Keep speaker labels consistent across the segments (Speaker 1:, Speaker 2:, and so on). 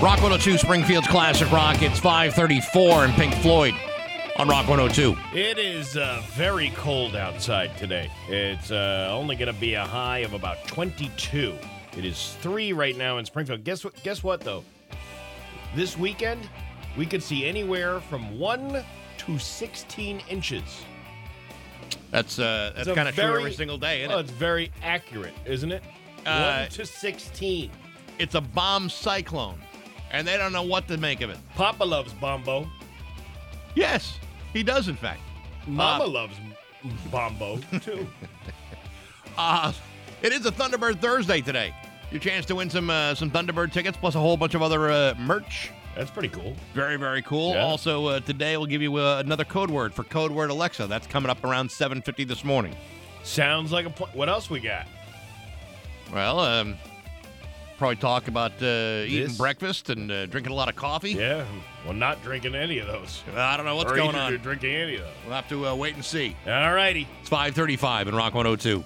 Speaker 1: Rock 102, Springfield's Classic Rock. It's 534 and Pink Floyd on Rock 102.
Speaker 2: It is uh, very cold outside today. It's uh, only going to be a high of about 22. It is three right now in Springfield. Guess what? Guess what though? This weekend, we could see anywhere from one to 16 inches.
Speaker 1: That's uh, that's
Speaker 2: It's a
Speaker 1: kind of true
Speaker 2: very-
Speaker 1: every single day, isn't
Speaker 2: Oh,
Speaker 1: it?
Speaker 2: it's very accurate, isn't it?
Speaker 1: Uh,
Speaker 2: one to 16.
Speaker 1: It's a bomb cyclone, and they don't know what to make of it.
Speaker 2: Papa loves Bombo.
Speaker 1: Yes, he does, in fact.
Speaker 2: Mama loves Bombo too.
Speaker 1: Uh, it is a Thunderbird Thursday today. Your chance to win some uh, some Thunderbird tickets plus a whole bunch of other uh, merch.
Speaker 2: That's pretty cool.
Speaker 1: Very, very cool.
Speaker 2: Yeah.
Speaker 1: Also, uh, today we'll give you uh, another code word for code word Alexa. That's coming up around 7.50 this morning.
Speaker 2: Sounds like a plan. What else we got?
Speaker 1: Well, um, probably talk about uh, eating
Speaker 2: This?
Speaker 1: breakfast and uh, drinking a lot of coffee.
Speaker 2: Yeah, well, not drinking any of those.
Speaker 1: I don't know what's
Speaker 2: Or
Speaker 1: going
Speaker 2: either
Speaker 1: on.
Speaker 2: You're drinking any of
Speaker 1: We'll have to uh, wait and see.
Speaker 2: those. All righty.
Speaker 1: It's 535 in Rock 102.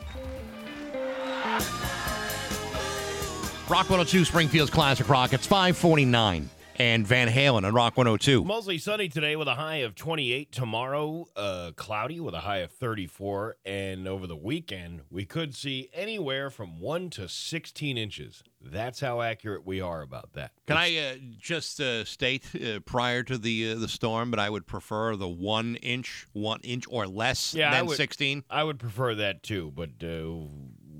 Speaker 1: Rock 102, Springfield's Classic Rock. It's 549. And Van Halen on Rock 102.
Speaker 2: Mostly sunny today with a high of 28. Tomorrow, uh, cloudy with a high of 34. And over the weekend, we could see anywhere from 1 to 16 inches. That's how accurate we are about that.
Speaker 1: Can I uh, just uh, state uh, prior to the uh, the storm, but I would prefer the one inch, one inch or less
Speaker 2: Yeah, I
Speaker 1: than
Speaker 2: would-
Speaker 1: 16.
Speaker 2: I would prefer that too, but uh,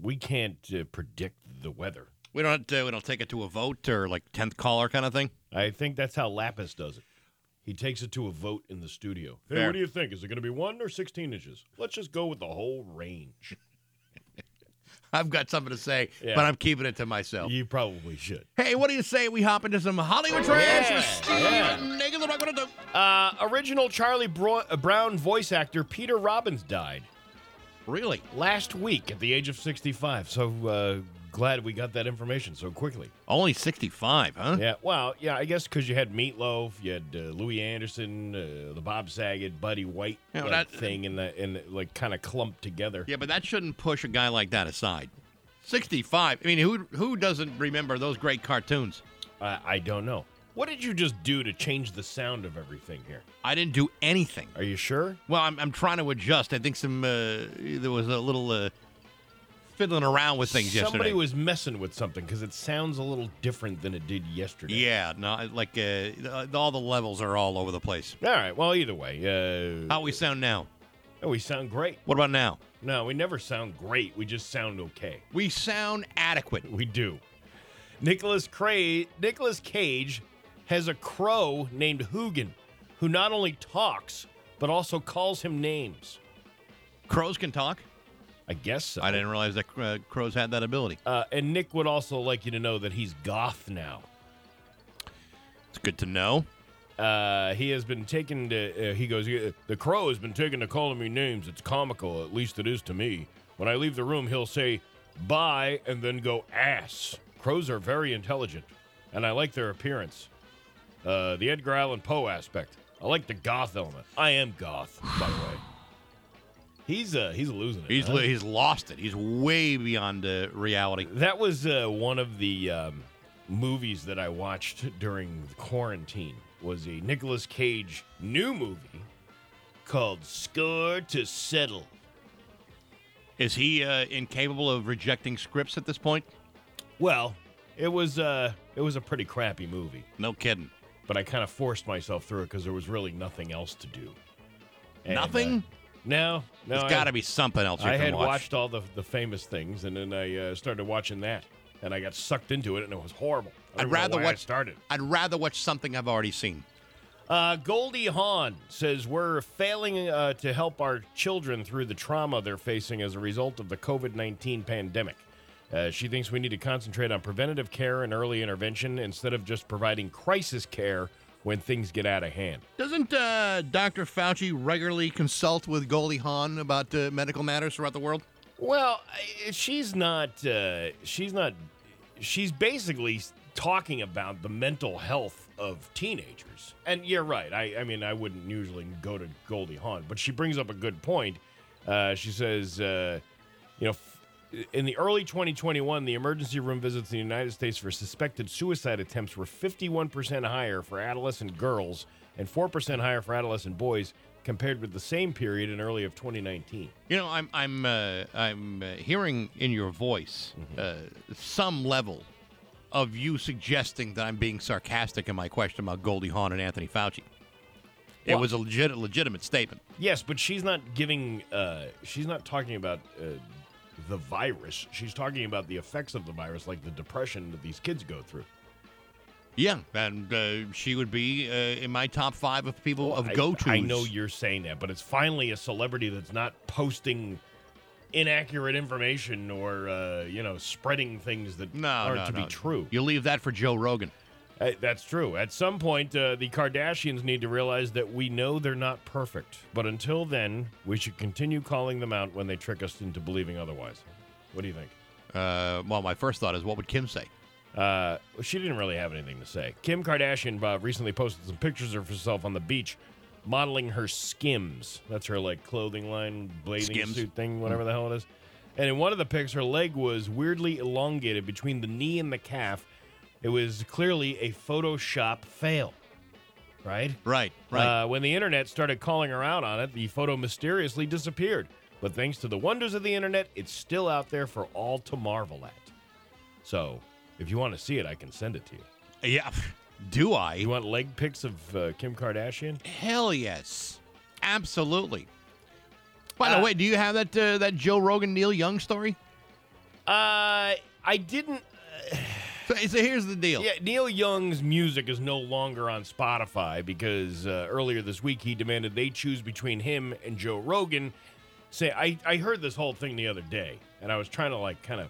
Speaker 2: we can't uh, predict the weather.
Speaker 1: We don't uh, we don't take it to a vote or like 10th caller kind of thing.
Speaker 2: I think that's how Lapis does it. He takes it to a vote in the studio. Hey,
Speaker 1: Fair.
Speaker 2: what do you think? Is it going to be 1 or 16 inches? Let's just go with the whole range.
Speaker 1: I've got something to say,
Speaker 2: Yeah.
Speaker 1: but I'm keeping it to myself.
Speaker 2: You probably should.
Speaker 1: Hey, what do you say we hop into some Hollywood trash?
Speaker 2: Yeah,
Speaker 1: with Steve
Speaker 2: yeah.
Speaker 1: Nagel and Rock 102?
Speaker 2: Uh, original Charlie Bro- uh, Brown voice actor Peter Robbins died
Speaker 1: Really?
Speaker 2: last week at the age of 65. So uh, glad we got that information so quickly.
Speaker 1: Only 65, huh?
Speaker 2: Yeah, well, yeah, I guess because you had Meatloaf, you had uh, Louis Anderson, uh, the Bob Saget, Buddy White
Speaker 1: Yeah, well,
Speaker 2: like,
Speaker 1: that-
Speaker 2: thing, and the, in the, like kind of clumped together.
Speaker 1: Yeah, but that shouldn't push a guy like that aside. 65. I mean, who who doesn't remember those great cartoons?
Speaker 2: I, I don't know. What did you just do to change the sound of everything here?
Speaker 1: I didn't do anything.
Speaker 2: Are you sure?
Speaker 1: Well, I'm, I'm trying to adjust. I think some uh, there was a little uh, fiddling around with things
Speaker 2: Somebody
Speaker 1: yesterday.
Speaker 2: was messing with something because it sounds a little different than it did yesterday.
Speaker 1: yeah, no, I- like uh, uh, all the levels are all over the place.
Speaker 2: All right. Well, either way, uh,
Speaker 1: How we sound now?
Speaker 2: oh, we sound great.
Speaker 1: What about now?
Speaker 2: No, we never sound great. We just sound okay.
Speaker 1: We sound adequate.
Speaker 2: We do. Nicholas Cra- Nicholas Cage has a crow named Hoogan, who not only talks but also calls him names.
Speaker 1: Crows can talk.
Speaker 2: I guess so.
Speaker 1: I didn't realize that uh, crows had that ability.
Speaker 2: Uh, and Nick would also like you to know that he's goth now.
Speaker 1: It's good to know.
Speaker 2: Uh, he has been taken to. Uh, he goes. The crow has been taken to calling me names. It's comical, at least it is to me. When I leave the room, he'll say "bye" and then go "ass." Crows are very intelligent, and I like their appearance. Uh, the Edgar Allan Poe aspect. I like the goth element. I am goth, by the way. He's uh, he's losing it.
Speaker 1: He's
Speaker 2: huh?
Speaker 1: li- he's lost it. He's way beyond uh, reality.
Speaker 2: That was uh, one of the um, movies that I watched during the quarantine. Was a Nicolas Cage new movie called "Score to Settle."
Speaker 1: Is he uh, incapable of rejecting scripts at this point?
Speaker 2: Well, it was uh, it was a pretty crappy movie,
Speaker 1: No kidding.
Speaker 2: but I kind of forced myself through it because there was really nothing else to do. And, uh,
Speaker 1: Nothing.
Speaker 2: no, no.
Speaker 1: There's
Speaker 2: I-
Speaker 1: got to be something else you
Speaker 2: I
Speaker 1: can
Speaker 2: had
Speaker 1: watch.
Speaker 2: watched all the the famous things, and then I uh, started watching that, and I got sucked into it, and it was horrible. I
Speaker 1: I'd
Speaker 2: don't even know
Speaker 1: rather
Speaker 2: why I
Speaker 1: watch.
Speaker 2: started.
Speaker 1: I'd rather watch something I've already seen.
Speaker 2: Uh, Goldie Hawn says we're failing uh, to help our children through the trauma they're facing as a result of the COVID 19 pandemic. Uh, she thinks we need to concentrate on preventative care and early intervention instead of just providing crisis care when things get out of hand.
Speaker 1: Doesn't uh, Dr. Fauci regularly consult with Goldie Hawn about uh, medical matters throughout the world?
Speaker 2: Well, I- she's not. Uh, she's not. She's basically s- talking about the mental health of teenagers. And you're right. I, I mean, I wouldn't usually go to Goldie Hawn, but she brings up a good point. Uh, she says, uh, you know, f- in the early 2021, the emergency room visits in the United States for suspected suicide attempts were 51% higher for adolescent girls and 4% higher for adolescent boys compared with the same period in early of 2019.
Speaker 1: You know, I'm I'm uh, I'm uh, hearing in your voice
Speaker 2: Mm-hmm.
Speaker 1: uh, some level of you suggesting that I'm being sarcastic in my question about Goldie Hawn and Anthony Fauci. It
Speaker 2: Well-
Speaker 1: was a legit, legitimate statement.
Speaker 2: Yes, but she's not giving. Uh, she's not talking about uh, the virus. She's talking about the effects of the virus, like the depression that these kids go through.
Speaker 1: Yeah, and uh, she would be uh, in my top five of people of
Speaker 2: Oh, I-
Speaker 1: go to.
Speaker 2: I know you're saying that, but it's finally a celebrity that's not posting inaccurate information or uh, you know spreading things that
Speaker 1: No,
Speaker 2: aren't
Speaker 1: no,
Speaker 2: to
Speaker 1: no.
Speaker 2: be true.
Speaker 1: You leave that for Joe Rogan.
Speaker 2: Uh, that's true. At some point, uh, the Kardashians need to realize that we know they're not perfect, but until then, we should continue calling them out when they trick us into believing otherwise. What do you think?
Speaker 1: Uh, well, my first thought is, what would Kim say?
Speaker 2: Uh, she didn't really have anything to say. Kim Kardashian uh, recently posted some pictures of herself on the beach, modeling her skims. That's her like clothing line, bathing
Speaker 1: Skims.
Speaker 2: suit thing, whatever the hell it is. And in one of the pics, her leg was weirdly elongated between the knee and the calf. It was clearly a Photoshop fail, right?
Speaker 1: Right, right.
Speaker 2: Uh, when the internet started calling her out on it, the photo mysteriously disappeared. But thanks to the wonders of the internet, it's still out there for all to marvel at. So, if you want to see it, I can send it to you.
Speaker 1: yeah. Do I?
Speaker 2: You want leg pics of uh, Kim Kardashian?
Speaker 1: Hell yes, absolutely. By the
Speaker 2: Uh,
Speaker 1: way, do you have that uh, that Joe Rogan Neil Young story?
Speaker 2: Uh, I didn't.
Speaker 1: So, so here's the deal.
Speaker 2: Yeah, Neil Young's music is no longer on Spotify because uh, earlier this week he demanded they choose between him and Joe Rogan. Say, I, I heard this whole thing the other day, and I was trying to like kind of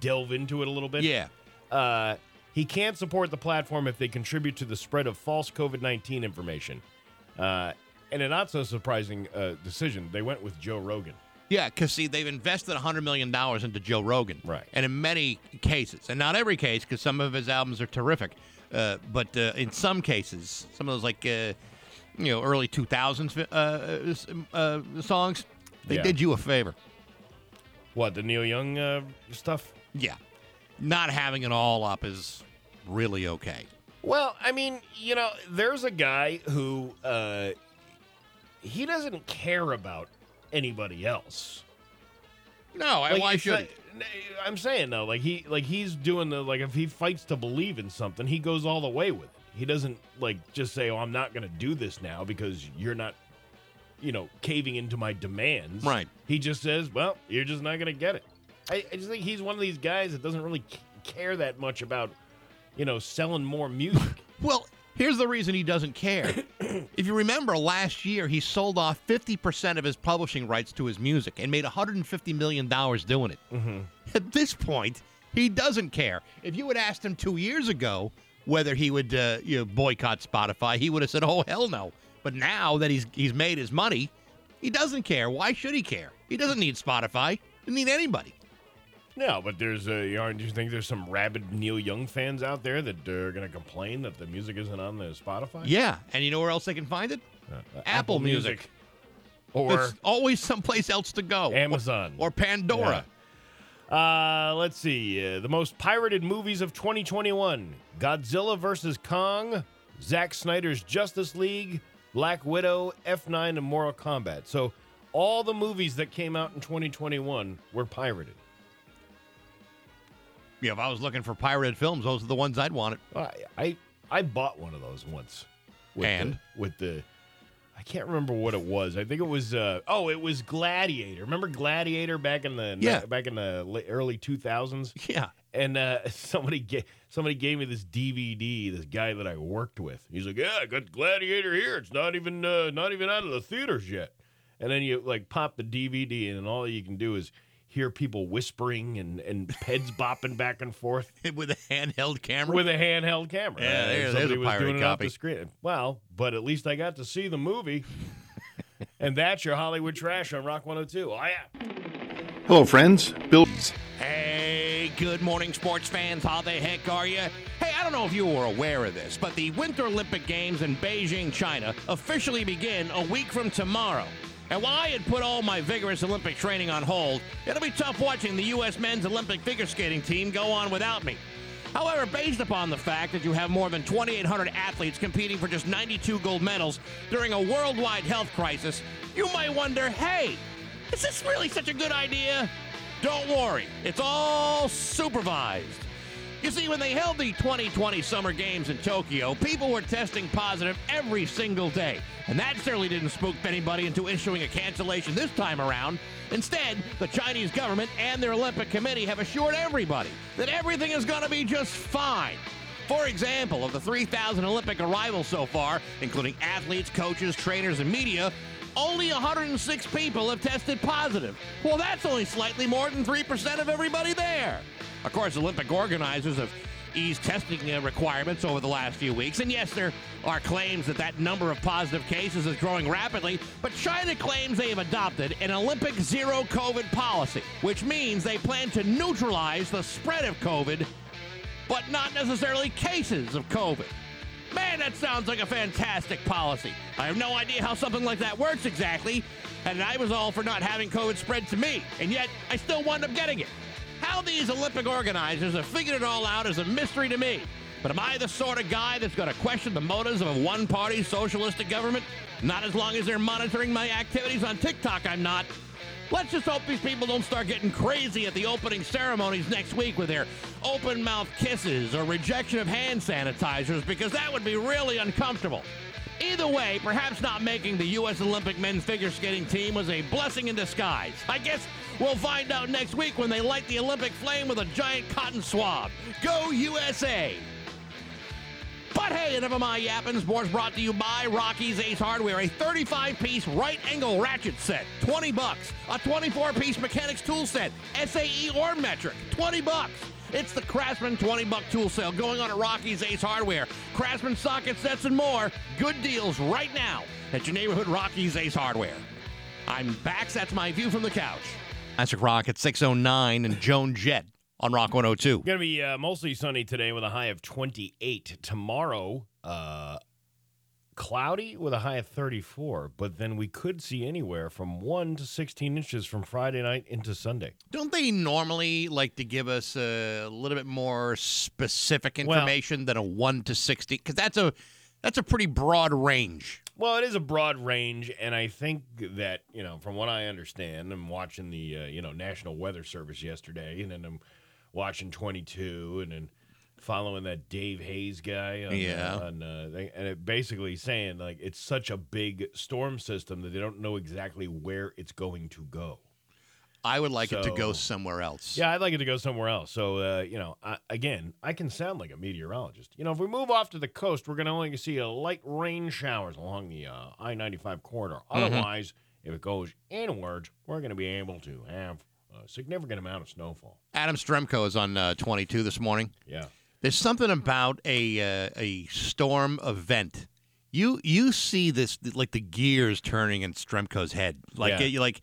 Speaker 2: delve into it a little bit.
Speaker 1: Yeah.
Speaker 2: Uh, he can't support the platform if they contribute to the spread of false COVID 19 information. Uh, and a not so surprising uh, decision, they went with Joe Rogan.
Speaker 1: Yeah, because see, they've invested $100 million into Joe Rogan.
Speaker 2: Right.
Speaker 1: And in many cases, and not every case, because some of his albums are terrific, uh, but uh, in some cases, some of those like, uh, you know, early 2000s uh, uh, s- uh, songs, they
Speaker 2: Yeah.
Speaker 1: did you a favor.
Speaker 2: What, the Neil Young uh, stuff?
Speaker 1: Yeah. Not having it all up is really okay.
Speaker 2: Well, I mean, you know, there's a guy who uh, he doesn't care about anybody else.
Speaker 1: No, I
Speaker 2: Like,
Speaker 1: why
Speaker 2: it's
Speaker 1: should
Speaker 2: like- n- I'm saying though, like he like he's doing the like if he fights to believe in something, he goes all the way with it. He doesn't like just say, "Oh, I'm not going to do this now because you're not, you know, caving into my demands."
Speaker 1: Right.
Speaker 2: He just says, "Well, you're just not going to get it." I, I just think he's one of these guys that doesn't really c- care that much about, you know, selling more music.
Speaker 1: Well, here's the reason he doesn't care. if you remember last year, he sold off 50% of his publishing rights to his music and made $150 million doing it.
Speaker 2: Mm-hmm.
Speaker 1: At this point, he doesn't care. If you had asked him two years ago whether he would uh, you know, boycott Spotify, he would have said, oh, hell no. But now that he's, he's made his money, he doesn't care. Why should he care? He doesn't need Spotify. He doesn't need anybody.
Speaker 2: No, but there's uh, you know, do you think there's some rabid Neil Young fans out there that are going to complain that the music isn't on the Spotify?
Speaker 1: Yeah. And you know where else they can find it?
Speaker 2: Uh,
Speaker 1: Apple Music.
Speaker 2: or
Speaker 1: There's always someplace else to go.
Speaker 2: Amazon.
Speaker 1: or Pandora.
Speaker 2: uh, let's see. Uh, the most pirated movies of 2021: Godzilla vs Kong, Zack Snyder's Justice League, Black Widow, F9, and Mortal Kombat. So all the movies that came out in 2021 were pirated.
Speaker 1: Yeah, if I was looking for pirated films, those are the ones I'd want. It.
Speaker 2: I I, I bought one of those once. With
Speaker 1: And?
Speaker 2: the, with the I can't remember what it was. I think it was uh, oh, it was Gladiator. Remember Gladiator back in the
Speaker 1: Yeah.
Speaker 2: back in the la- early 2000s?
Speaker 1: Yeah.
Speaker 2: And uh, somebody ga- somebody gave me this DVD. This guy that I worked with, he's like, "Yeah, I got Gladiator here. It's not even uh, not even out of the theaters yet." And then you like pop the DVD, and all you can do is hear people whispering and and heads bopping back and forth
Speaker 1: With a handheld camera.
Speaker 2: with a handheld camera.
Speaker 1: Yeah, there- there's
Speaker 2: somebody
Speaker 1: a
Speaker 2: was
Speaker 1: pirate
Speaker 2: doing it off
Speaker 1: copy.
Speaker 2: the screen. Well, but at least I got to see the movie. and that's your Hollywood trash on Rock 102. I
Speaker 3: Hello, friends. Bill.
Speaker 1: hey, good morning, sports fans. How the heck are you? Hey, I don't know if you were aware of this, but the Winter Olympic Games in Beijing, China officially begin a week from tomorrow. And while I had put all my vigorous Olympic training on hold, it'll be tough watching the U.S. men's Olympic figure skating team go on without me. However, based upon the fact that you have more than 2,800 athletes competing for just 92 gold medals during a worldwide health crisis, you might wonder hey, is this really such a good idea? Don't worry, it's all supervised. You see, when they held the 2020 Summer Games in Tokyo, people were testing positive every single day. And that certainly didn't spook anybody into issuing a cancellation this time around. Instead, the Chinese government and their Olympic Committee have assured everybody that everything is going to be just fine. For example, of the 3,000 Olympic arrivals so far, including athletes, coaches, trainers, and media, only 106 people have tested positive. Well, that's only slightly more than 3% of everybody there. Of course, Olympic organizers have eased testing uh, requirements over the last few weeks. And yes, there are claims that that number of positive cases is growing rapidly, but China claims they have adopted an Olympic zero COVID policy, which means they plan to neutralize the spread of COVID, but not necessarily cases of COVID. Man, that sounds like a fantastic policy. I have no idea how something like that works exactly, and I was all for not having COVID spread to me, and yet I still wound up getting it. How these Olympic organizers have figured it all out is a mystery to me. But am I the sort of guy that's going to question the motives of a one party socialistic government? Not as long as they're monitoring my activities on TikTok, I'm not. Let's just hope these people don't start getting crazy at the opening ceremonies next week with their open mouth kisses or rejection of hand sanitizers because that would be really uncomfortable. Either way, perhaps not making the U.S. Olympic men's figure skating team was a blessing in disguise. I guess we'll find out next week when they light the Olympic flame with a giant cotton swab. Go USA! But hey, enough of my yapping. Sports brought to you by Rocky's Ace Hardware, a 35-piece right-angle ratchet set, 20 bucks. A 24-piece mechanics tool set, SAE or metric, 20 bucks. It's the Craftsman 20 buck tool sale going on at Rocky's Ace Hardware. Craftsman socket sets and more. Good deals right now at your neighborhood Rocky's Ace Hardware. I'm back. That's my view from the couch. Classic Rock at 609 and Joan Jett on Rock 102.
Speaker 2: Going to be uh, mostly sunny today with a high of 28. Tomorrow, uh, cloudy with a high of 34, but then we could see anywhere from 1 to 16 inches from Friday night into Sunday.
Speaker 1: Don't they normally like to give us a little bit more specific information than a one to sixty? Because that's a that's a pretty broad range.
Speaker 2: Well, it is a broad range, and I think that you know, from what I understand, I'm watching the uh, you know National Weather Service yesterday, and then I'm watching 22, and then following that Dave Hayes guy. On,
Speaker 1: Yeah.
Speaker 2: on, uh, thing, and it basically saying like it's such a big storm system that they don't know exactly where it's going to go.
Speaker 1: I would like it to go
Speaker 2: So-
Speaker 1: somewhere else.
Speaker 2: Yeah, I'd like it to go somewhere else. So, uh, you know, I, again, I can sound like a meteorologist. You know, if we move off to the coast, we're going to only see a light rain showers along the uh, I 95 corridor. Otherwise, if it goes inwards, we're going to be able to have a significant amount of snowfall.
Speaker 1: Adam Stremko is on uh, twenty two this morning.
Speaker 2: Yeah.
Speaker 1: There's something about a uh, a storm event. You you see this like the gears turning in Stremko's head. Like
Speaker 2: Yeah.
Speaker 1: it- like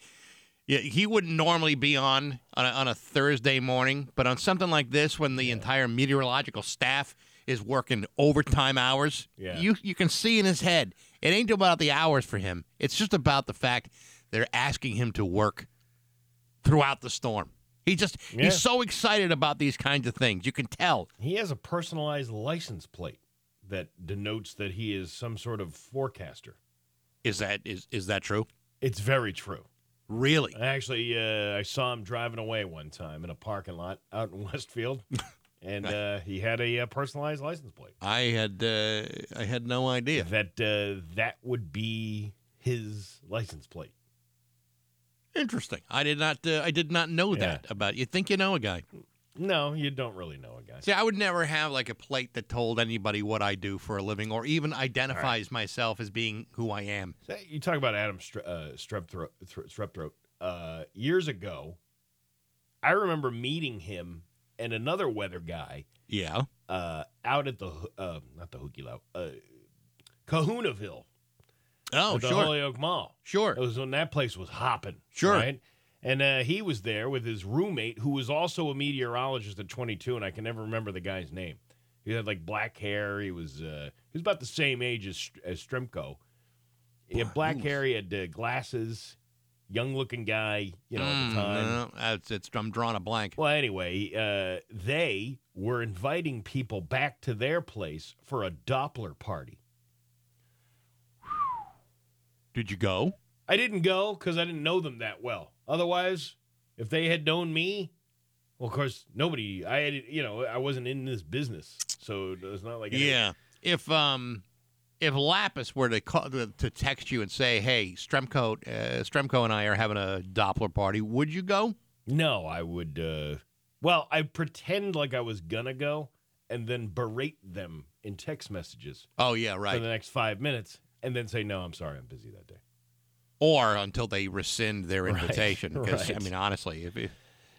Speaker 1: yeah, he wouldn't normally be on on a, on a Thursday morning, but on something like this, when the entire meteorological staff is working overtime hours,
Speaker 2: Yeah.
Speaker 1: you you can see in his head. It ain't about the hours for him. It's just about the fact they're asking him to work throughout the storm. He just
Speaker 2: Yeah.
Speaker 1: he's so excited about these kinds of things. You can tell.
Speaker 2: He has a personalized license plate that denotes that he is some sort of forecaster.
Speaker 1: Is that is is that true?
Speaker 2: It's very true.
Speaker 1: Really?
Speaker 2: Actually, uh, I saw him driving away one time in a parking lot out in Westfield, and uh, he had a uh, personalized license plate.
Speaker 1: I had uh, I had no idea.
Speaker 2: That uh, that would be his license plate.
Speaker 1: Interesting. I did not uh, I did not know
Speaker 2: Yeah.
Speaker 1: that about you. Think you know a guy?
Speaker 2: No, you don't really know a guy.
Speaker 1: See, I would never have like a plate that told anybody what I do for a living, or even identifies myself as being who I am.
Speaker 2: So You talk about Adam Stre- uh, Strepthroat. Th- Strepthroat. Uh, years ago, I remember meeting him and another weather guy
Speaker 1: Yeah.
Speaker 2: uh, out at the ho- uh, not the Hookie Low, uh, Kahunaville.
Speaker 1: Oh,
Speaker 2: at the
Speaker 1: sure,
Speaker 2: Holyoke Mall.
Speaker 1: sure.
Speaker 2: It was when that place was hopping.
Speaker 1: Sure.
Speaker 2: Right? And uh, he was there with his roommate, who was also a meteorologist at 22, and I can never remember the guy's name. He had like black hair. He was uh, he was about the same age as as Stremko, He had black hair. He had uh, glasses. Young looking guy, you know, at the time.
Speaker 1: Mm, no, that's- it's- I'm drawing a blank.
Speaker 2: Well, anyway, uh, they were inviting people back to their place for a Doppler party.
Speaker 1: Did you go?
Speaker 2: I didn't go because I didn't know them that well. Otherwise, if they had known me, well, of course, nobody. I had, you know, I wasn't in this business, so it's not like I didn't-
Speaker 1: Yeah. If um, if Lapis were to call, to to text you and say, "Hey, Stremco, uh, Stremco and I are having a Doppler party," would you go?
Speaker 2: No, I would. Uh, well, I pretend like I was gonna go, and then berate them in text messages
Speaker 1: Oh yeah,
Speaker 2: for the
Speaker 1: right.
Speaker 2: next five minutes, and then say, "No, I'm sorry, I'm busy that day."
Speaker 1: Or until they rescind their
Speaker 2: Right,
Speaker 1: invitation. 'Cause, I
Speaker 2: right.
Speaker 1: mean, honestly, if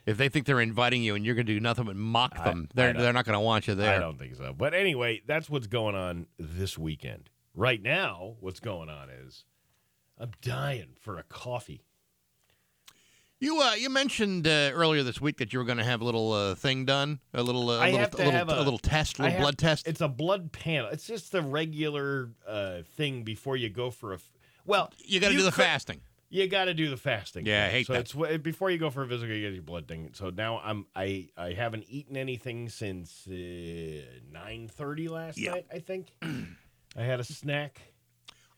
Speaker 1: if they think they're inviting you and you're going to do nothing but mock
Speaker 2: I-
Speaker 1: them,
Speaker 2: I
Speaker 1: they're
Speaker 2: don't-
Speaker 1: they're not going to want you
Speaker 2: I
Speaker 1: there.
Speaker 2: don't think so. But anyway, that's what's going on this weekend. Right now, what's going on is I'm dying for a coffee.
Speaker 1: You uh, you mentioned uh, earlier this week that you were going to have a little uh, thing done, a little uh,
Speaker 2: I
Speaker 1: little,
Speaker 2: have to
Speaker 1: little
Speaker 2: have a-
Speaker 1: little test, a little
Speaker 2: I have-
Speaker 1: blood test.
Speaker 2: It's a blood panel. It's just the regular uh, thing before you go for a. F- well,
Speaker 1: You got to do the
Speaker 2: could-
Speaker 1: fasting.
Speaker 2: You got to do the fasting.
Speaker 1: Yeah, I
Speaker 2: thing.
Speaker 1: hate
Speaker 2: so
Speaker 1: that.
Speaker 2: it's wh- before you go for a physical, you get your blood thing. So now I'm I I haven't eaten anything since uh, nine thirty last
Speaker 1: Yeah.
Speaker 2: night. I think I had a snack.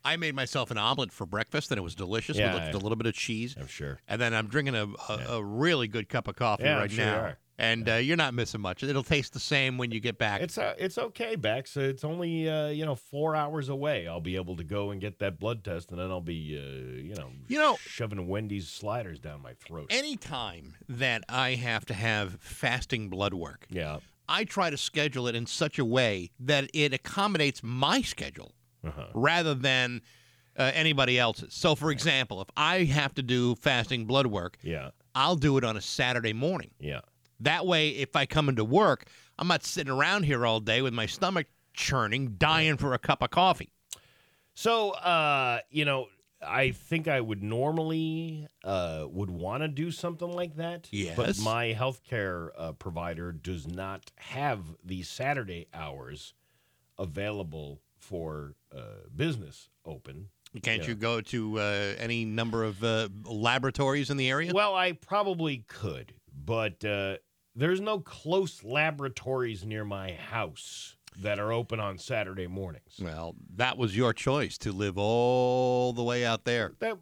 Speaker 1: I made myself an omelet for breakfast, and it was delicious
Speaker 2: Yeah,
Speaker 1: with a,
Speaker 2: I-
Speaker 1: a little bit of cheese.
Speaker 2: I'm sure.
Speaker 1: And then I'm drinking a, a,
Speaker 2: Yeah.
Speaker 1: a really good cup of coffee
Speaker 2: Yeah, I'm
Speaker 1: right
Speaker 2: sure you
Speaker 1: now.
Speaker 2: are.
Speaker 1: And uh, you're not missing much. It'll taste the same when you get back.
Speaker 2: It's uh, it's okay, Bex. It's only uh, you know four hours away. I'll be able to go and get that blood test, and then I'll be uh, you know
Speaker 1: You know-
Speaker 2: shoving Wendy's sliders down my throat.
Speaker 1: Anytime that I have to have fasting blood work,
Speaker 2: yeah.
Speaker 1: I try to schedule it in such a way that it accommodates my schedule
Speaker 2: Uh-huh.
Speaker 1: rather than uh, anybody else's. So, for example, if I have to do fasting blood work,
Speaker 2: Yeah.
Speaker 1: I'll do it on a Saturday morning.
Speaker 2: Yeah.
Speaker 1: That way, if I come into work, I'm not sitting around here all day with my stomach churning, dying for a cup of coffee.
Speaker 2: So, uh, you know, I think I would normally uh, would want to do something like that. But
Speaker 1: Yes.
Speaker 2: my healthcare uh, provider does not have the Saturday hours available for uh, business open.
Speaker 1: Can't
Speaker 2: Yeah.
Speaker 1: you go to uh, any number of uh, laboratories in the area?
Speaker 2: Well, I probably could, but uh, there's no close laboratories near my house that are open on Saturday mornings.
Speaker 1: Well, that was your choice to live all the way out there.
Speaker 2: That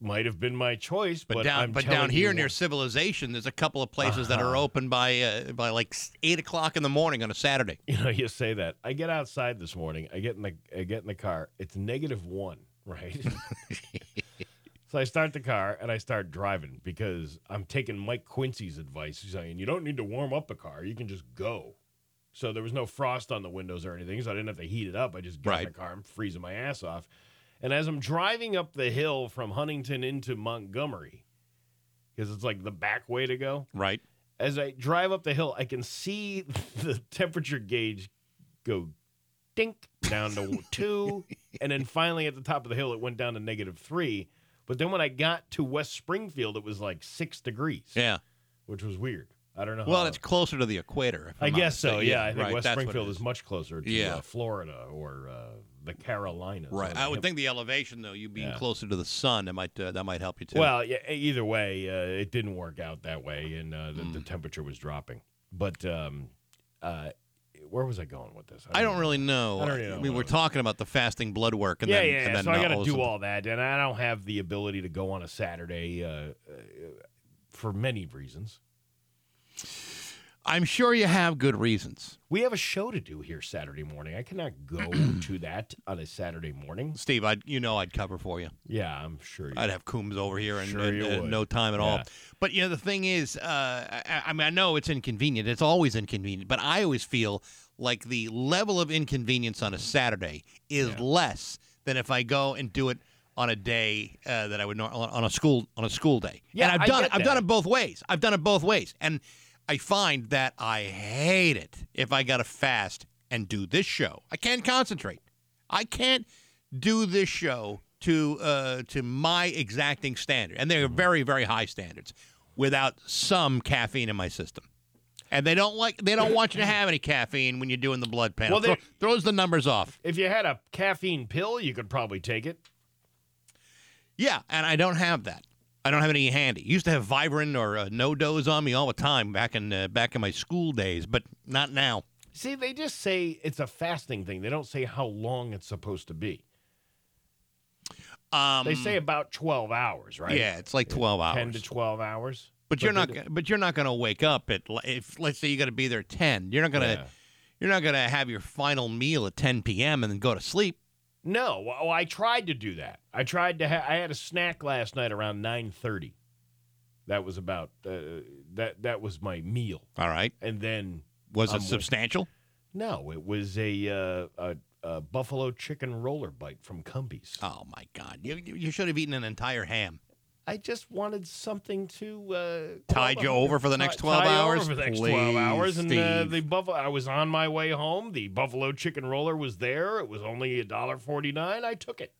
Speaker 2: might have been my choice, but,
Speaker 1: But, down,
Speaker 2: I'm
Speaker 1: but
Speaker 2: telling
Speaker 1: down
Speaker 2: you
Speaker 1: here
Speaker 2: what-
Speaker 1: near civilization, there's a couple of places that are
Speaker 2: Uh-huh.
Speaker 1: open by uh, by like s- eight o'clock in the morning on a Saturday.
Speaker 2: You know, you say that. I get outside this morning. I get in the I get in the car. It's negative one, right? so I start the car and I start driving because I'm taking Mike Quincy's advice. He's saying you don't need to warm up the car. You can just go. So there was no frost on the windows or anything, so I didn't have to heat it up. I just got in
Speaker 1: Right.
Speaker 2: the car. I'm freezing my ass off. And as I'm driving up the hill from Huntington into Montgomery, because it's like the back way to go
Speaker 1: Right.
Speaker 2: as I drive up the hill, I can see the temperature gauge go dink down to two. And then finally at the top of the hill, it went down to negative three. But then when I got to West Springfield, it was like six degrees,
Speaker 1: Yeah.
Speaker 2: which was weird. I don't know.
Speaker 1: Well,
Speaker 2: how-
Speaker 1: it's closer to the equator. if
Speaker 2: Uh-huh. I
Speaker 1: I'm not
Speaker 2: guess so.
Speaker 1: mistaken.
Speaker 2: Yeah, I think
Speaker 1: right,
Speaker 2: West
Speaker 1: that's what it
Speaker 2: Springfield is. much closer to
Speaker 1: Yeah.
Speaker 2: uh, Florida or uh, the Carolinas.
Speaker 1: Right.
Speaker 2: I
Speaker 1: I would think the elevation, though, you being
Speaker 2: Yeah.
Speaker 1: closer to the sun, that might uh, that might help you too.
Speaker 2: Well, yeah, e- either way, uh, it didn't work out that way, and uh, the,
Speaker 1: Mm.
Speaker 2: the temperature was dropping. But um, uh, where was I going with this?
Speaker 1: I don't really know.
Speaker 2: I don't really know
Speaker 1: mean,
Speaker 2: what
Speaker 1: we're
Speaker 2: it was.
Speaker 1: talking about the fasting blood work, and
Speaker 2: yeah,
Speaker 1: then
Speaker 2: yeah.
Speaker 1: and then
Speaker 2: so I got to
Speaker 1: all
Speaker 2: do
Speaker 1: some-
Speaker 2: all that, and I don't have the ability to go on a Saturday uh, uh, for many reasons.
Speaker 1: I'm sure you have good reasons,
Speaker 2: We have a show to do here Saturday morning. I cannot go to that on a Saturday morning.
Speaker 1: Steve. I you know I'd cover for you.
Speaker 2: Yeah, I'm sure. You
Speaker 1: I'd have Coombs over here in,
Speaker 2: Sure
Speaker 1: in-
Speaker 2: you
Speaker 1: in
Speaker 2: would.
Speaker 1: no time at all.
Speaker 2: Yeah.
Speaker 1: But you know, the thing is, uh, I, I mean, I know it's inconvenient. It's always inconvenient, but I always feel like the level of inconvenience on a Saturday is
Speaker 2: Yeah.
Speaker 1: less than if I go and do it on a day uh, that I would nor- on, on a school on a school day.
Speaker 2: Yeah,
Speaker 1: and
Speaker 2: I
Speaker 1: I've done
Speaker 2: get
Speaker 1: it. I've done
Speaker 2: that.
Speaker 1: it both ways. I've done it both ways, and I find that I hate it if I got to fast and do this show. I can't concentrate. I can't do this show to uh, to my exacting standard, and they are very very high standards, without some caffeine in my system. And they don't like they don't want you to have any caffeine when you're doing the blood panel.
Speaker 2: Well, they-
Speaker 1: Throw- throws the numbers off.
Speaker 2: If you had a caffeine pill, you could probably take it.
Speaker 1: Yeah, and I don't have that. I don't have any handy. Used to have Vibrant or uh, No Doze on me all the time back in uh, back in my school days, but not now.
Speaker 2: See, they just say it's a fasting thing. They don't say how long it's supposed to be.
Speaker 1: Um,
Speaker 2: They say about 12 hours, right?
Speaker 1: yeah, it's like twelve
Speaker 2: 10 to
Speaker 1: hours.
Speaker 2: 12 hours.
Speaker 1: But you're
Speaker 2: they
Speaker 1: not.
Speaker 2: do-
Speaker 1: go- But you're not going to wake up at li- if let's say you got to be there at ten. You're not gonna.
Speaker 2: Yeah.
Speaker 1: You're not gonna have your final meal at ten p.m. and then go to sleep.
Speaker 2: No, well, I tried to do that. I tried to. Ha- I had a snack last night around nine thirty. That was about uh, that. That was my meal,
Speaker 1: All right.
Speaker 2: and then
Speaker 1: Was
Speaker 2: I'm
Speaker 1: it
Speaker 2: with-
Speaker 1: substantial?
Speaker 2: no, it was a uh, a, a buffalo chicken roller bite from Cumbies.
Speaker 1: Oh my God! You you you should have eaten an entire ham.
Speaker 2: I just wanide something to uh,
Speaker 1: Tide
Speaker 2: quell
Speaker 1: you
Speaker 2: the
Speaker 1: over
Speaker 2: hunger.
Speaker 1: for the next
Speaker 2: Ti-
Speaker 1: 12
Speaker 2: tie you
Speaker 1: hours?
Speaker 2: Over for the next twelve hours,
Speaker 1: Please,
Speaker 2: and uh,
Speaker 1: Steve.
Speaker 2: the buffalo. I was on my way home. The buffalo chicken roller was there. It was only a dollar forty nine. I took it.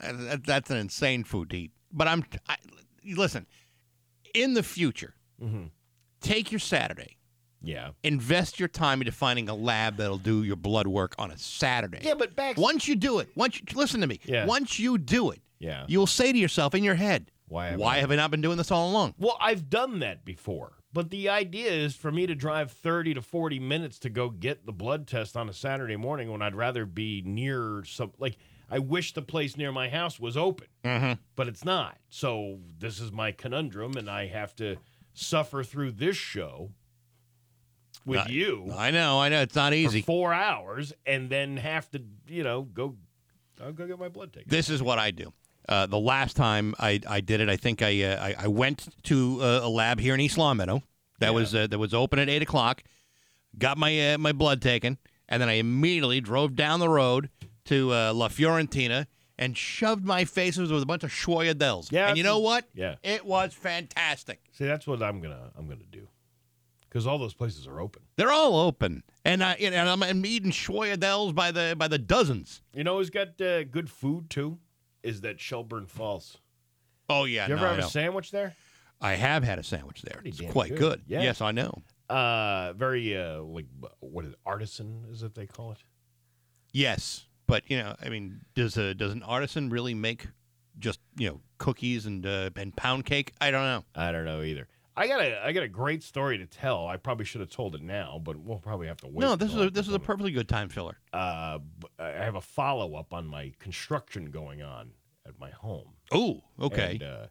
Speaker 1: Uh, that- that's an insane food to eat. But I'm I, listen. In the future,
Speaker 2: Mhm.
Speaker 1: take your Saturday.
Speaker 2: Yeah.
Speaker 1: Invest your time into finding a lab that'll do your blood work on a Saturday.
Speaker 2: Yeah, but back.
Speaker 1: Once you do it, once you, listen to me.
Speaker 2: Yeah.
Speaker 1: Once you do it,
Speaker 2: Yeah.
Speaker 1: you will say to yourself in your head,
Speaker 2: Why haven't
Speaker 1: Why
Speaker 2: I-
Speaker 1: have I not been doing this all along?"
Speaker 2: Well, I've done that before, but the idea is for me to drive 30 to 40 minutes to go get the blood test on a Saturday morning when I'd rather be near some like I wish the place near my house was open,
Speaker 1: Mhm.
Speaker 2: but it's not. So this is my conundrum and I have to suffer through this show with
Speaker 1: Right.
Speaker 2: you
Speaker 1: I know, I know. It's not
Speaker 2: for
Speaker 1: easy.
Speaker 2: 4 hours and then have to, you know, go I'll go get my blood taken.
Speaker 1: This is what I do. Uh, the last time I, I did it, I think I uh, I, I went to uh, a lab here in East Long Meadow that was uh, that was open at eight o'clock. Got my uh, my blood taken, and then I immediately drove down the road to uh, La Fiorentina and shoved my faces with a bunch of Schwoyadels.
Speaker 2: Yeah,
Speaker 1: and you
Speaker 2: that's-
Speaker 1: know what?
Speaker 2: yeah.
Speaker 1: it was fantastic.
Speaker 2: See, that's what I'm going to I'm going to do. Cuz all those places are open.
Speaker 1: They're all open, and I and I'm, I'm eating Schwoyadels by the by the dozens.
Speaker 2: You know who's got uh, good food too? Is that Shelburne Falls.
Speaker 1: Oh yeah,
Speaker 2: Do you ever
Speaker 1: no, I,
Speaker 2: have a
Speaker 1: know.
Speaker 2: sandwich there?
Speaker 1: I have had a sandwich there.
Speaker 2: Pretty
Speaker 1: It's
Speaker 2: damn
Speaker 1: quite
Speaker 2: good.
Speaker 1: good.
Speaker 2: Yeah.
Speaker 1: Yes, I know.
Speaker 2: Uh, very uh, like b- what is it? artisan is that they call it?
Speaker 1: Yes, but you know, I mean, does a does an artisan really make just you know cookies and uh, and pound cake? I don't know.
Speaker 2: I don't know either. I got a I got a great story to tell. I probably should have told it now, but we'll probably have to wait.
Speaker 1: no, this is
Speaker 2: till
Speaker 1: a,
Speaker 2: after
Speaker 1: this is a
Speaker 2: summer.
Speaker 1: perfectly good time filler.
Speaker 2: Uh, b- I have a follow up on my construction going on at my home.
Speaker 1: Oh, okay.
Speaker 2: And, uh,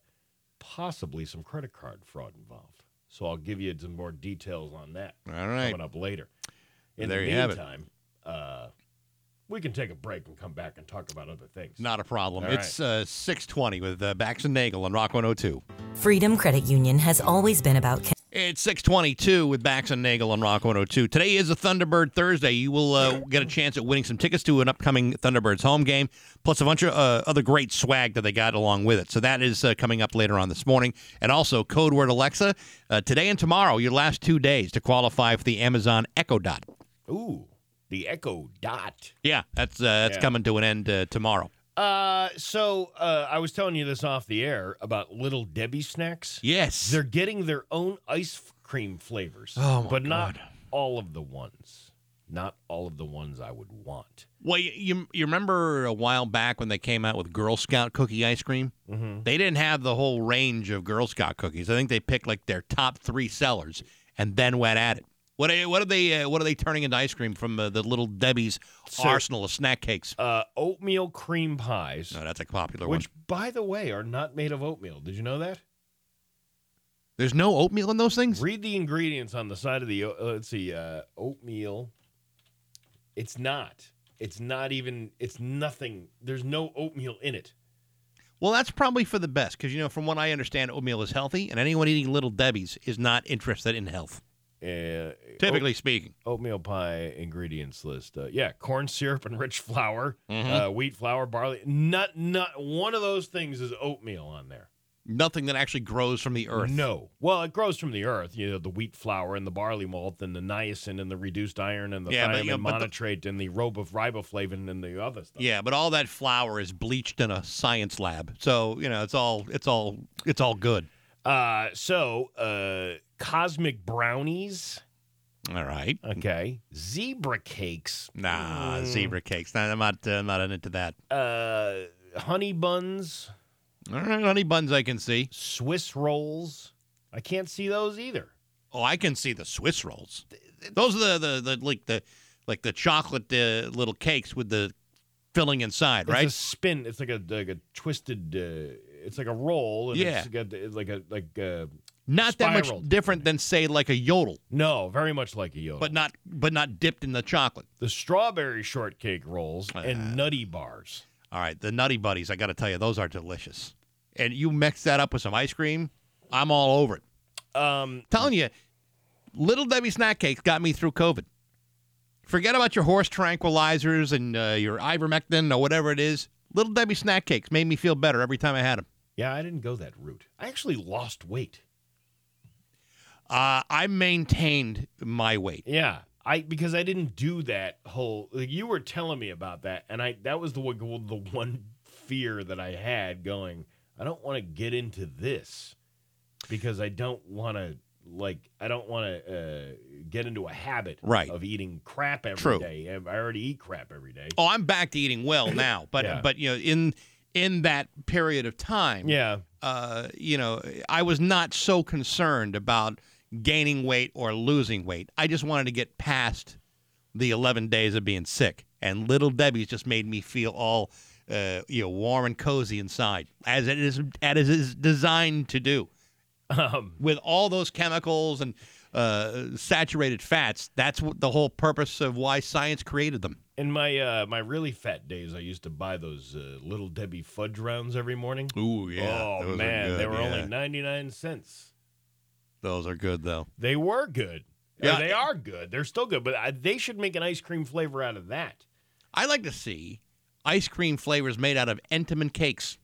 Speaker 2: possibly some credit card fraud involved. So I'll give you some more details on that.
Speaker 1: All right.
Speaker 2: coming up later. In
Speaker 1: There
Speaker 2: the
Speaker 1: you have it.
Speaker 2: meantime, uh, we can take a break and come back and talk about other things.
Speaker 1: Not a problem.
Speaker 2: All right.
Speaker 1: it's uh, six twenty with uh, Bax and Nagel on Rock one hundred two.
Speaker 4: Freedom Credit Union has always been about. con-
Speaker 1: It's 622 with Bax and Nagel on Rock 102. Today is a Thunderbird Thursday. You will uh, get a chance at winning some tickets to an upcoming Thunderbirds home game, plus a bunch of uh, other great swag that they got along with it. So that is uh, coming up later on this morning. And also, code word Alexa, uh, today and tomorrow, your last two days to qualify for the Amazon Echo Dot.
Speaker 2: Ooh, the Echo Dot.
Speaker 1: Yeah, that's uh, that's
Speaker 2: Yeah.
Speaker 1: coming to an end uh, tomorrow.
Speaker 2: Uh, so uh, I was telling you this off the air about Little Debbie snacks.
Speaker 1: Yes.
Speaker 2: They're getting their own ice f- cream flavors,
Speaker 1: Oh, my
Speaker 2: but not
Speaker 1: God.
Speaker 2: all of the ones. Not all of the ones I would want.
Speaker 1: Well, you, you you remember a while back when they came out with Girl Scout cookie ice cream? Mm-hmm. They didn't have the whole range of Girl Scout cookies. I think they picked like their top three sellers and then went at it. What are, what are they uh, what are they turning into ice cream from uh, the Little Debbie's
Speaker 2: Sir.
Speaker 1: arsenal of snack cakes?
Speaker 2: Uh, oatmeal cream pies,
Speaker 1: No, that's a popular one.
Speaker 2: which, by the way, are not made of oatmeal. Did you know that?
Speaker 1: There's no oatmeal in those things.
Speaker 2: Read the ingredients on the side of the o- uh, let's see uh, oatmeal. It's not. It's not even. It's nothing. There's no oatmeal in it.
Speaker 1: Well, that's probably for the best because you know, from what I understand, oatmeal is healthy, and anyone eating Little Debbie's is not interested in health.
Speaker 2: Uh,
Speaker 1: Typically speaking,
Speaker 2: oat- oatmeal pie ingredients list. Uh, yeah, corn syrup and rich flour,
Speaker 1: Mm-hmm.
Speaker 2: uh, wheat flour, barley. Not not one of those things is oatmeal on there.
Speaker 1: nothing that actually grows from the earth.
Speaker 2: No. Well, it grows from the earth. You know, the wheat flour and the barley malt and the niacin and the reduced iron and the
Speaker 1: Yeah, but,
Speaker 2: thiamine
Speaker 1: you know, but the-
Speaker 2: monotrate and the robe of riboflavin and the other stuff.
Speaker 1: Yeah, but all that flour is bleached in a science lab, so you know it's all it's all it's all good.
Speaker 2: Uh, so uh, cosmic brownies.
Speaker 1: All right.
Speaker 2: Okay. Zebra cakes.
Speaker 1: Nah,
Speaker 2: Mm.
Speaker 1: zebra cakes. Nah, I'm not. Uh, I'm not into that.
Speaker 2: Uh, honey buns.
Speaker 1: All right, honey buns I can see.
Speaker 2: Swiss rolls. I can't see those either.
Speaker 1: Oh, I can see the Swiss rolls. Those are the the, the like the like the chocolate uh, little cakes with the filling inside,
Speaker 2: It's a
Speaker 1: right?
Speaker 2: spin. It's like a like a twisted. Uh, it's like a roll. And
Speaker 1: Yeah.
Speaker 2: It's got the- like a like uh, a.
Speaker 1: Not that much
Speaker 2: spiraled.
Speaker 1: different than say like a yodel,
Speaker 2: No, very much like a yolk.
Speaker 1: but not but not dipped in the chocolate.
Speaker 2: the strawberry shortcake rolls
Speaker 1: Ah.
Speaker 2: and nutty bars.
Speaker 1: All right, the Nutty Buddies, I got to tell you, those are delicious. And you mix that up with some ice cream, I'm all over it.
Speaker 2: Um,
Speaker 1: Telling you, Little Debbie snack cakes got me through COVID. Forget about your horse tranquilizers and uh, your ivermectin or whatever it is. Little Debbie snack cakes made me feel better every time I had them.
Speaker 2: yeah, I didn't go that route. I actually lost weight.
Speaker 1: Uh, I maintained my weight.
Speaker 2: Yeah, I because I didn't do that whole. Like, you were telling me about that, and I that was the one, the one fear that I had going. I don't want to get into this because I don't want to like I don't want to uh, get into a habit
Speaker 1: Right.
Speaker 2: of eating crap every day.
Speaker 1: True.
Speaker 2: I already eat crap every day.
Speaker 1: Oh, I'm back to eating well now, but
Speaker 2: Yeah.
Speaker 1: but you know in in that period of time,
Speaker 2: Yeah,
Speaker 1: uh, you know, I was not so concerned about gaining weight or losing weight. I just wanted to get past the 11 days of being sick. And Little Debbie's just made me feel all, uh, you know, warm and cozy inside, as it is, as it is designed to do.
Speaker 2: um,
Speaker 1: With all those chemicals and uh, saturated fats, that's what the whole purpose of why science created them.
Speaker 2: in my uh, my really fat days, I used to buy those uh, little Debbie fudge rounds every morning.
Speaker 1: Ooh,
Speaker 2: oh man, they were only ninety nine cents.
Speaker 1: those are good though.
Speaker 2: They were good. Or
Speaker 1: Yeah.
Speaker 2: they are good. They're still good, but I, they should make an ice cream flavor out of that.
Speaker 1: I like to see ice cream flavors made out of Entenmann cakes.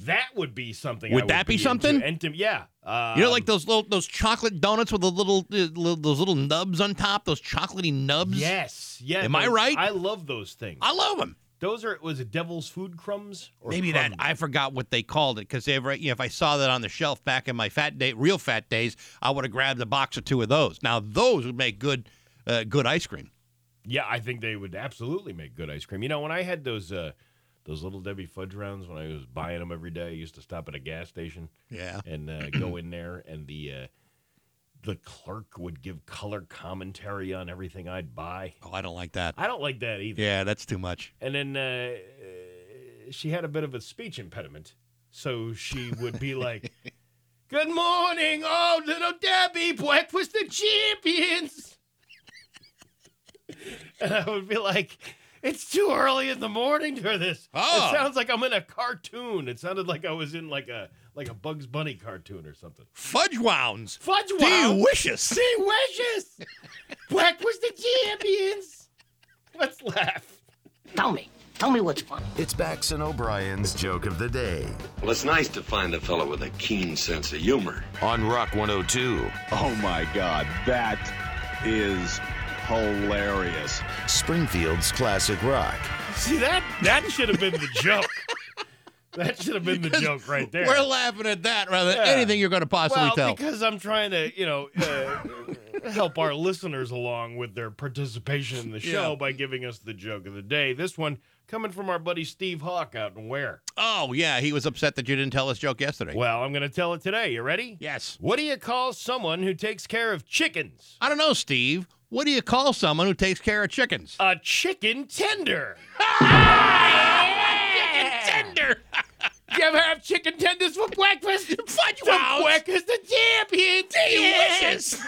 Speaker 2: That would be something. I
Speaker 1: Would that be
Speaker 2: into.
Speaker 1: something?
Speaker 2: Entom- yeah. Uh,
Speaker 1: You know, like those little those chocolate donuts with the little, uh, little those little nubs on top, those chocolatey nubs.
Speaker 2: um, Yes. Yeah.
Speaker 1: Am I
Speaker 2: those-
Speaker 1: right?
Speaker 2: I love those things.
Speaker 1: I love them.
Speaker 2: those are was it Devil's Food Crumbs? Or
Speaker 1: Maybe that
Speaker 2: crumbs?
Speaker 1: I forgot what they called it because you know, if I saw that on the shelf back in my fat day, real fat days, I would have grabbed a box or two of those. Now those would make good, uh, good ice cream.
Speaker 2: Yeah, I think they would absolutely make good ice cream. You know, when I had those uh, those little Debbie fudge rounds, when I was buying them every day, I used to stop at a gas station.
Speaker 1: Yeah.
Speaker 2: and uh, go in there, and the uh, the clerk would give color commentary on everything I'd buy.
Speaker 1: Oh, I don't like that.
Speaker 2: I don't like that either.
Speaker 1: Yeah, that's too much.
Speaker 2: And then uh, uh, she had a bit of a speech impediment, so she would be like, "Good morning, oh little Debbie, breakfast the champions," and I would be like. It's too early in the morning for this.
Speaker 1: Oh.
Speaker 2: It sounds like I'm in a cartoon. It sounded like I was in like a like a Bugs Bunny cartoon or something.
Speaker 1: Fudge wounds.
Speaker 2: Fudge
Speaker 1: Delicious.
Speaker 2: Delicious. Black was the champions. Let's laugh.
Speaker 5: Tell me. Tell me what's funny.
Speaker 6: It's Bax and O'Brien's joke of the day
Speaker 7: Well, it's nice to find a fellow with a keen sense of humor.
Speaker 6: on Rock 102.
Speaker 8: Oh my God, that is hilarious.
Speaker 6: Springfield's classic rock.
Speaker 2: See that? That should have been the joke. That should have been the joke right there.
Speaker 1: We're laughing at that rather than
Speaker 2: Yeah.
Speaker 1: anything you're going to possibly
Speaker 2: well,
Speaker 1: tell.
Speaker 2: because I'm trying to, you know, uh, help our listeners along with their participation in the show
Speaker 1: Yeah.
Speaker 2: by giving us the joke of the day. This one coming from our buddy Steve Hawk out in Ware.
Speaker 1: Oh yeah, he was upset that you didn't tell his joke yesterday.
Speaker 2: Well, I'm going to tell it today. You ready?
Speaker 1: Yes.
Speaker 2: What do you call someone who takes care of chickens?
Speaker 1: I don't know, Steve. What do you call someone who takes care of chickens?
Speaker 2: a chicken tender.
Speaker 1: Tender.
Speaker 2: you ever have chicken tenders for breakfast? Fudge the breakfast the champion. Delicious.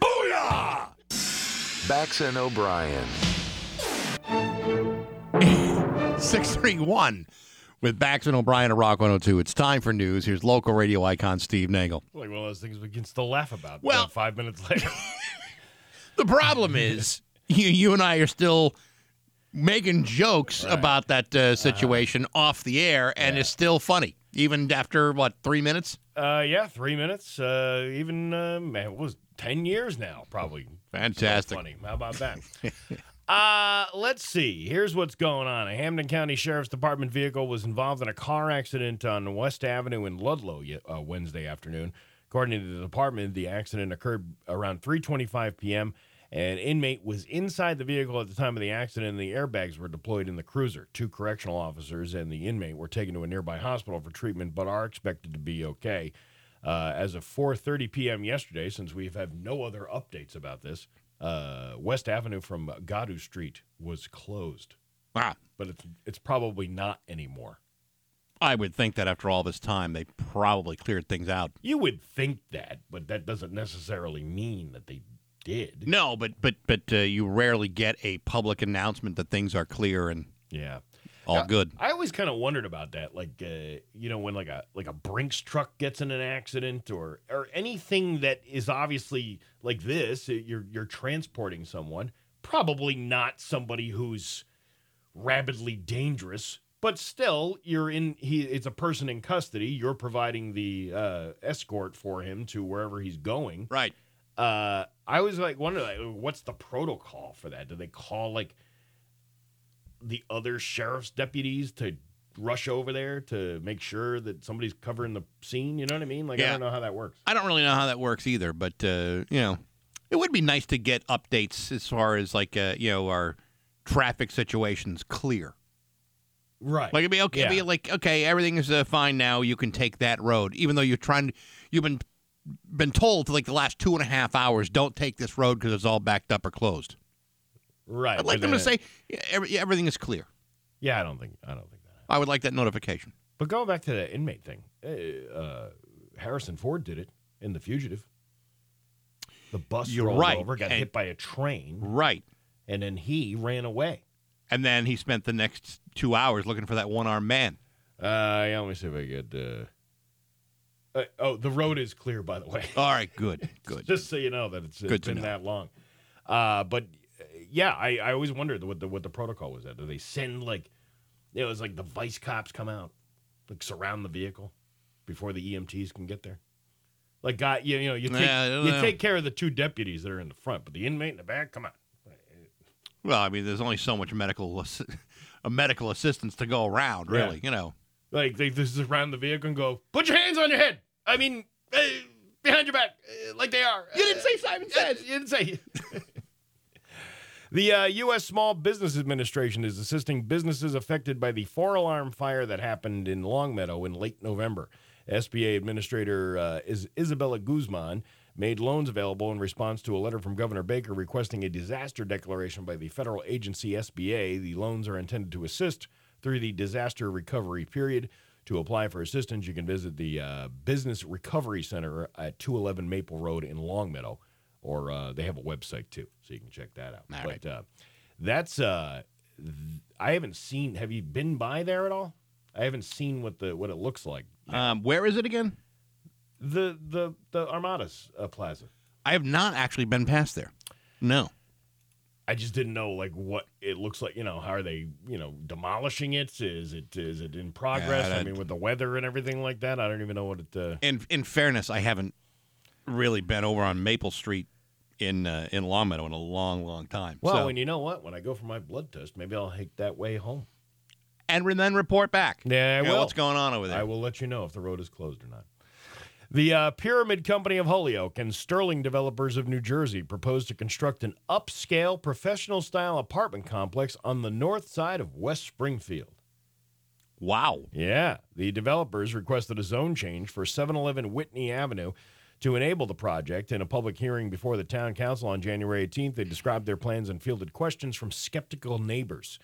Speaker 2: Booyah!
Speaker 6: Bax and O'Brien.
Speaker 1: Uh, 631 with Bax and O'Brien at Rock 102. It's time for news. Here's local radio icon Steve Nagle.
Speaker 2: Like one of those things we can still laugh about.
Speaker 1: Well-
Speaker 2: uh, five minutes later.
Speaker 1: The problem is you, you and I are still making jokes about that uh, situation off the air, and it's still funny, even after, what, three minutes?
Speaker 2: uh, yeah, three minutes. Uh, even uh, man, what was ten years now? Probably.
Speaker 1: Fantastic.
Speaker 2: Funny. How about that? Uh, let's see. Here's what's going on. A Hamden County Sheriff's Department vehicle was involved in a car accident on West Avenue in Ludlow ye- uh, Wednesday afternoon. According to the department, the accident occurred around 3:25 p.m. An inmate was inside the vehicle at the time of the accident, and the airbags were deployed in the cruiser. Two correctional officers and the inmate were taken to a nearby hospital for treatment, but are expected to be okay. Uh, as of 4:30 p.m. yesterday, since we have had no other updates about this, uh, West Avenue from Gadu Street was closed,
Speaker 1: Ah,
Speaker 2: but it's it's probably not anymore.
Speaker 1: I would think that after all this time, they probably cleared things out.
Speaker 2: You would think that, but that doesn't necessarily mean that they did.
Speaker 1: No, but but but uh, you rarely get a public announcement that things are clear and
Speaker 2: Yeah.
Speaker 1: all
Speaker 2: Yeah.
Speaker 1: good.
Speaker 2: I always kind of wondered about that, like uh, you know, when like a like a Brinks truck gets in an accident, or or anything that is obviously like this, uh, you're you're transporting someone, probably not somebody who's rabidly dangerous, but still you're in. He it's a person in custody. You're providing the uh, escort for him to wherever he's going.
Speaker 1: Right.
Speaker 2: Uh, I was like wondering, like, what's the protocol for that? Do they call like the other sheriff's deputies to rush over there to make sure that somebody's covering the scene? You know what I mean? Like, I
Speaker 1: Yeah.
Speaker 2: don't know how that works.
Speaker 1: I don't really know how that works either, but uh, you know, it would be nice to get updates as far as like uh, you know our traffic situations clear.
Speaker 2: Right.
Speaker 1: Like it'd be okay. It'd
Speaker 2: Yeah.
Speaker 1: be like okay, everything is uh, fine now. You can take that road, even though you're trying. You've been been told for like the last two and a half hours, don't take this road because it's all backed up or closed.
Speaker 2: right.
Speaker 1: I'd like
Speaker 2: but
Speaker 1: them to
Speaker 2: then-
Speaker 1: say yeah, every, yeah, everything is clear.
Speaker 2: yeah, I don't think, I don't think that.
Speaker 1: I would like that notification.
Speaker 2: But going back to the inmate thing, uh, uh, Harrison Ford did it in The Fugitive. The bus
Speaker 1: You're
Speaker 2: rolled
Speaker 1: right,
Speaker 2: over, got
Speaker 1: and-
Speaker 2: hit by a train,
Speaker 1: Right.
Speaker 2: and then he ran away.
Speaker 1: And then he spent the next two hours looking for that one armed man.
Speaker 2: Uh, yeah, let me see if I get. Uh, uh, oh, the road is clear, by the way.
Speaker 1: All right, good, Oh, good.
Speaker 2: Just so you know that it's,
Speaker 1: Good
Speaker 2: it's
Speaker 1: to
Speaker 2: been
Speaker 1: know.
Speaker 2: that long. Uh, but uh, yeah, I, I always wondered what the what the protocol was. At do they send like, you know, it's like the vice cops come out, like surround the vehicle before the EMTs can get there. Like, guy, you, you know, you take
Speaker 1: Yeah, I don't
Speaker 2: you
Speaker 1: know.
Speaker 2: take care of the two deputies that are in the front, but the inmate in the back, come on.
Speaker 1: Well, I mean, there's only so much medical ass- uh, medical assistance to go around, really. You know,
Speaker 2: Like they just surround the vehicle and go, put your hands on your head. I mean, uh, behind your back, uh, like they are. You didn't say Simon Says. You didn't say. the uh, U.S. Small Business Administration is assisting businesses affected by the four-alarm fire that happened in Longmeadow in late November. SBA Administrator uh, is Isabella Guzman made loans available in response to a letter from Governor Baker requesting a disaster declaration by the federal agency SBA. The loans are intended to assist through the disaster recovery period. To apply for assistance, you can visit the uh, Business Recovery Center at 211 Maple Road in Longmeadow, or uh, they have a website too, so you can check that out.
Speaker 1: All
Speaker 2: but
Speaker 1: right.
Speaker 2: uh, that's uh, th- I haven't seen. Have you been by there at all? I haven't seen what the what it looks like.
Speaker 1: um, where is it again?
Speaker 2: The the the Armadas uh, Plaza.
Speaker 1: I have not actually been past there. No.
Speaker 2: I just didn't know like what it looks like. You know, how are they? You know, demolishing it? Is it is it in progress? I
Speaker 1: that-
Speaker 2: mean, with the weather and everything like that, I don't even know what it. Uh,
Speaker 1: In in fairness, I haven't really been over on Maple Street in uh, in Longmeadow in a long, long time.
Speaker 2: Well,
Speaker 1: So-
Speaker 2: and you know what? When I go for my blood test, maybe I'll hike that way home.
Speaker 1: and re- then report back.
Speaker 2: Yeah, I
Speaker 1: You know,
Speaker 2: will.
Speaker 1: What's going on over there?
Speaker 2: I will let you know if the road is closed or not. The uh, Pyramid Company of Holyoke and Sterling Developers of New Jersey propose to construct an upscale professional style apartment complex on the north side of West Springfield.
Speaker 1: Wow.
Speaker 2: Yeah. The developers requested a zone change for 711 Whitney Avenue to enable the project. In a public hearing before the town council on January 18th, they described their plans and fielded questions from skeptical neighbors.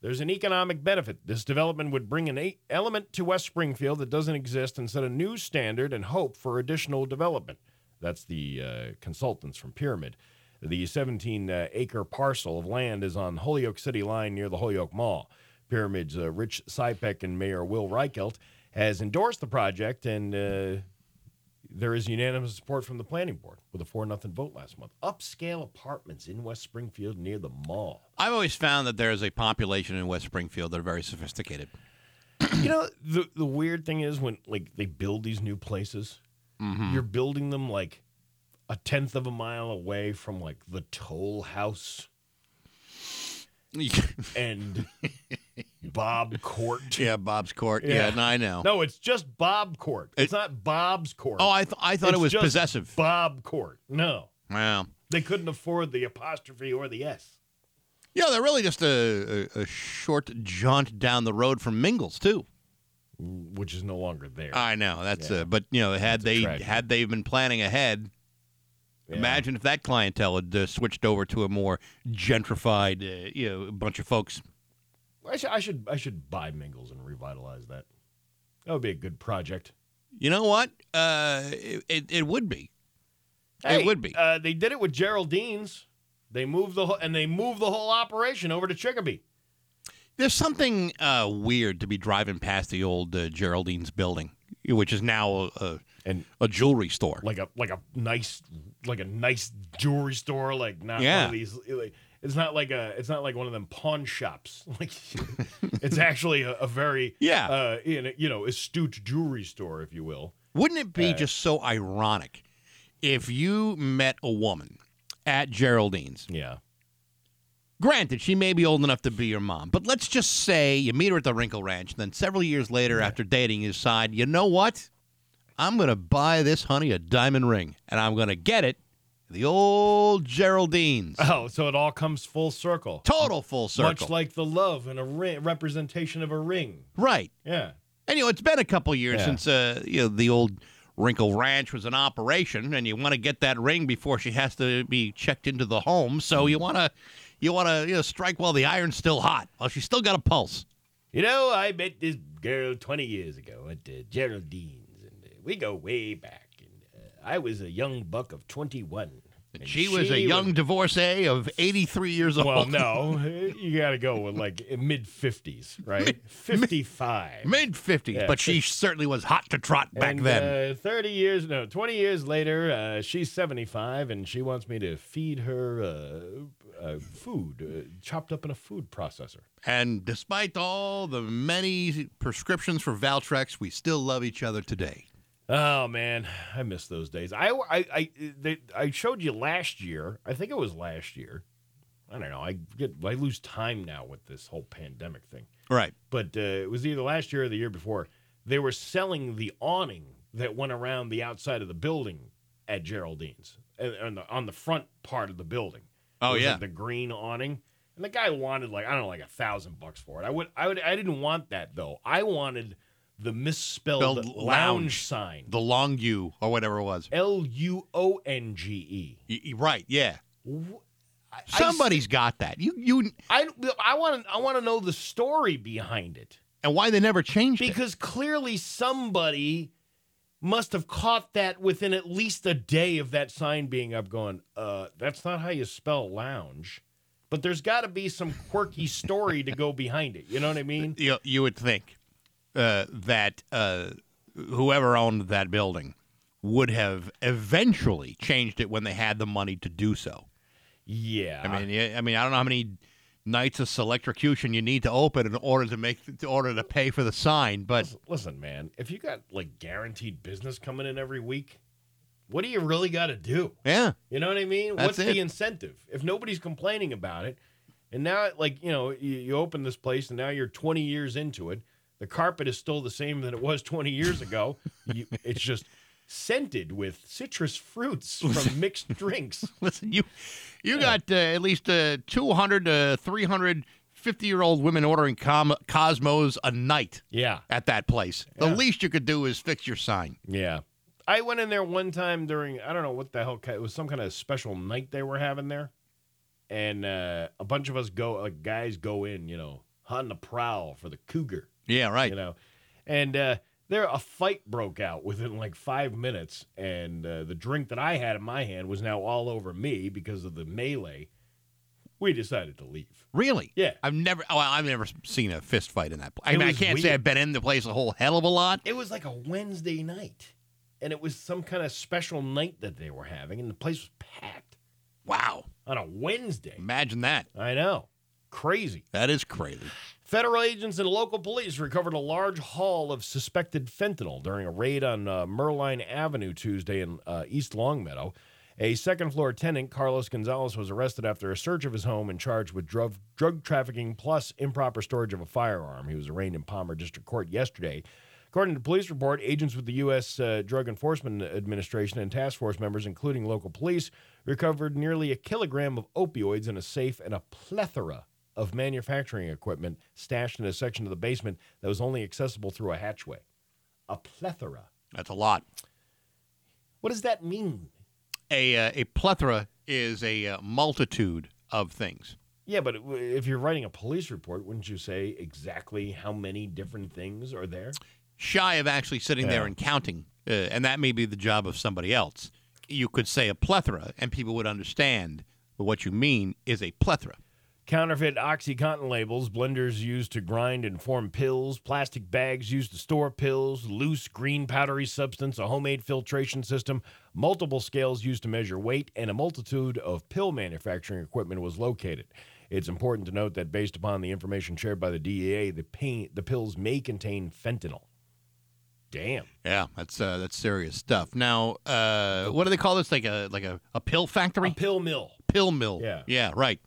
Speaker 2: There's an economic benefit. This development would bring an a- element to West Springfield that doesn't exist and set a new standard and hope for additional development. That's the uh, consultants from Pyramid. The 17 uh, acre parcel of land is on Holyoke City Line near the Holyoke Mall. Pyramid's uh, Rich Sipek and Mayor Will Reichelt has endorsed the project, and uh, there is unanimous support from the planning board with a 4 0 vote last month. Upscale apartments in West Springfield near the mall.
Speaker 1: I've always found that there is a population in West Springfield that are very sophisticated.
Speaker 2: you know the the weird thing is when like they build these new places
Speaker 1: Mm-hmm.
Speaker 2: you're building them like a tenth of a mile away from like the toll house and bob court
Speaker 1: yeah, Bob's Court.
Speaker 2: Yeah.
Speaker 1: Yeah, no, I know.
Speaker 2: no it's just bob court it's
Speaker 1: It-
Speaker 2: not bob's court
Speaker 1: Oh, I, th- I thought
Speaker 2: It's
Speaker 1: it was
Speaker 2: just
Speaker 1: possessive.
Speaker 2: bob court no
Speaker 1: Wow.
Speaker 2: They couldn't afford the apostrophe or the S.
Speaker 1: Yeah, they're really just a, a, a short jaunt down the road from Mingles too.
Speaker 2: Which is no longer there.
Speaker 1: I know that's uh, but you know had
Speaker 2: That's a
Speaker 1: they
Speaker 2: tragedy.
Speaker 1: had they been planning ahead,
Speaker 2: Yeah.
Speaker 1: imagine if that clientele had uh, switched over to a more gentrified uh, you know bunch of folks.
Speaker 2: I should, I should I should buy Mingles and revitalize that. That would be a good project.
Speaker 1: You know what? Uh, it, it it would be.
Speaker 2: Hey,
Speaker 1: it would be.
Speaker 2: Uh, they did it with Geraldine's. They moved the whole, and they moved the whole operation over to Chicopee.
Speaker 1: There's something uh, weird to be driving past the old uh, Geraldine's building, which is now a, a,
Speaker 2: And
Speaker 1: a jewelry store.
Speaker 2: like a like a nice like a nice jewelry store. Like not one
Speaker 1: Yeah.
Speaker 2: of these. Like, it's not like a it's not like one of them pawn shops. Like it's actually a, a very
Speaker 1: Yeah.
Speaker 2: uh, you know- you know astute jewelry store, if you will.
Speaker 1: Wouldn't it be just so ironic if you met a woman at Geraldine's?
Speaker 2: Yeah.
Speaker 1: Granted, she may be old enough to be your mom, but let's just say you meet her at the Wrinkle Ranch, then several years later, after dating, you decide, you know what? I'm going to buy this honey a diamond ring, and I'm going to get it at the old Geraldine's.
Speaker 2: Oh, so it all comes full circle.
Speaker 1: Total full circle.
Speaker 2: Much like the love and a ring, representation of a ring.
Speaker 1: right.
Speaker 2: Yeah.
Speaker 1: And you know, it's been a couple years
Speaker 2: Yeah.
Speaker 1: since uh, you know the old Wrinkle Ranch was in operation, and you want to get that ring before she has to be checked into the home. So
Speaker 2: Mm-hmm.
Speaker 1: you want to, you want to, you know, strike while the iron's still hot, while she's still got a pulse.
Speaker 2: You know, I met this girl 20 years ago at uh, Geraldine's, and uh, we go way back. And uh, I was a young buck of 21.
Speaker 1: And she, was a young divorcee of 83 years old.
Speaker 2: well, no, you got to go with like mid 50s, right? 55.
Speaker 1: mid 50s,
Speaker 2: Yeah.
Speaker 1: but she certainly was hot to trot back
Speaker 2: And,
Speaker 1: then.
Speaker 2: Uh, 30 years, no, 20 years later, uh, she's 75 and she wants me to feed her uh, uh, food uh, chopped up in a food processor.
Speaker 1: and despite all the many prescriptions for Valtrex, we still love each other today.
Speaker 2: Oh man, I miss those days. I I I, they, I showed you last year. I think it was last year. I don't know. I get I lose time now with this whole pandemic thing.
Speaker 1: Right.
Speaker 2: But uh, it was either last year or the year before. They were selling the awning that went around the outside of the building at Geraldine's, and on the on the front part of the building.
Speaker 1: Oh,
Speaker 2: It was, like,
Speaker 1: yeah.
Speaker 2: the green awning. And the guy wanted like I don't know, like a thousand bucks for it. I would, I would, I didn't want that though. I wanted the misspelled
Speaker 1: Spelled
Speaker 2: lounge,
Speaker 1: lounge.
Speaker 2: sign.
Speaker 1: The long U or whatever it was.
Speaker 2: L U O N G E.
Speaker 1: Y- y- right. Yeah.
Speaker 2: I- I
Speaker 1: Somebody's got that. You you
Speaker 2: I I want to I want to know the story behind it
Speaker 1: and why they never changed it.
Speaker 2: because clearly somebody must have caught that within at least a day of that sign being up going uh that's not how you spell lounge but there's got to be some quirky story to go behind it you know what i mean
Speaker 1: You, you would think uh, that uh, whoever owned that building would have eventually changed it when they had the money to do so.
Speaker 2: yeah
Speaker 1: I mean, yeah, I mean, I don't know how many nights of selectrocution you need to open in order to make in order to pay for the sign, but
Speaker 2: listen man if you got like guaranteed business coming in every week what do you really got to do
Speaker 1: yeah,
Speaker 2: You know what I mean?
Speaker 1: That's
Speaker 2: What's the
Speaker 1: it.
Speaker 2: incentive? If nobody's complaining about it, and now, like, you know, you, you open this place and now you're 20 years into it, the carpet is still the same that it was 20 years ago. you, it's just scented with citrus fruits from mixed drinks.
Speaker 1: listen, you you got uh, at least uh, 200 to 300 50 year old women ordering com- Cosmos a night
Speaker 2: Yeah.
Speaker 1: at that place.
Speaker 2: Yeah.
Speaker 1: The least you could do is fix your sign.
Speaker 2: Yeah. I went in there one time during I don't know what the hell ki- it was some kind of special night they were having there, and uh, a bunch of us go like guys go in you know on the prowl for the cougar
Speaker 1: Yeah, right.
Speaker 2: you know and uh there a fight broke out within like five minutes and uh, the drink that i had in my hand was now all over me because of the melee we decided to leave
Speaker 1: Really?
Speaker 2: Yeah.
Speaker 1: I've never. Oh, I've never seen a fist fight in that place. I
Speaker 2: It
Speaker 1: mean, I
Speaker 2: was
Speaker 1: can't say
Speaker 2: weird.
Speaker 1: I've been in the place a whole hell of a lot.
Speaker 2: it was like a wednesday night and it was some kind of special night that they were having and the place was packed
Speaker 1: Wow.
Speaker 2: on a wednesday
Speaker 1: Imagine that.
Speaker 2: i know crazy
Speaker 1: That is crazy.
Speaker 2: Federal agents and local police recovered a large haul of suspected fentanyl during a raid on uh, Merline Avenue Tuesday in uh, East Longmeadow. A second floor tenant, Carlos Gonzalez, was arrested after a search of his home and charged with drug, drug trafficking plus improper storage of a firearm. He was arraigned in Palmer District Court yesterday. According to the police report, agents with the U.S. Uh, Drug Enforcement Administration and task force members, including local police, recovered nearly a kilogram of opioids in a safe and a plethora of manufacturing equipment stashed in a section of the basement that was only accessible through a hatchway. A plethora.
Speaker 1: That's a lot.
Speaker 2: What does that mean?
Speaker 1: A uh, a plethora is a uh, multitude of things.
Speaker 2: Yeah, but if you're writing a police report, wouldn't you say exactly how many different things are there?
Speaker 1: Shy of actually sitting there
Speaker 2: Yeah.
Speaker 1: and counting, uh, and that may be the job of somebody else. You could say a plethora, and people would understand what you mean is a plethora.
Speaker 2: Counterfeit OxyContin labels, blenders used to grind and form pills, plastic bags used to store pills, loose green powdery substance, a homemade filtration system, multiple scales used to measure weight, and a multitude of pill manufacturing equipment was located. It's important to note that based upon the information shared by the DEA, the, pain, the pills may contain fentanyl. Damn.
Speaker 1: Yeah, that's uh, that's serious stuff. Now, uh, what do they call this? Like a like a, a pill factory,
Speaker 2: A pill mill.
Speaker 1: pill mill.
Speaker 2: Yeah.
Speaker 1: yeah, right.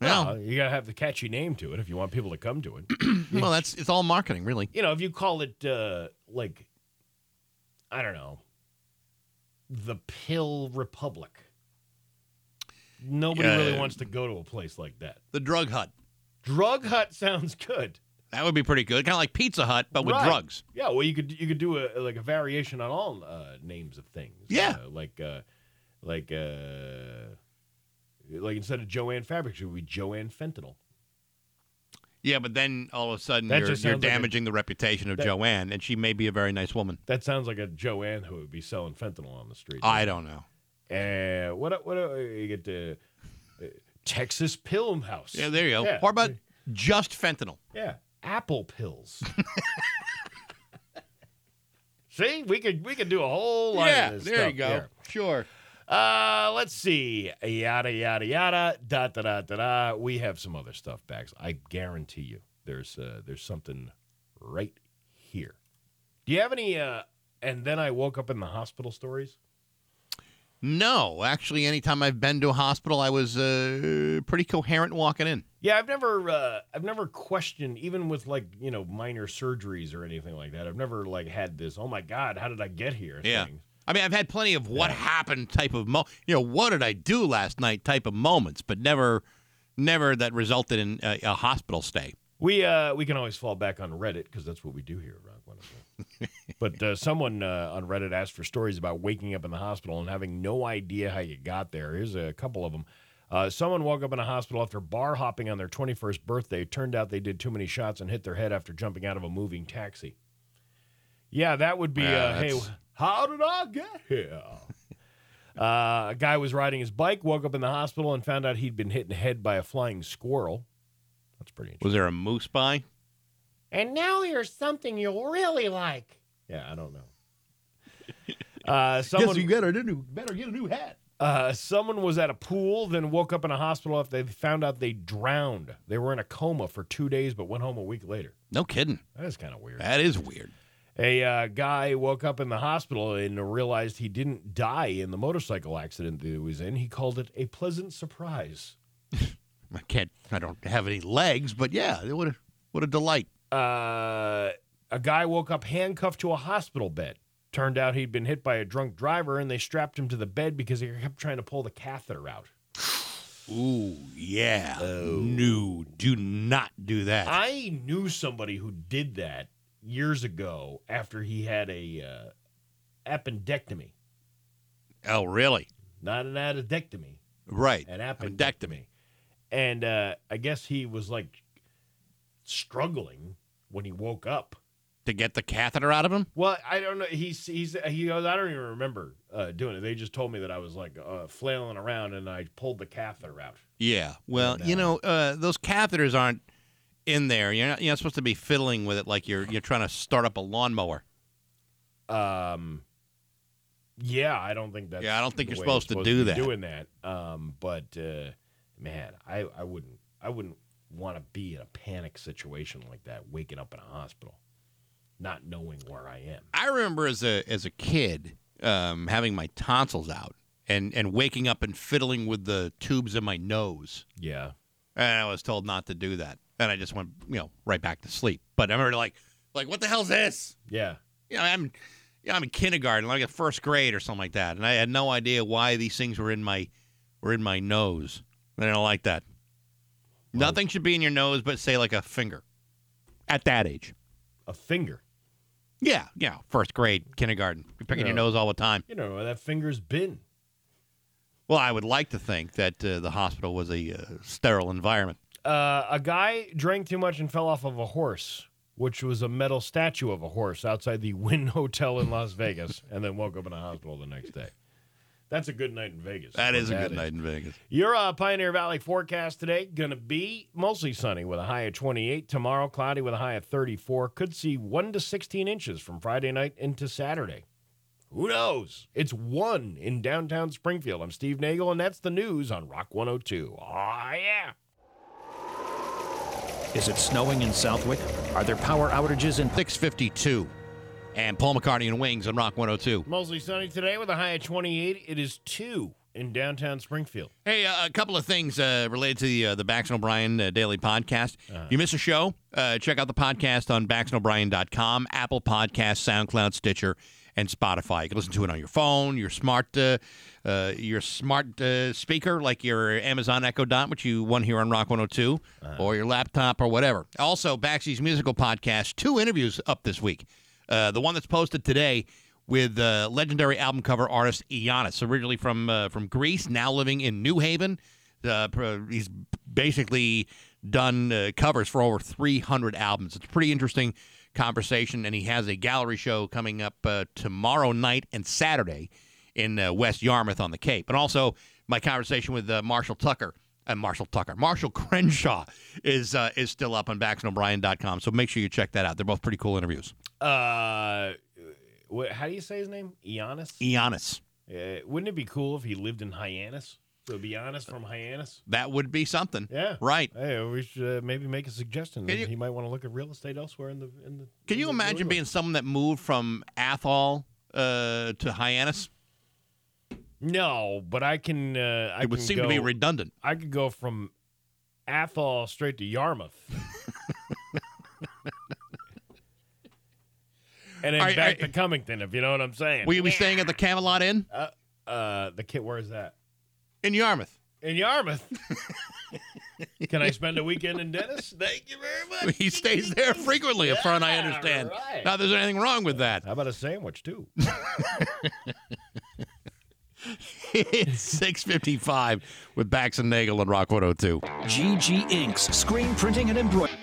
Speaker 2: Uh,
Speaker 1: Well,
Speaker 2: you got to have the catchy name to it if you want people to come to it.
Speaker 1: well, that's it's all marketing, really.
Speaker 2: you know, if you call it uh, like, I don't know, the Pill Republic, nobody
Speaker 1: Yeah.
Speaker 2: really wants to go to a place like that.
Speaker 1: The drug hut.
Speaker 2: Drug Hut sounds good.
Speaker 1: That would be pretty good, kind of like Pizza Hut, but with
Speaker 2: Right.
Speaker 1: drugs.
Speaker 2: Yeah, well, you could you could do a like a variation on all uh, names of things.
Speaker 1: Yeah.
Speaker 2: Uh, like uh, like uh, like instead of Joanne Fabrics, it would be Joanne Fentanyl.
Speaker 1: Yeah, but then all of a sudden
Speaker 2: That
Speaker 1: you're,
Speaker 2: just
Speaker 1: you're
Speaker 2: sounds like a-
Speaker 1: damaging the reputation of
Speaker 2: that-
Speaker 1: Joanne, and she may be a very nice woman.
Speaker 2: That sounds like a Joanne who would be selling fentanyl on the street.
Speaker 1: I don't know.
Speaker 2: Uh, what what uh, you get the uh, Texas Pill House?
Speaker 1: Yeah, there you go.
Speaker 2: Yeah.
Speaker 1: Or about just fentanyl?
Speaker 2: Yeah, apple pills. See, we could we could do a whole lot of this stuff here.
Speaker 1: Sure.
Speaker 2: Uh, let's see. Yada yada yada. Da da da da da. We have some other stuff, Bax. I guarantee you, there's uh, there's something right here. Do you have any? Uh, and then I woke up in the hospital stories.
Speaker 1: No, actually, anytime I've been to a hospital, I was uh, pretty coherent walking in.
Speaker 2: Yeah, I've never, uh, I've never questioned, even with like you know minor surgeries or anything like that. I've never like had this. Oh my God, how did I get here?
Speaker 1: Yeah.
Speaker 2: thing.
Speaker 1: I mean, I've had plenty of what happened type of mo, you know, what did I do last night type of moments, but never, never that resulted in a, a hospital stay.
Speaker 2: We uh, we can always fall back on Reddit because that's what we do here at Rock 104. but uh, someone uh, on Reddit asked for stories about waking up in the hospital and having no idea how you got there. Here's a couple of them. Uh, someone woke up in a hospital after bar hopping on their 21st birthday. Turned out they did too many shots and hit their head after jumping out of a moving taxi. Yeah, that would be.
Speaker 1: Yeah,
Speaker 2: uh, hey,
Speaker 1: that's-
Speaker 2: how did I get here? uh, a guy was riding his bike, woke up in the hospital, and found out he'd been hit in the head by a flying squirrel. That's pretty interesting.
Speaker 1: Was there a moose by?
Speaker 2: And now here's something you'll really like. Yeah, I don't know. Uh, someone,
Speaker 1: got a new, better get a new hat.
Speaker 2: uh, someone was at a pool, then woke up in a hospital after they found out they drowned. They were in a coma for two days, but went home a week later.
Speaker 1: No kidding.
Speaker 2: That is kind of weird.
Speaker 1: That is weird.
Speaker 2: A uh, guy woke up in the hospital and realized he didn't die in the motorcycle accident that he was in. He called it a pleasant surprise.
Speaker 1: I can't. I don't have any legs, but yeah, it would what a delight.
Speaker 2: uh, a guy woke up handcuffed to a hospital bed. Turned out he'd been hit by a drunk driver, and they strapped him to the bed because he kept trying to pull the catheter out.
Speaker 1: Ooh, yeah. Oh. No, do not do that.
Speaker 2: I knew somebody who did that years ago after he had a uh, appendectomy,
Speaker 1: oh, really?
Speaker 2: not an appendectomy,
Speaker 1: Right.
Speaker 2: an appendectomy. And uh, I guess he was like struggling when he woke up.
Speaker 1: To get the catheter out of him?
Speaker 2: Well, I don't know. He's he's he goes. I don't even remember uh, doing it. They just told me that I was like uh, flailing around and I pulled the catheter out.
Speaker 1: Yeah. Well, you know, uh, those catheters aren't in there. You're not, you're not supposed to be fiddling with it like you're you're trying to start up a lawnmower.
Speaker 2: Um, yeah, I don't think that's
Speaker 1: Yeah, I don't think
Speaker 2: the
Speaker 1: you're
Speaker 2: way I'm
Speaker 1: supposed to do
Speaker 2: be
Speaker 1: that.
Speaker 2: Doing that, um, but uh, man, I I wouldn't I wouldn't want to be in a panic situation like that, waking up in a hospital, not knowing where I am.
Speaker 1: I remember as a as a kid um, having my tonsils out and and waking up and fiddling with the tubes in my nose.
Speaker 2: Yeah,
Speaker 1: And I was told not to do that. And I just went, you know, right back to sleep. But I remember like Like, what the hell's this?
Speaker 2: Yeah.
Speaker 1: You know, I'm, you know, I'm in kindergarten, like a first grade or something like that, and I had no idea why these things were in my, were in my nose. I don't like that. Nothing should be in your nose, but say like a finger. At that age.
Speaker 2: A finger.
Speaker 1: Yeah, you know, first grade, kindergarten. You're picking your
Speaker 2: Yeah.
Speaker 1: nose all the time.
Speaker 2: You know where that finger's been.
Speaker 1: Well, I would like to think that uh, the hospital was a uh, sterile environment.
Speaker 2: Uh, a guy drank too much and fell off of a horse, which was a metal statue of a horse outside the Wynn Hotel in Las Vegas, and then woke up in a hospital the next day. That's a good night in Vegas.
Speaker 1: That is a
Speaker 2: That
Speaker 1: good night in Vegas.
Speaker 2: Your uh, Pioneer Valley forecast today going to be mostly sunny with a high of 28. Tomorrow, cloudy with a high of 34. Could see 1 to 16 inches from Friday night into Saturday. Who knows? It's 1 in downtown Springfield. I'm Steve Nagel, and that's the news on Rock 102. Aw, yeah.
Speaker 9: Is it snowing in Southwick? Are there power outages in
Speaker 1: 652. And Paul McCartney and Wings on Rock 102.
Speaker 2: Mostly sunny today with a high of 28. It is 2 in downtown Springfield.
Speaker 1: Hey, uh, a couple of things uh, related to the, uh, the Bax and O'Brien uh, Daily Podcast. You miss a show? Uh, check out the podcast on baxandobrien.com, Apple Podcasts, SoundCloud, Stitcher, and Spotify. You can listen to it on your phone, your smart, uh, uh, your smart uh, speaker, like your Amazon Echo Dot, which you won here on Rock 102, or your laptop or whatever. Also, Baxy's musical podcast. Two interviews up this week. Uh, the one that's posted today with uh, legendary album cover artist Iannis, originally from uh, from Greece, now living in New Haven. Uh, pro- he's basically done uh, covers for over 300 albums. It's a pretty interesting conversation, and he has a gallery show coming up uh, tomorrow night and Saturday in uh, West Yarmouth on the Cape. And also my conversation with uh, Marshall Tucker. Uh, Marshall Tucker, Marshall Crenshaw is uh, is still up on BaxtonO'Brien.com, so make sure you check that out. They're both pretty cool interviews.
Speaker 2: Uh, wh- how do you say his name? Giannis?
Speaker 1: Giannis.
Speaker 2: Uh, wouldn't it be cool if he lived in Hyannis? So be honest from Hyannis?
Speaker 1: That would be something.
Speaker 2: Yeah.
Speaker 1: Right.
Speaker 2: Hey, we should uh, maybe make a suggestion.
Speaker 1: Can
Speaker 2: that
Speaker 1: you-
Speaker 2: he might want to look at real estate elsewhere in the in the.
Speaker 1: Can
Speaker 2: in
Speaker 1: you
Speaker 2: the-
Speaker 1: imagine
Speaker 2: New
Speaker 1: being someone that moved from Athol uh, to Hyannis?
Speaker 2: England. No, but I can. Uh, I
Speaker 1: It would
Speaker 2: can
Speaker 1: seem to be
Speaker 2: go-
Speaker 1: redundant.
Speaker 2: I could go from Athol straight to Yarmouth. and then
Speaker 1: Are you-
Speaker 2: back
Speaker 1: are-
Speaker 2: to Cummington, if you know what I'm saying.
Speaker 1: Will you be staying at the Camelot Inn
Speaker 2: uh, the kid, where is that?
Speaker 1: in Yarmouth?
Speaker 2: In Yarmouth. can I spend a weekend in Dennis? Thank you very much.
Speaker 1: He stays there frequently, as far as I
Speaker 2: Yeah,
Speaker 1: understand.
Speaker 2: right.
Speaker 1: Now, there's anything wrong with that.
Speaker 2: How about a sandwich too?
Speaker 1: it's 6:55 with Bax and Nagel and Rock 102.
Speaker 9: GG Inks, screen printing and embroidery?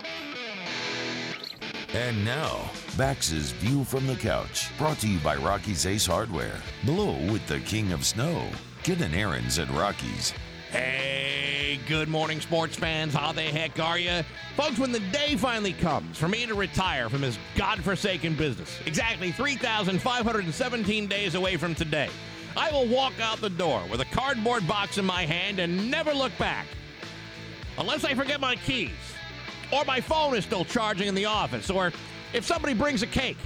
Speaker 6: And now, Bax's View from the Couch, brought to you by Rocky's Ace Hardware. Blow with the King of Snow. Get an errands at Rocky's.
Speaker 1: Hey, good morning, sports fans. How the heck are you? Folks, when the day finally comes for me to retire from this godforsaken business, exactly 3,517 days away from today, I will walk out the door with a cardboard box in my hand and never look back. Unless I forget my keys, or my phone is still charging in the office, or if somebody brings a cake.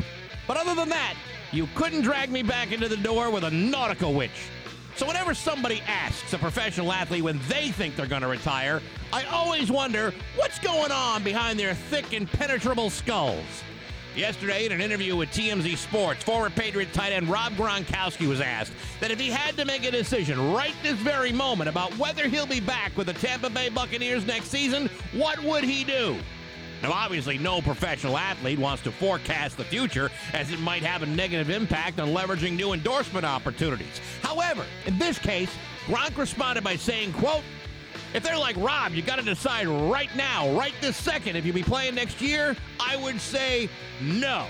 Speaker 1: But other than that, you couldn't drag me back into the door with a nautical winch. So whenever somebody asks a professional athlete when they think they're going to retire, I always wonder what's going on behind their thick, impenetrable skulls. Yesterday, in an interview with TMZ Sports, former Patriot tight end Rob Gronkowski was asked that if he had to make a decision right this very moment about whether he'll be back with the Tampa Bay Buccaneers next season, what would he do? Now, obviously, no professional athlete wants to forecast the future as it might have a negative impact on leveraging new endorsement opportunities. However, in this case, Gronk responded by saying, quote, if they're like Rob, you got to decide right now, right this second, if you'll be playing next year, I would say no.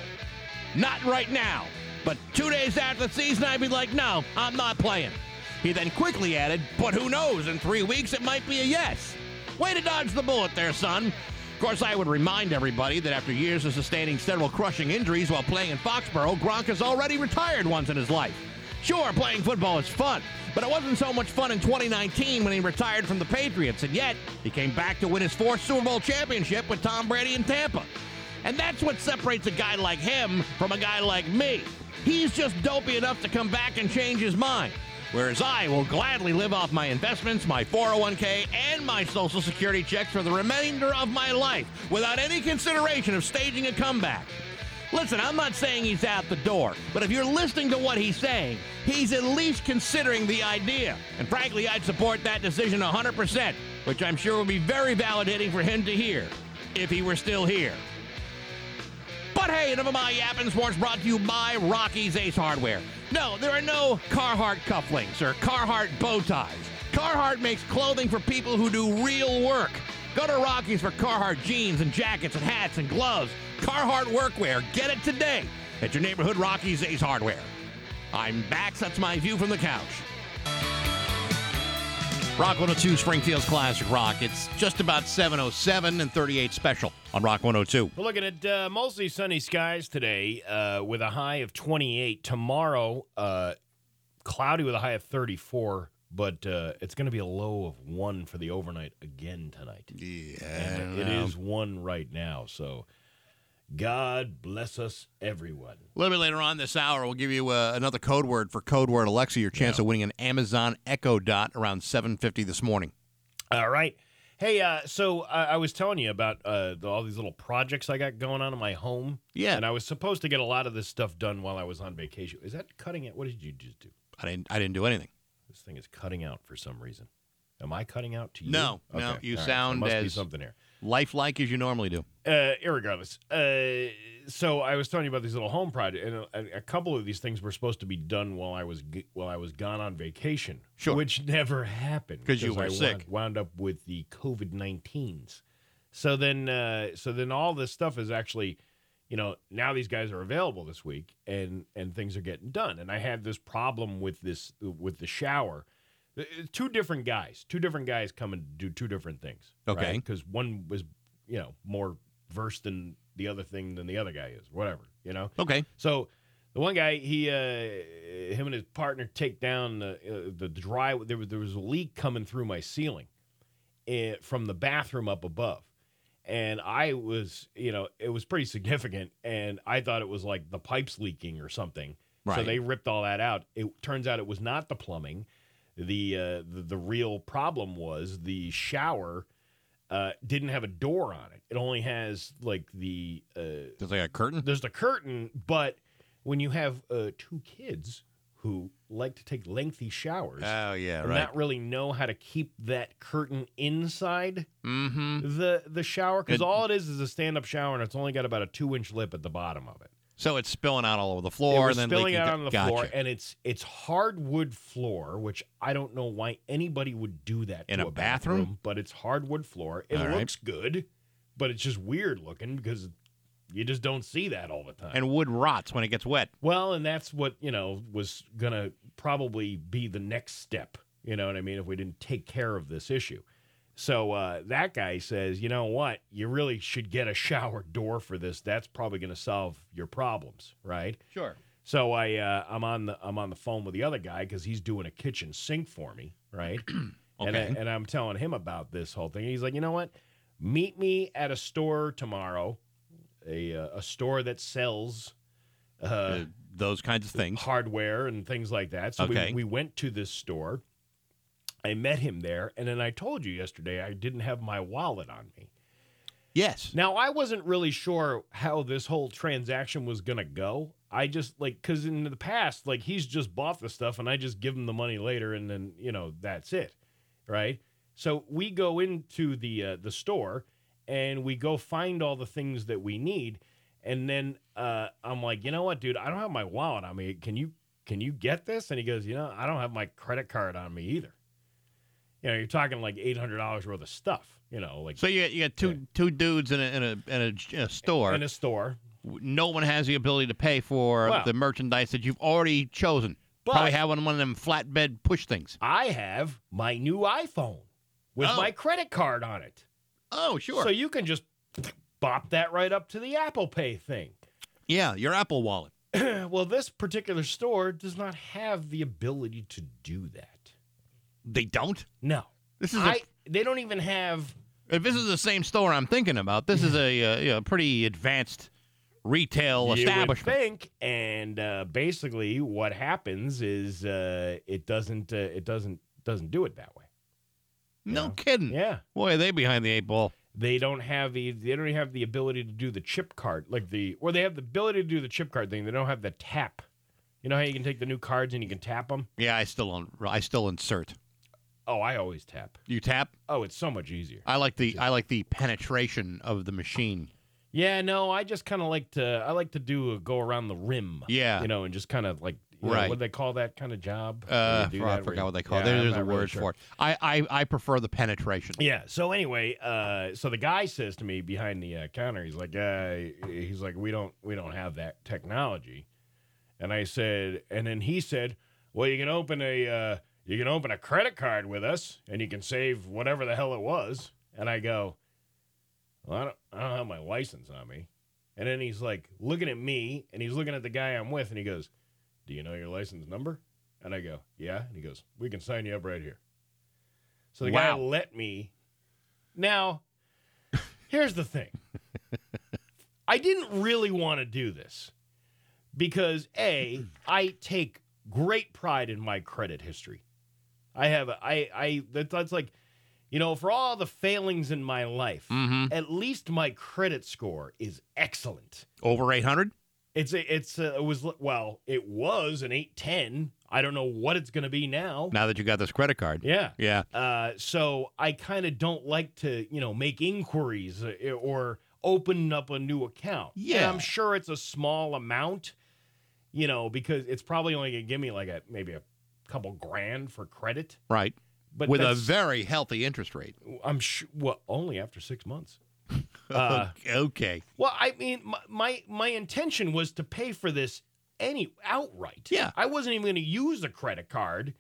Speaker 1: Not right now. But two days after the season, I'd be like, no, I'm not playing. He then quickly added, but who knows? In three weeks, it might be a yes. Way to dodge the bullet there, son. Of course, I would remind everybody that after years of sustaining several crushing injuries while playing in Foxborough, Gronk has already retired once in his life. Sure, playing football is fun, but it wasn't so much fun in 2019 when he retired from the Patriots, and yet he came back to win his fourth Super Bowl championship with Tom Brady in Tampa. And that's what separates a guy like him from a guy like me. He's just dopey enough to come back and change his mind. Whereas I will gladly live off my investments, my 401k, and my Social Security checks for the remainder of my life without any consideration of staging a comeback. Listen, I'm not saying he's out the door, but if you're listening to what he's saying, he's at least considering the idea. And frankly, I'd support that decision 100%, which I'm sure would be very validating for him to hear if he were still here. But hey, enough of my yapping sports brought to you by Rocky's Ace Hardware. No, there are no Carhartt cufflinks or Carhartt bow ties. Carhartt makes clothing for people who do real work. Go to Rocky's for Carhartt jeans and jackets and hats and gloves. Carhartt workwear. Get it today at your neighborhood Rocky's Ace Hardware. I'm back. That's my view from the couch. Rock 102 Springfield's Classic Rock. It's just about 707 and 38 special on Rock 102.
Speaker 2: We're looking at uh, mostly sunny skies today uh, with a high of 28. Tomorrow, uh, cloudy with a high of 34, but uh, it's going to be a low of 1 for the overnight again tonight.
Speaker 1: Yeah.
Speaker 2: And it is 1 right now. So God bless us, everyone.
Speaker 1: A little bit later on this hour, we'll give you uh, another code word for code word Alexa. Your chance of winning an Amazon Echo Dot around 7:50 this morning.
Speaker 2: All right. Hey, uh, so I, I was telling you about uh, the, all these little projects I got going on in my home.
Speaker 1: Yeah.
Speaker 2: And I was supposed to get a lot of this stuff done while I was on vacation. Is that cutting it? What did you just do?
Speaker 1: I didn't. I didn't do anything.
Speaker 2: This thing is cutting out for some reason. Am I cutting out to you?
Speaker 1: No, no, you
Speaker 2: all There
Speaker 1: sound
Speaker 2: must be
Speaker 1: as-
Speaker 2: something here.
Speaker 1: Lifelike as you normally do.
Speaker 2: Uh, irregardless, uh, so I was telling you about these little home projects, and uh, a, a couple of these things were supposed to be done while I was g- while I was gone on vacation,
Speaker 1: Sure.
Speaker 2: which never happened
Speaker 1: 'Cause you were
Speaker 2: I
Speaker 1: sick.
Speaker 2: Wound, wound up with the COVID nineteens. So then, uh, so then all this stuff is actually, you know, now these guys are available this week, and and things are getting done. And I had this problem with this with the shower. Uh, Two different guys, two different guys come and do two different things.
Speaker 1: Okay.
Speaker 2: because one was you know more versed in the other thing than the other guy is, whatever you know.
Speaker 1: Okay.
Speaker 2: So the one guy, he, uh, him and his partner take down the, uh, the dry. There was there was a leak coming through my ceiling, uh, from the bathroom up above, and I was, you know, it was pretty significant, and I thought it was like the pipes leaking or something. So
Speaker 1: Right.
Speaker 2: they ripped all that out. It turns out it was not the plumbing. The uh, the, the real problem was the shower. Uh, didn't have a door on it. It only has like the uh,
Speaker 1: There's like a curtain.
Speaker 2: there's the curtain, but when you have uh, two kids who like to take lengthy showers
Speaker 1: Oh yeah,
Speaker 2: and not really know how to keep that curtain inside
Speaker 1: Mm-hmm.
Speaker 2: the the shower, because
Speaker 1: It-
Speaker 2: all it is is a stand up shower, and it's only got about a two inch lip at the bottom of it.
Speaker 1: So it's spilling out all over the floor.
Speaker 2: it was
Speaker 1: and then
Speaker 2: spilling
Speaker 1: leaking.
Speaker 2: out on the
Speaker 1: gotcha.
Speaker 2: floor, and it's it's hardwood floor, which I don't know why anybody would do that
Speaker 1: In
Speaker 2: to
Speaker 1: a bathroom?
Speaker 2: but it's hardwood floor. It
Speaker 1: All right.
Speaker 2: looks good, but it's just weird looking because you just don't see that all the time.
Speaker 1: And wood rots when it gets wet.
Speaker 2: Well, and that's what, you know, was going to probably be the next step. You know what I mean? If we didn't take care of this issue. So uh, that guy says, you know what? You really should get a shower door for this. That's probably going to solve your problems, right?
Speaker 1: Sure.
Speaker 2: So I uh, I'm on the I'm on the phone with the other guy because he's doing a kitchen sink for me, right? And, I,
Speaker 1: Okay.
Speaker 2: and I'm telling him about this whole thing. He's like, you know what? Meet me at a store tomorrow, a uh, a store that sells uh,
Speaker 1: Those kinds of things.
Speaker 2: hardware and things like that. So
Speaker 1: Okay.
Speaker 2: we, we went to this store. I met him there, and then I told you yesterday I didn't have my wallet on me.
Speaker 1: Yes.
Speaker 2: Now I wasn't really sure how this whole transaction was gonna go. I just like because in the past, like he's just bought the stuff and I just give him the money later, and then you know that's it, right? So we go into the uh, the store and we go find all the things that we need, and then uh, I'm like, you know what, dude, I don't have my wallet on me. Can you can you get this? And he goes, you know, I don't have my credit card on me either. You know, you're talking like eight hundred dollars worth of stuff. You know, like
Speaker 1: So you got, you got two two dudes in a in a in a, in a store.
Speaker 2: in a store.
Speaker 1: no one has the ability to pay for
Speaker 2: Well-
Speaker 1: the merchandise that you've already chosen.
Speaker 2: But-
Speaker 1: Probably have one, one of them flatbed push things.
Speaker 2: I have my new iPhone with
Speaker 1: Oh.
Speaker 2: my credit card on it.
Speaker 1: Oh,
Speaker 2: So you can just bop that right up to the Apple Pay thing.
Speaker 1: yeah, your Apple Wallet.
Speaker 2: well, this particular store does not have the ability to do that.
Speaker 1: They don't.
Speaker 2: No.
Speaker 1: This is a-
Speaker 2: I they don't even have
Speaker 1: if this is the same store I'm thinking about. This is a, uh you know, pretty advanced retail
Speaker 2: you would
Speaker 1: establishment.
Speaker 2: think and uh, basically what happens is uh, it doesn't uh, it doesn't doesn't do it that way.
Speaker 1: no kidding.
Speaker 2: Yeah.
Speaker 1: Boy, are they behind the eight ball.
Speaker 2: They don't have the they don't have the ability to do the chip card like the or they have the ability to do the chip card thing. They don't have the tap. You know how you can take the new cards and you can tap them.
Speaker 1: Yeah, I still un- I still insert.
Speaker 2: Oh, I always tap.
Speaker 1: You tap.
Speaker 2: Oh, it's so much easier.
Speaker 1: I like the I like the penetration of the machine.
Speaker 2: Yeah, no, I just kind of like to I like to do a go around the rim.
Speaker 1: Yeah.
Speaker 2: you know, and just kind of like you know,
Speaker 1: Right.
Speaker 2: what do they call that kind of job?
Speaker 1: Uh,
Speaker 2: Where you do
Speaker 1: for- I
Speaker 2: that, where
Speaker 1: forgot
Speaker 2: you-
Speaker 1: what they call it.
Speaker 2: Yeah,
Speaker 1: There-
Speaker 2: I'm
Speaker 1: There's
Speaker 2: not
Speaker 1: a
Speaker 2: really
Speaker 1: word
Speaker 2: sure.
Speaker 1: for it. I, I I prefer the penetration.
Speaker 2: Yeah. So anyway, uh, so the guy says to me behind the uh, counter, he's like, uh, he's like, we don't, we don't have that technology. And I said, and then he said, well, you can open a, uh, you can open a credit card with us, and you can save whatever the hell it was. And I go, well, I don't, I don't have my license on me. And then he's like looking at me, and he's looking at the guy I'm with, and he goes, do you know your license number? And I go, yeah. And he goes, we can sign you up right here. So the
Speaker 1: Wow.
Speaker 2: guy let me. Now, here's the thing. I didn't really want to do this because a I take great pride in my credit history. I have a, I I that- that's like you know for all the failings in my life,
Speaker 1: Mhm.
Speaker 2: at least my credit score is excellent.
Speaker 1: Over 800.
Speaker 2: It's a, it's a, it was well it was an eight ten. I don't know what it's going to be now.
Speaker 1: Now that you got this credit card.
Speaker 2: Yeah.
Speaker 1: Yeah.
Speaker 2: Uh, so I kind of don't like to, you know, make inquiries uh, or open up a new account. And
Speaker 1: Yeah.
Speaker 2: I'm sure it's a small amount, you know, because it's probably only gonna give me like a maybe a couple grand for credit.
Speaker 1: Right.
Speaker 2: But
Speaker 1: With a
Speaker 2: that's-
Speaker 1: very healthy interest rate.
Speaker 2: I'm sure well only after six months. Uh,
Speaker 1: okay.
Speaker 2: well, I mean, my, my my intention was to pay for this any outright.
Speaker 1: Yeah.
Speaker 2: I wasn't even going to use a credit card.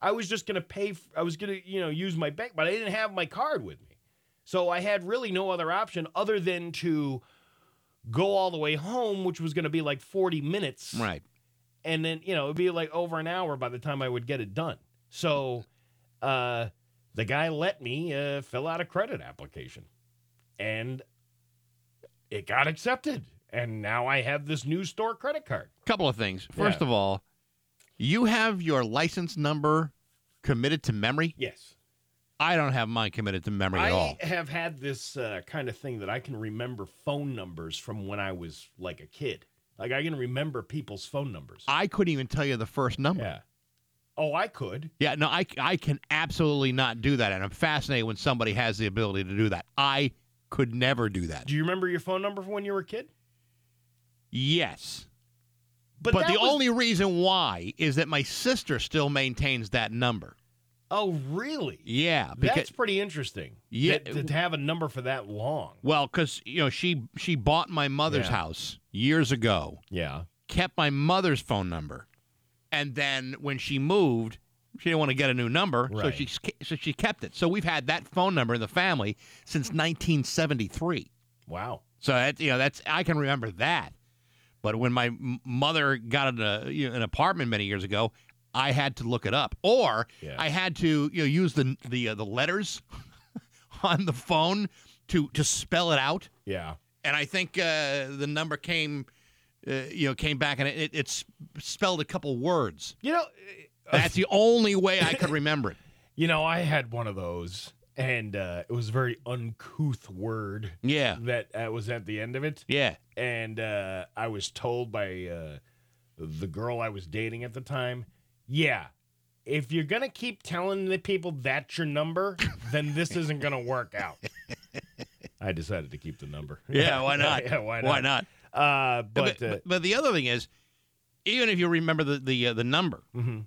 Speaker 2: I was just going to pay. f I I was going to you know use my bank, but I didn't have my card with me, so I had really no other option other than to go all the way home, which was going to be like forty minutes,
Speaker 1: Right.
Speaker 2: and then you know it'd be like over an hour by the time I would get it done. So, uh, the guy let me uh, fill out a credit application, and it got accepted. And now I have this new store credit card.
Speaker 1: Couple of things. First
Speaker 2: Yeah.
Speaker 1: of all, you have your license number committed to memory.
Speaker 2: Yes,
Speaker 1: I don't have mine committed to memory at
Speaker 2: I
Speaker 1: all.
Speaker 2: have had this uh, kind of thing that I can remember phone numbers from when I was like a kid. Like I can remember people's phone numbers.
Speaker 1: I couldn't even tell you the first number.
Speaker 2: yeah. Oh, I could.
Speaker 1: Yeah, no, I, I can absolutely not do that. And I'm fascinated when somebody has the ability to do that. I could never do that.
Speaker 2: Do you remember your phone number from when you were a kid?
Speaker 1: Yes. But,
Speaker 2: that
Speaker 1: the
Speaker 2: was-
Speaker 1: only reason why is that my sister still maintains that number.
Speaker 2: Oh, really?
Speaker 1: Yeah. Because,
Speaker 2: That's pretty interesting.
Speaker 1: Yeah.
Speaker 2: that- that to have a number for that long.
Speaker 1: well, because, you know, she, she bought my mother's
Speaker 2: Yeah.
Speaker 1: house years ago,
Speaker 2: Yeah.
Speaker 1: kept my mother's phone number. And then when she moved, she didn't want to get a new number, so
Speaker 2: Right.
Speaker 1: she so she kept it. So we've had that phone number in the family since 1973.
Speaker 2: Wow.
Speaker 1: So that you know, that's I can remember that. But when my m- mother got an, uh, you know, an apartment many years ago, I had to look it up, or
Speaker 2: Yeah.
Speaker 1: I had to you know use the the uh, the letters on the phone to to spell it out.
Speaker 2: Yeah.
Speaker 1: And I think uh, the number came, uh, you know, came back and it, it, it's spelled a couple words.
Speaker 2: You know, uh,
Speaker 1: That's the only way I could remember it.
Speaker 2: you know, I had one of those, and uh, it was a very uncouth word
Speaker 1: Yeah,
Speaker 2: that uh, was at the end of it,
Speaker 1: yeah,
Speaker 2: and uh, I was told by uh, the girl I was dating at the time, yeah. If you're gonna keep telling the people that's your number, then this isn't gonna work out. I decided to keep the number.
Speaker 1: yeah. Why not?
Speaker 2: yeah, why not?
Speaker 1: Why not?
Speaker 2: Uh,
Speaker 1: but,
Speaker 2: but,
Speaker 1: but, but the other thing is, even if you remember the the uh, the number,
Speaker 2: uh, mhm.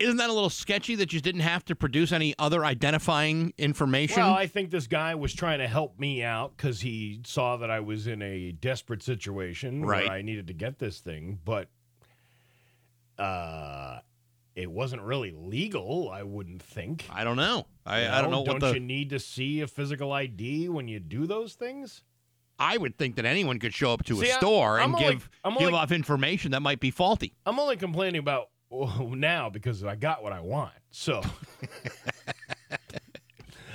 Speaker 1: isn't that a little sketchy that you didn't have to produce any other identifying information?
Speaker 2: Well, I think this guy was trying to help me out because he saw that I was in a desperate situation
Speaker 1: Right.
Speaker 2: where I needed to get this thing, but uh, it wasn't really legal. I wouldn't think.
Speaker 1: I don't know. I,
Speaker 2: You
Speaker 1: I don't know
Speaker 2: Don't
Speaker 1: what the.
Speaker 2: you need to see a physical ID when you do those things?
Speaker 1: I would think that anyone could show up to
Speaker 2: See,
Speaker 1: a
Speaker 2: I-
Speaker 1: store
Speaker 2: I'm
Speaker 1: and
Speaker 2: only-
Speaker 1: give
Speaker 2: I'm
Speaker 1: give
Speaker 2: only-
Speaker 1: off information that might be faulty.
Speaker 2: I'm only complaining about well, now because I got what I want. So.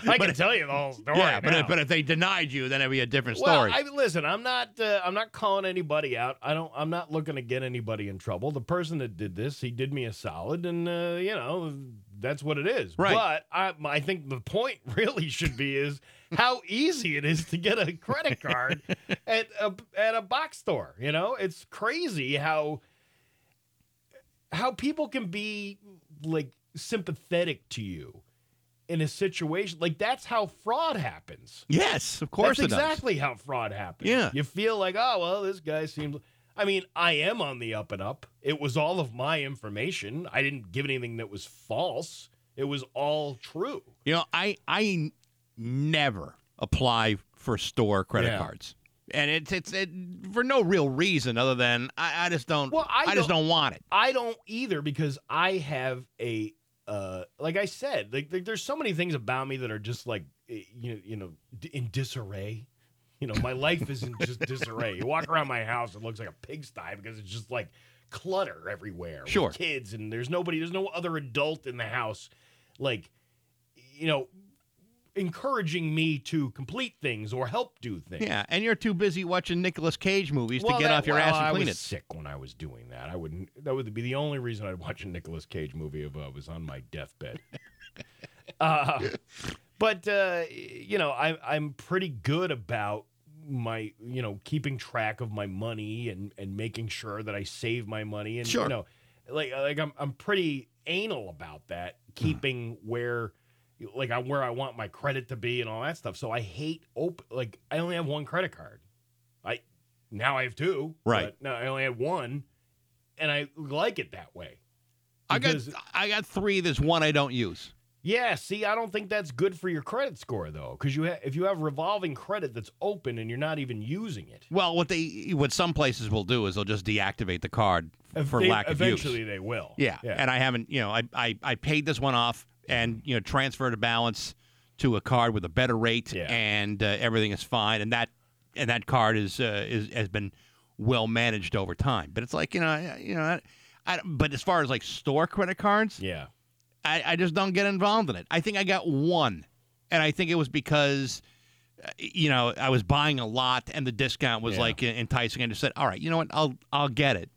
Speaker 2: I can tell you the whole story.
Speaker 1: yeah, but
Speaker 2: now.
Speaker 1: if, but if they denied you, then it'd be a different
Speaker 2: Well,
Speaker 1: story.
Speaker 2: I, listen, I'm not. Uh, I'm not calling anybody out. I don't. I'm not looking to get anybody in trouble. The person that did this, he did me a solid, and uh, you know, that's what it is.
Speaker 1: Right.
Speaker 2: But I, I think the point really should be is how easy it is to get a credit card at a at a box store. You know, it's crazy how how people can be like sympathetic to you in a situation like that's how fraud happens.
Speaker 1: Yes, of course
Speaker 2: That's
Speaker 1: it does.
Speaker 2: exactly how fraud happens.
Speaker 1: Yeah.
Speaker 2: You feel like, oh well, this guy seems I mean, I am on the up and up. It was all of my information. I didn't give anything that was false. It was all true.
Speaker 1: You know, I I never apply for store credit
Speaker 2: Yeah.
Speaker 1: cards, and it's it's it, for no real reason other than I, I just don't.
Speaker 2: Well, I
Speaker 1: just
Speaker 2: don't-
Speaker 1: don't want it.
Speaker 2: I don't either because I have a uh like I said, like, like there's so many things about me that are just like eh, you know, you know, d- in disarray. You know, my life is in just disarray. You walk around my house, it looks like a pigsty because it's just like clutter everywhere. with
Speaker 1: Sure.
Speaker 2: kids and there's nobody, there's no other adult in the house, like, you know, encouraging me to complete things or help do things.
Speaker 1: Yeah, and you're too busy watching Nicolas Cage movies
Speaker 2: Well,
Speaker 1: to get
Speaker 2: that-
Speaker 1: off your
Speaker 2: well,
Speaker 1: ass and
Speaker 2: I
Speaker 1: clean
Speaker 2: was
Speaker 1: it.
Speaker 2: Sick when I was doing that. I wouldn't. That would be the only reason I'd watch a Nicolas Cage movie if I was on my deathbed. uh, but uh, you know, I, I'm pretty good about my you know keeping track of my money and and making sure that I save my money and
Speaker 1: Sure.
Speaker 2: you know like like I'm I'm pretty anal about that
Speaker 1: Hmm.
Speaker 2: keeping where like I where I want my credit to be and all that stuff. So I hate open like I only have one credit card. I now I have two.
Speaker 1: Right.
Speaker 2: but No, I only have one, and I like it that way.
Speaker 1: I got
Speaker 2: because-
Speaker 1: I got three. There's one I don't use.
Speaker 2: Yeah, see, I don't think that's good for your credit score though, because you ha- if you have revolving credit that's open and you're not even using it,
Speaker 1: Well, what they what some places will do is they'll just deactivate the card f-
Speaker 2: If
Speaker 1: for
Speaker 2: they-
Speaker 1: lack of use.
Speaker 2: eventually they will.
Speaker 1: Yeah. And I haven't, you know, I, I, I paid this one off and, you know, transferred a balance to a card with a better rate
Speaker 2: Yeah.
Speaker 1: and uh, everything is fine. And that, and that card is, uh, is, has been well managed over time. But it's like, you know, I- you know, I, I, but as far as like store credit cards,
Speaker 2: yeah.
Speaker 1: I, I just don't get involved in it. I think I got one, and I think it was because, uh, you know, I was buying a lot and the discount was
Speaker 2: Yeah.
Speaker 1: like enticing. I just said, all right, you know what, I'll, I'll get it.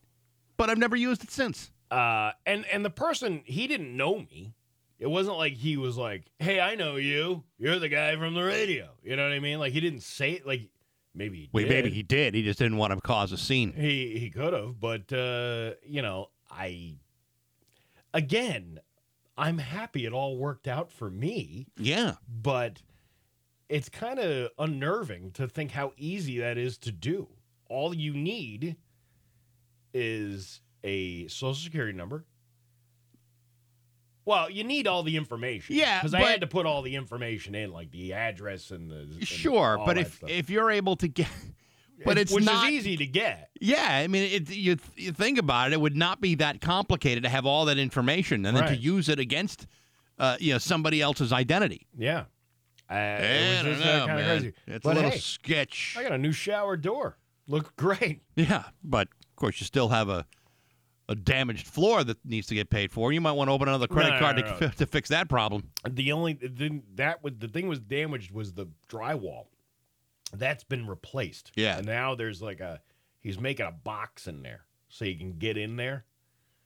Speaker 1: But I've never used it since.
Speaker 2: uh, and and the person he didn't know me. It wasn't like he was like, "Hey, I know you. You're the guy from the radio." You know what I mean? Like he didn't say it. Like maybe he
Speaker 1: Wait,
Speaker 2: did.
Speaker 1: maybe he did. He just didn't want to cause a scene.
Speaker 2: he he could have, but uh, you know, I again, I'm happy it all worked out for me,
Speaker 1: Yeah.
Speaker 2: but it's kind of unnerving to think how easy that is to do. All you need is a social security number. Well, you need all the information.
Speaker 1: Yeah,
Speaker 2: because I
Speaker 1: but-
Speaker 2: had to put all the information in, like the address and the and
Speaker 1: Sure,
Speaker 2: all
Speaker 1: but
Speaker 2: that
Speaker 1: if
Speaker 2: stuff.
Speaker 1: if you're able to get, but it's
Speaker 2: which
Speaker 1: not.
Speaker 2: is e- easy to get.
Speaker 1: Yeah, I mean, it, you you think about it, it would not be that complicated to have all that information and then to
Speaker 2: Right.
Speaker 1: use it against, uh, you know, somebody else's identity.
Speaker 2: Yeah, uh,
Speaker 1: I
Speaker 2: it was
Speaker 1: don't
Speaker 2: just
Speaker 1: know,
Speaker 2: kind of
Speaker 1: man.
Speaker 2: crazy.
Speaker 1: It's
Speaker 2: but
Speaker 1: a little
Speaker 2: hey, Oh,
Speaker 1: sketch.
Speaker 2: I got a new shower door. Looked great.
Speaker 1: Yeah, but of course you still have a a damaged floor that needs to get paid for. You might want to open another credit
Speaker 2: no,
Speaker 1: card
Speaker 2: no,
Speaker 1: to,
Speaker 2: no.
Speaker 1: fi- to fix that problem.
Speaker 2: The only the, that was the thing was damaged was the drywall. That's been replaced.
Speaker 1: Yeah.
Speaker 2: And now there's like a he's making a box in there so you can get in there.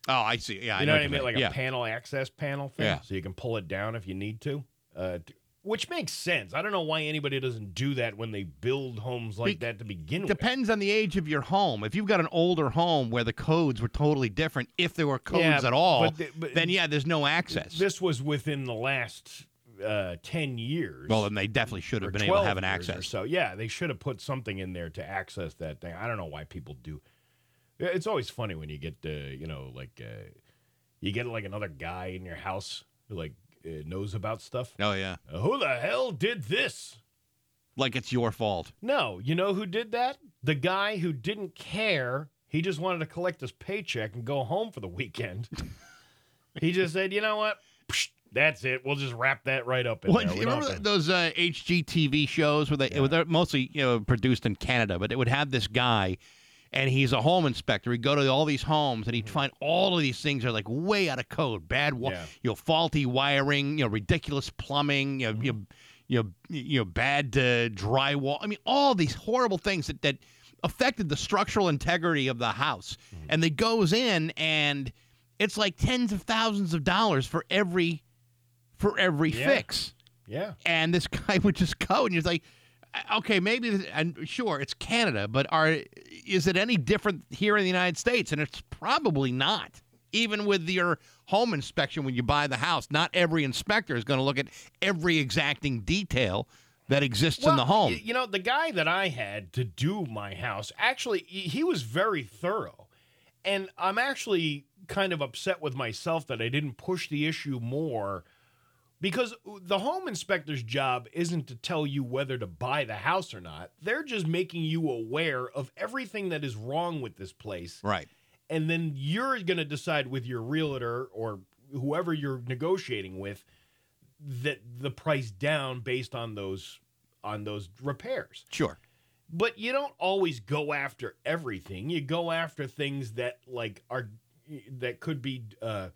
Speaker 1: Oh, I see. Yeah,
Speaker 2: You know, what I mean? Like
Speaker 1: yeah.
Speaker 2: a panel access panel thing.
Speaker 1: Yeah.
Speaker 2: So you can pull it down if you need to. Uh, t- which makes sense. I don't know why anybody doesn't do that when they build homes like
Speaker 1: Be-
Speaker 2: that to begin with.
Speaker 1: Depends on the age of your home. If you've got an older home where the codes were totally different, if there were codes
Speaker 2: Yeah,
Speaker 1: at all,
Speaker 2: but the- but-
Speaker 1: then yeah, there's no access.
Speaker 2: This was within the last uh, ten years.
Speaker 1: well, then they definitely should have
Speaker 2: or
Speaker 1: been able to
Speaker 2: 12
Speaker 1: have an
Speaker 2: years or
Speaker 1: access.
Speaker 2: So yeah, they should have put something in there to access that thing. I don't know why people do. Yeah, It's always funny when you get uh, you know like uh, you get like another guy in your house who like uh, knows about stuff.
Speaker 1: Oh yeah,
Speaker 2: Uh, who the hell did this?
Speaker 1: like it's your fault.
Speaker 2: No, you know who did that? The guy who didn't care. He just wanted to collect his paycheck and go home for the weekend. he just said, you know what? Psh, That's it. We'll just wrap that right up in
Speaker 1: What,
Speaker 2: there. We
Speaker 1: you
Speaker 2: don't
Speaker 1: remember
Speaker 2: have to-
Speaker 1: those uh, HGTV shows where they it was they're mostly you know produced in Canada, but it would have this guy, and he's a home inspector. He'd go to all these homes and he'd find all of these things are like way out of code, bad, wa-
Speaker 2: Mm-hmm. Yeah.
Speaker 1: you know, faulty wiring, you know, ridiculous plumbing, you know,
Speaker 2: Mm-hmm.
Speaker 1: you know, you know, you know, bad uh, drywall. I mean, all these horrible things that that affected the structural integrity of the house.
Speaker 2: Mm-hmm.
Speaker 1: And they goes in and it's like tens of thousands of dollars for every for every
Speaker 2: Yeah.
Speaker 1: fix.
Speaker 2: Yeah.
Speaker 1: And this guy would just go, and you're like, "Uh, okay, maybe, this, and sure, it's Canada, but are is it any different here in the United States? And it's probably not. Even with your home inspection when you buy the house, not every inspector is going to look at every exacting detail that exists in the home.
Speaker 2: y- You know, the guy that I had to do my house, actually, he he was very thorough. And I'm actually kind of upset with myself that I didn't push the issue more because the home inspector's job isn't to tell you whether to buy the house or not. They're just making you aware of everything that is wrong with this place
Speaker 1: right.
Speaker 2: and then you're going to decide with your realtor or whoever you're negotiating with that the price down based on those on those repairs.
Speaker 1: Sure.
Speaker 2: But you don't always go after everything. You go after things that like are that could be uh,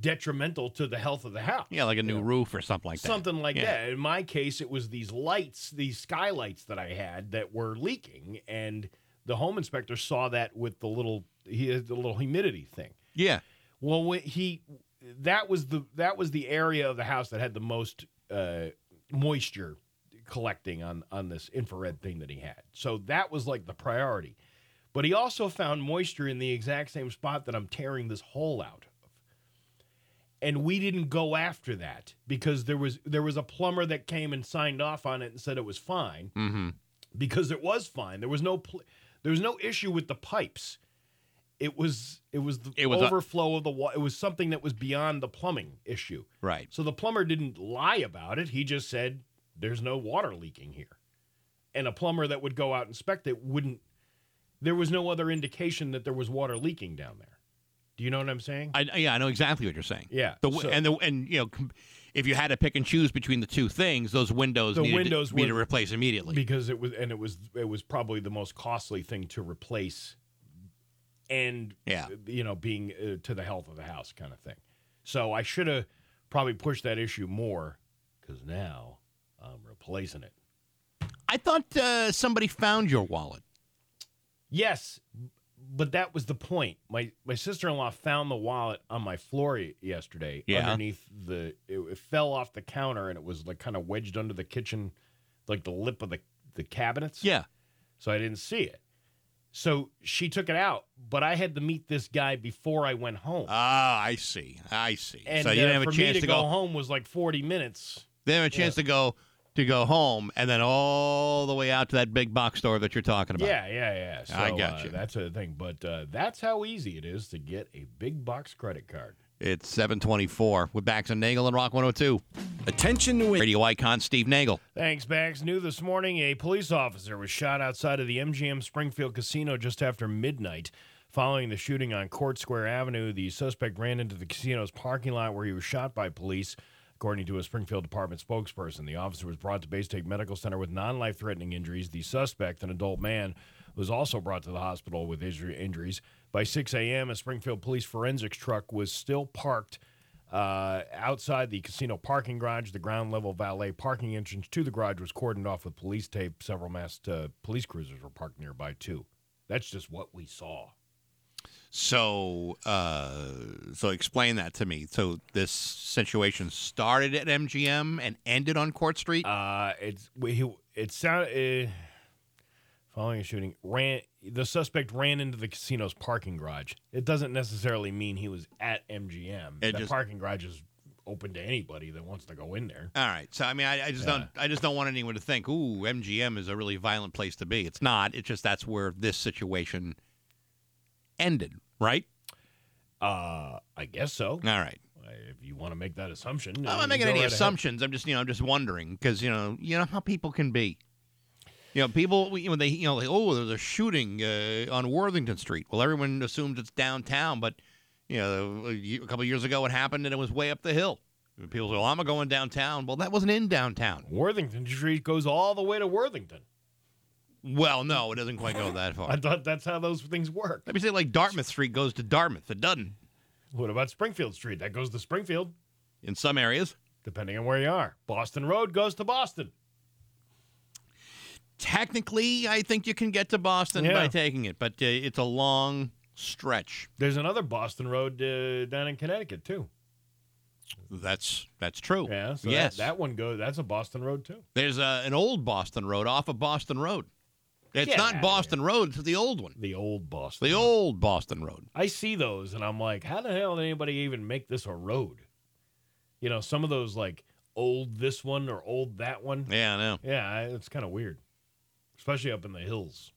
Speaker 2: detrimental to the health of the house.
Speaker 1: Yeah, like a new roof or something like that.
Speaker 2: Something like
Speaker 1: Yeah.
Speaker 2: that. In my case, it was these lights, these skylights that I had that were leaking, and the home inspector saw that with the little he had the little humidity thing.
Speaker 1: Yeah.
Speaker 2: Well, when he that was the that was the area of the house that had the most uh, moisture collecting on on this infrared thing that he had. So that was like the priority. But he also found moisture in the exact same spot that I'm tearing this hole out of. And we didn't go after that because there was there was a plumber that came and signed off on it and said it was fine
Speaker 1: Mm-hmm.
Speaker 2: because it was fine. There was no pl- there was no issue with the pipes. It was it was the
Speaker 1: It was a-
Speaker 2: overflow of the water. It was something that was beyond the plumbing issue.
Speaker 1: Right.
Speaker 2: So the plumber didn't lie about it. He just said there's no water leaking here. And a plumber that would go out and inspect it wouldn't there was no other indication that there was water leaking down there. Do you know what I'm saying?
Speaker 1: I, yeah, I know exactly what you're saying.
Speaker 2: Yeah,
Speaker 1: The, w
Speaker 2: so-
Speaker 1: and the and you know, com- if you had to pick and choose between the two things, those windows
Speaker 2: The
Speaker 1: needed
Speaker 2: windows
Speaker 1: to, need to
Speaker 2: would-
Speaker 1: replace immediately.
Speaker 2: because it was and it was it was probably the most costly thing to replace and
Speaker 1: Yeah.
Speaker 2: you know being uh, to the health of the house kind of thing so i should have probably pushed that issue more because now i'm replacing it
Speaker 1: I thought uh, somebody found your wallet.
Speaker 2: yes but that was the point my my sister-in-law found the wallet on my floor y- yesterday
Speaker 1: Yeah.
Speaker 2: underneath the it, it fell off the counter and it was like kind of wedged under the kitchen like the lip of the the cabinets
Speaker 1: Yeah.
Speaker 2: so I didn't see it. So she took it out, but I had to meet this guy before I went home.
Speaker 1: Ah, I see. I see.
Speaker 2: and
Speaker 1: so you
Speaker 2: uh,
Speaker 1: didn't have
Speaker 2: for
Speaker 1: a chance to,
Speaker 2: me to, go, home was like 40 minutes.
Speaker 1: They didn't have a chance to go to go home, and then all the way out to that big box store that you're talking about.
Speaker 2: Yeah, yeah, yeah. So,
Speaker 1: I got
Speaker 2: uh,
Speaker 1: you.
Speaker 2: that's the thing. But uh, that's how easy it is to get a big box credit card.
Speaker 1: It's 724 with Bax and Nagel and Rock 102.
Speaker 9: Attention to it.
Speaker 1: Radio icon Steve Nagel.
Speaker 2: Thanks, Bax. New this morning, a police officer was shot outside of the MGM Springfield Casino just after midnight. Following the shooting on Court Square Avenue, the suspect ran into the casino's parking lot where he was shot by police. According to a Springfield Department spokesperson, the officer was brought to Bay State Medical Center with non life threatening injuries. The suspect, an adult man, was also brought to the hospital with injury- injuries. By 6 a.m., a Springfield police forensics truck was still parked uh, outside the casino parking garage, the ground level valet parking entrance to the garage was cordoned off with police tape. Several masked uh, police cruisers were parked nearby, too. That's just what we saw.
Speaker 1: So, uh, so explain that to me. So this situation started at MGM and ended on Court Street.
Speaker 2: Uh, it's we- he, it sounded uh, following a shooting ran the suspect ran into the casino's parking garage. It doesn't necessarily mean he was at MGM.
Speaker 1: It
Speaker 2: the
Speaker 1: just-
Speaker 2: parking garage is open to anybody that wants to go in there.
Speaker 1: All right. So I mean, I, I just don't, I just don't want anyone to think, "Ooh, MGM is a really violent place to be." It's not. It's just that's where this situation ended, right?
Speaker 2: Uh, I guess so.
Speaker 1: All right.
Speaker 2: If you want to make that assumption,
Speaker 1: I'm
Speaker 2: you
Speaker 1: not making
Speaker 2: go
Speaker 1: any
Speaker 2: right ahead.
Speaker 1: assumptions. I'm just, you know, I'm just wondering because you know, you know how people can be. You know, people you know they you know like, oh, there's a shooting uh, on Worthington Street. Well, everyone assumes it's downtown, but you know, a ye- a couple of years ago it happened and it was way up the hill. And People say, "Well, I'm going downtown." Well, that wasn't in downtown.
Speaker 2: Worthington Street goes all the way to Worthington.
Speaker 1: Well, no, it doesn't quite go that
Speaker 2: I
Speaker 1: far.
Speaker 2: thought that's how those things work.
Speaker 1: Let me say, like Dartmouth Street goes to Dartmouth. It doesn't
Speaker 2: What about Springfield Street? That goes to Springfield,
Speaker 1: in some areas.
Speaker 2: depending on where you are. Boston Road goes to Boston.
Speaker 1: Technically, I think you can get to Boston by
Speaker 2: Yeah.
Speaker 1: taking it, but uh, it's a long stretch.
Speaker 2: There's another Boston Road uh, down in Connecticut, too.
Speaker 1: That's that's true.
Speaker 2: Yeah. So
Speaker 1: yes.
Speaker 2: That, that one goes. That's a Boston road too.
Speaker 1: There's a, an old Boston Road off of Boston Road. It's
Speaker 2: Get outta
Speaker 1: not Boston Road. It's the old one.
Speaker 2: The old Boston.
Speaker 1: The old Boston Road.
Speaker 2: I see those and I'm like, how the hell did anybody even make this a road? You know, some of those like old this one or old that one.
Speaker 1: Yeah, I know.
Speaker 2: Yeah, I- it's kind of weird, especially up in the hills.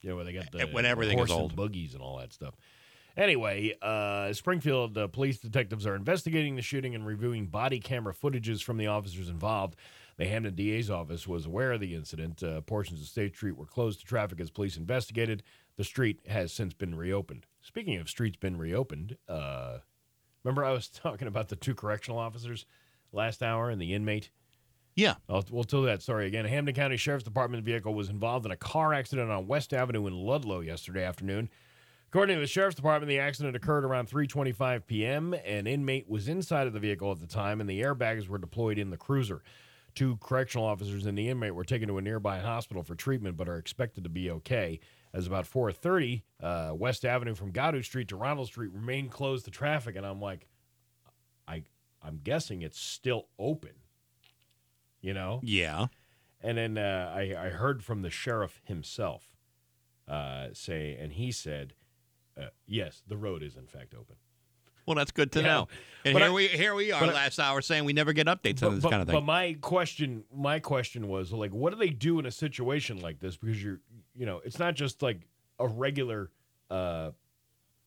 Speaker 2: Yeah, where they got the
Speaker 1: When everything
Speaker 2: horse
Speaker 1: is
Speaker 2: and
Speaker 1: old.
Speaker 2: buggies and all that stuff. Anyway, uh, Springfield uh, police detectives are investigating the shooting and reviewing body camera footages from the officers involved. The Hamden DA's office was aware of the incident. Uh, portions of State Street were closed to traffic as police investigated. The street has since been reopened. Speaking of streets been reopened, uh, remember I was talking about the two correctional officers last hour and the inmate
Speaker 1: Yeah.
Speaker 2: I'll, we'll tell that story again. A Hamden County Sheriff's Department vehicle was involved in a car accident on West Avenue in Ludlow yesterday afternoon. According to the Sheriff's Department, the accident occurred around 3:25 p.m. An inmate was inside of the vehicle at the time, and the airbags were deployed in the cruiser. Two correctional officers and the inmate were taken to a nearby hospital for treatment, but are expected to be okay. As about 4:30, uh, West Avenue from Goddard Street to Ronald Street remained closed to traffic, and I'm like, I, I'm guessing it's still open. You know,
Speaker 1: Yeah.
Speaker 2: and then uh, I, I heard from the sheriff himself uh, say, and he said, uh, yes, the road is in fact open.
Speaker 1: Well, that's good to
Speaker 2: Yeah.
Speaker 1: know. And
Speaker 2: But
Speaker 1: here
Speaker 2: I-
Speaker 1: we here we are
Speaker 2: but I-
Speaker 1: last hour saying we never get updates on
Speaker 2: but,
Speaker 1: this
Speaker 2: but-
Speaker 1: kind of thing.
Speaker 2: but my question, my question was like, what do they do in a situation like this? Because you're, you know, it's not just like a regular uh,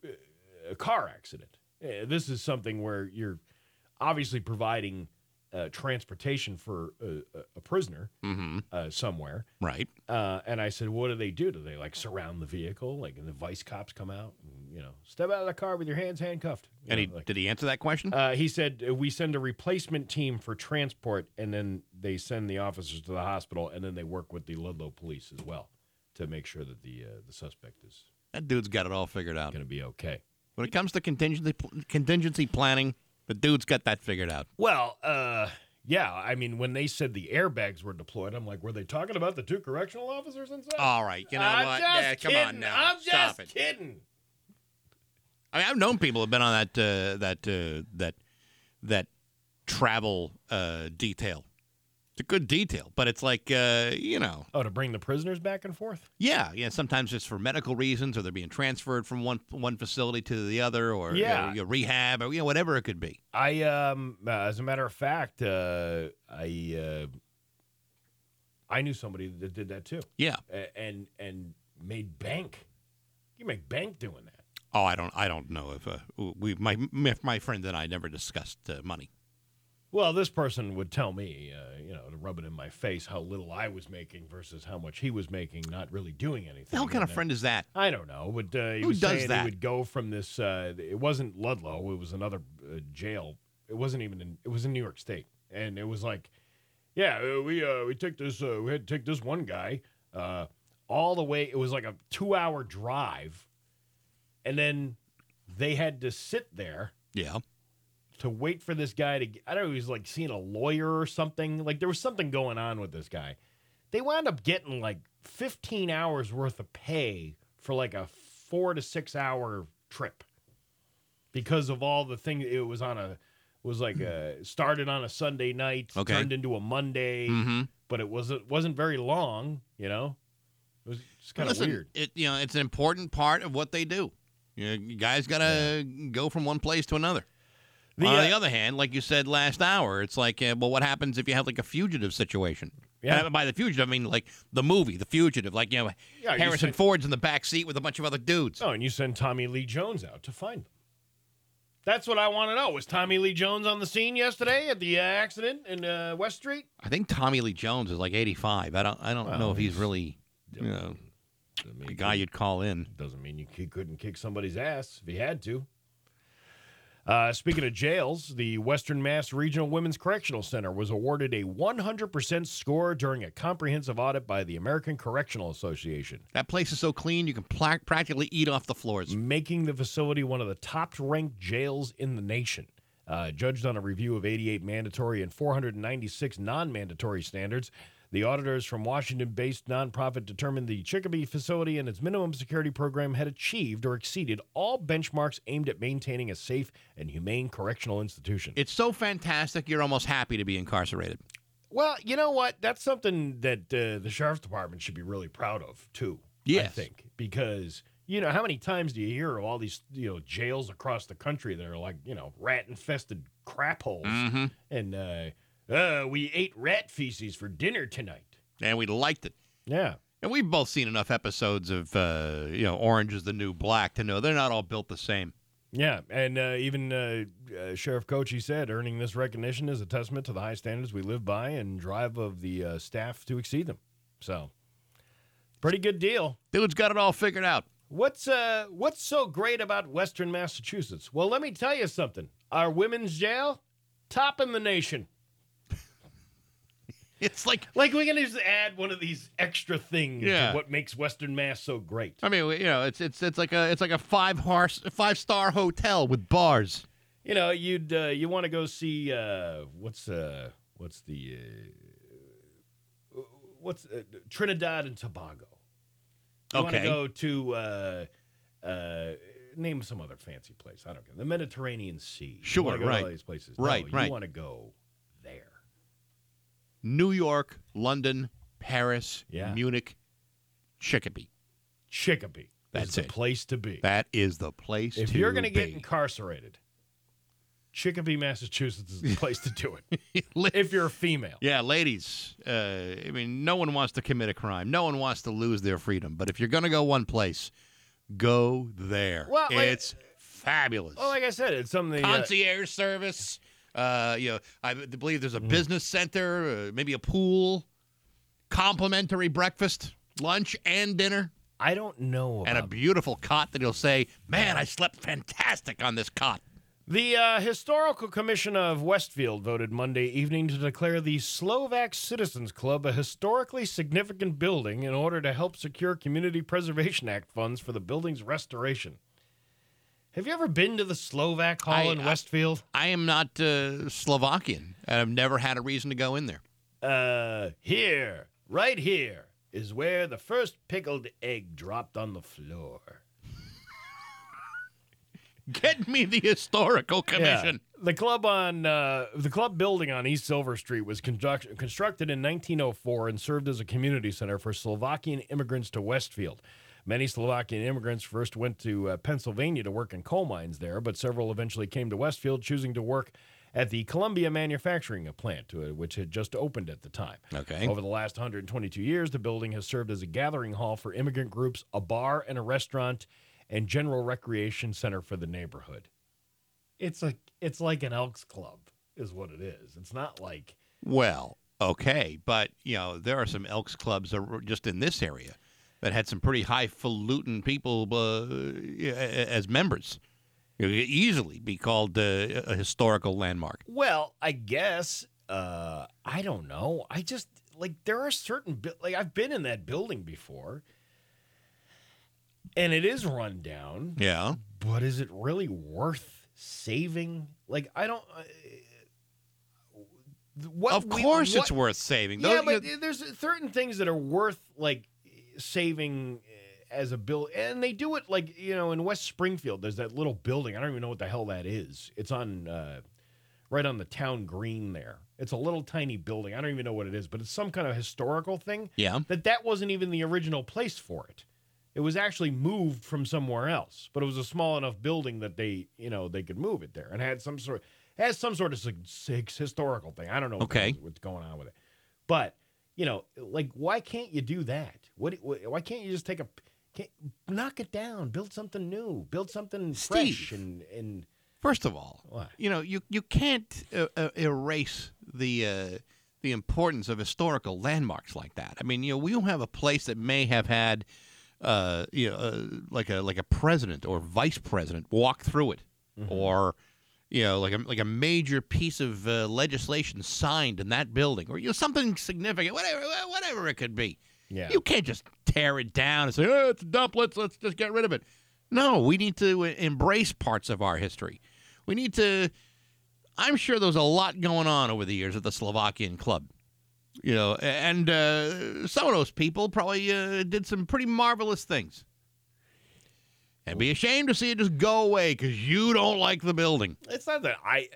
Speaker 2: uh, car accident. Uh, This is something where you're obviously providing uh, transportation for a, a- a prisoner uh, somewhere.
Speaker 1: right.
Speaker 2: Uh, and I said, "What do they do? Do they like surround the vehicle? Like, and the vice cops come out, and, you know, step out of the car with your hands handcuffed." You
Speaker 1: And
Speaker 2: know,
Speaker 1: he
Speaker 2: like-
Speaker 1: did he answer that question?
Speaker 2: uh, he said, "Uh, "We send a replacement team for transport, and then they send the officers to the hospital, and then they work with the Ludlow police as well to make sure that the uh, the suspect is
Speaker 1: that dude's got it all figured out.
Speaker 2: going to be okay."
Speaker 1: When it comes to contingency pl- contingency planning, the dude's got that figured out.
Speaker 2: Well, uh, yeah, I mean, when they said the airbags were deployed, I'm like, were they talking about the two correctional officers inside?
Speaker 1: All right, you know
Speaker 2: I'm
Speaker 1: what?
Speaker 2: just
Speaker 1: Yeah, come
Speaker 2: kidding.
Speaker 1: on now.
Speaker 2: I'm
Speaker 1: Stop
Speaker 2: just
Speaker 1: it.
Speaker 2: kidding.
Speaker 1: I mean, I've known people who've been on that uh, that uh, that that travel uh, detail. It's a good detail, but it's like uh, you know,
Speaker 2: Oh, to bring the prisoners back and forth?
Speaker 1: yeah, yeah. Sometimes it's for medical reasons, or they're being transferred from one one facility to the other, or you know,
Speaker 2: Yeah.
Speaker 1: you know, rehab, or you know, whatever it could be.
Speaker 2: I um uh, as a matter of fact, uh, I uh, I knew somebody that did that too,
Speaker 1: Yeah.
Speaker 2: A- and and made bank. You make bank doing that.
Speaker 1: Oh, I don't, I don't know if uh, we, my if my friend and I never discussed uh, money.
Speaker 2: Well, this person would tell me, uh, you know, to rub it in my face how little I was making versus how much he was making, not really doing anything.
Speaker 1: The hell kind
Speaker 2: And
Speaker 1: of
Speaker 2: then-
Speaker 1: friend is that?
Speaker 2: I don't know, but uh, he
Speaker 1: Who
Speaker 2: was
Speaker 1: does
Speaker 2: saying
Speaker 1: that?
Speaker 2: He would go from this. Uh, it wasn't Ludlow. It was another uh, jail. It wasn't even in. It was in New York State, and it was like, yeah, uh, we uh, we took this. Uh, we had to take this one guy uh, all the way. It was like a two-hour drive, and then they had to sit there
Speaker 1: Yeah.
Speaker 2: to wait for this guy to g- I don't know, he was like seeing a lawyer or something. Like there was something going on with this guy. They wound up getting like 15 hours worth of pay for like a 4 to 6 hour trip because of all the thing it was on a was like a started on a Sunday night,
Speaker 1: Okay. Mm-hmm.
Speaker 2: turned into a Monday, but it wasn't wasn't very long, you know. It was just kind of
Speaker 1: Listen,
Speaker 2: weird.
Speaker 1: It, you know, it's an important part of what they do. You, know, you guys got to go from one place to another.
Speaker 2: The,
Speaker 1: On the
Speaker 2: uh,
Speaker 1: other hand, like you said last hour, it's like, uh, well, what happens if you have like a fugitive situation?
Speaker 2: Yeah.
Speaker 1: And by the fugitive, I mean like the movie, The Fugitive. Like you know,
Speaker 2: Yeah, you
Speaker 1: Harrison
Speaker 2: said-
Speaker 1: Ford's in the back seat with a bunch of other dudes.
Speaker 2: Oh, and you send Tommy Lee Jones out to find them. That's what I want to know. Was Tommy Lee Jones on the scene yesterday at the uh, accident in uh, West Street?
Speaker 1: I think Tommy Lee Jones is like 85. I don't, I don't know if he's, really, you know, the guy you'd call in.
Speaker 2: Doesn't mean you he couldn't kick somebody's ass if he had to. Uh, speaking of jails, the Western Mass Regional Women's Correctional Center was awarded a 100% score during a comprehensive audit by the American Correctional Association.
Speaker 1: That place is so clean, you can pla- practically eat off the floors.
Speaker 2: making the facility one of the top ranked jails in the nation. Uh, judged on a review of 88 mandatory and 496 non mandatory standards, The auditors from Washington based nonprofit determined the Chicopee facility and its minimum security program had achieved or exceeded all benchmarks aimed at maintaining a safe and humane correctional institution.
Speaker 1: It's so fantastic, you're almost happy to be incarcerated.
Speaker 2: Well, you know what? That's something that uh, the sheriff's department should be really proud of too. I
Speaker 1: Yes.
Speaker 2: think because you know how many times do you hear of all these you know jails across the country that are like you know rat infested crap holes, and uh, uh, we ate rat feces for dinner tonight.
Speaker 1: And we liked it.
Speaker 2: Yeah,
Speaker 1: And we've both seen enough episodes of, uh, you know, Orange is the New Black to know they're not all built the same.
Speaker 2: yeah, and uh, even uh, uh, Sheriff Kochi said earning this recognition is a testament to the high standards we live by and drive of the uh, staff to exceed them. So, pretty good deal.
Speaker 1: Dude's got it all figured out.
Speaker 2: What's uh what's so great about Western Massachusetts? Well, let me tell you something. Our women's jail, top in the nation.
Speaker 1: It's like,
Speaker 2: Like we can just add one of these extra things
Speaker 1: Yeah.
Speaker 2: to what makes Western Mass so great.
Speaker 1: I mean, you know, it's it's it's like a it's like a five horse five star hotel with bars.
Speaker 2: You know, you'd uh, you want to go see uh what's uh what's the uh, what's uh, Trinidad and Tobago. You want to
Speaker 1: Okay.
Speaker 2: go to uh uh name some other fancy place. I don't know. The Mediterranean Sea. You
Speaker 1: Sure,
Speaker 2: wanna go to
Speaker 1: right.
Speaker 2: all these places.
Speaker 1: Right,
Speaker 2: no,
Speaker 1: right.
Speaker 2: You want to go there.
Speaker 1: New York, London, Paris,
Speaker 2: Yeah.
Speaker 1: Munich, Chicopee.
Speaker 2: Chicopee.
Speaker 1: That's
Speaker 2: is the
Speaker 1: it.
Speaker 2: place to be.
Speaker 1: That is the place
Speaker 2: if
Speaker 1: to
Speaker 2: you're going to
Speaker 1: to
Speaker 2: get incarcerated, Chicopee, Massachusetts is the place to do it. if you're a female.
Speaker 1: Yeah, ladies. Uh, I mean, no one wants to commit a crime. No one wants to lose their freedom. But if you're going to go one place, go there.
Speaker 2: Well, like-
Speaker 1: it's fabulous.
Speaker 2: Well, like I said, it's something. uh,
Speaker 1: Concierge service. Uh, you know, I b- believe there's a business center, uh, maybe a pool, complimentary breakfast, lunch, and dinner,
Speaker 2: I don't know about
Speaker 1: and a beautiful cot that you'll say, "Man, I slept fantastic on this cot."
Speaker 2: The uh, Historical Commission of Westfield voted Monday evening to declare the Slovak Citizens Club a historically significant building in order to help secure Community Preservation Act funds for the building's restoration. Have you ever been to the Slovak Hall
Speaker 1: I-
Speaker 2: in
Speaker 1: I-
Speaker 2: Westfield?
Speaker 1: I am not uh, Slovakian, and I've never had a reason to go in there.
Speaker 2: Uh, here, right here, is where the first pickled egg dropped on the floor.
Speaker 1: Get me the historical commission.
Speaker 2: Yeah. The club on uh, the club building on East Silver Street was conduct- constructed in 1904 and served as a community center for Slovakian immigrants to Westfield. Many Slovakian immigrants first went to uh, Pennsylvania to work in coal mines there, but several eventually came to Westfield, choosing to work at the Columbia Manufacturing plant, uh, which had just opened at the time.
Speaker 1: Okay.
Speaker 2: Over the last 122 years, the building has served as a gathering hall for immigrant groups, a bar and a restaurant, and general recreation center for the neighborhood. It's like it's like an Elks Club, is what it is. It's not like
Speaker 1: Well, okay, but you know there are some Elks clubs ar- just in this area that had some pretty highfalutin people uh, a- a- as members. You could easily be called uh, a historical landmark.
Speaker 2: well, I guess uh, I don't know. I just like there are certain bu- like I've been in that building before, and it is run down.
Speaker 1: Yeah.
Speaker 2: but is it really worth saving? Like, I don't. Uh, what
Speaker 1: of
Speaker 2: we-
Speaker 1: course, it's
Speaker 2: what-
Speaker 1: worth saving.
Speaker 2: Yeah,
Speaker 1: Those-
Speaker 2: but
Speaker 1: you-
Speaker 2: there's certain things that are worth like saving eh, as a bill, and they do it like you know in West Springfield. There's that little building. I don't even know what the hell that is. It's on uh, right on the town green there. It's a little tiny building. I don't even know what it is, but it's some kind of historical thing
Speaker 1: yeah.
Speaker 2: that that wasn't even the original place for it. It was actually moved from somewhere else, but it was a small enough building that they, you know, they could move it there and had some sort has some sort of sig- sig- historical thing. I don't know what the
Speaker 1: Okay.
Speaker 2: hell- what's going on with it. But, you know, like why can't you do that? What wh- why can't you just take a can't, knock it down, build something new, build something fresh
Speaker 1: Steve.
Speaker 2: and and
Speaker 1: First of all,
Speaker 2: What?
Speaker 1: you know you you can't uh, uh, erase the uh, the importance of historical landmarks like that. I mean, you know, we don't have a place that may have had, uh, you know, uh, like a like a president or vice president walk through it, or you know, like a like a major piece of uh, legislation signed in that building, or you know, something significant, whatever whatever it could be.
Speaker 2: yeah.
Speaker 1: You can't just tear it down and say, "Oh, it's a dump. Let's let's just get rid of it." No, we need to uh, embrace parts of our history. We need to. I'm sure there's a lot going on over the years at the Slovakian club. You know, a- and uh, some of those people probably uh, did some pretty marvelous things. And be ashamed to see it just go away because you don't like the building.
Speaker 2: It's not that I,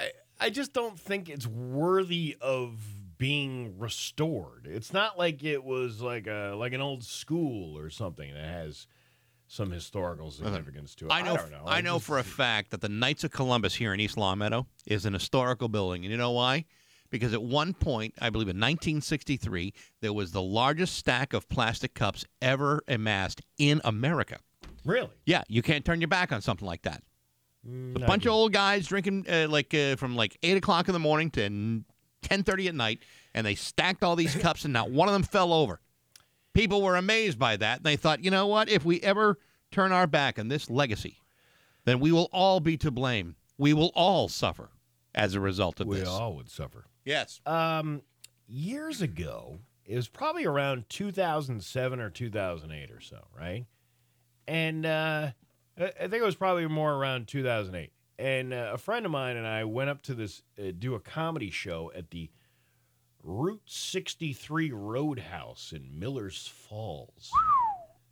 Speaker 2: I I just don't think it's worthy of being restored. It's not like it was like a like an old school or something that has some historical significance to it. I,
Speaker 1: I know.
Speaker 2: don't know.
Speaker 1: I know
Speaker 2: just-
Speaker 1: for a fact that the Knights of Columbus here in East Long Meadow is an historical building, and you know why? Because at one point, I believe in 1963, there was the largest stack of plastic cups ever amassed in America.
Speaker 2: really.
Speaker 1: Yeah, you can't turn your back on something like that.
Speaker 2: Mm,
Speaker 1: a bunch of old guys drinking uh, like uh, from like eight o'clock in the morning to ten thirty at night, and they stacked all these cups, and not one of them fell over. People were amazed by that, and they thought, you know what? If we ever turn our back on this legacy, then we will all be to blame. We will all suffer as a result of
Speaker 2: We
Speaker 1: this.
Speaker 2: all would suffer.
Speaker 1: Yes.
Speaker 2: Um, years ago, it was probably around 2007 or 2008 or so, right? And uh, I I think it was probably more around 2008. And uh, a friend of mine and I went up to this, uh, do a comedy show at the Route 63 Roadhouse in Miller's Falls,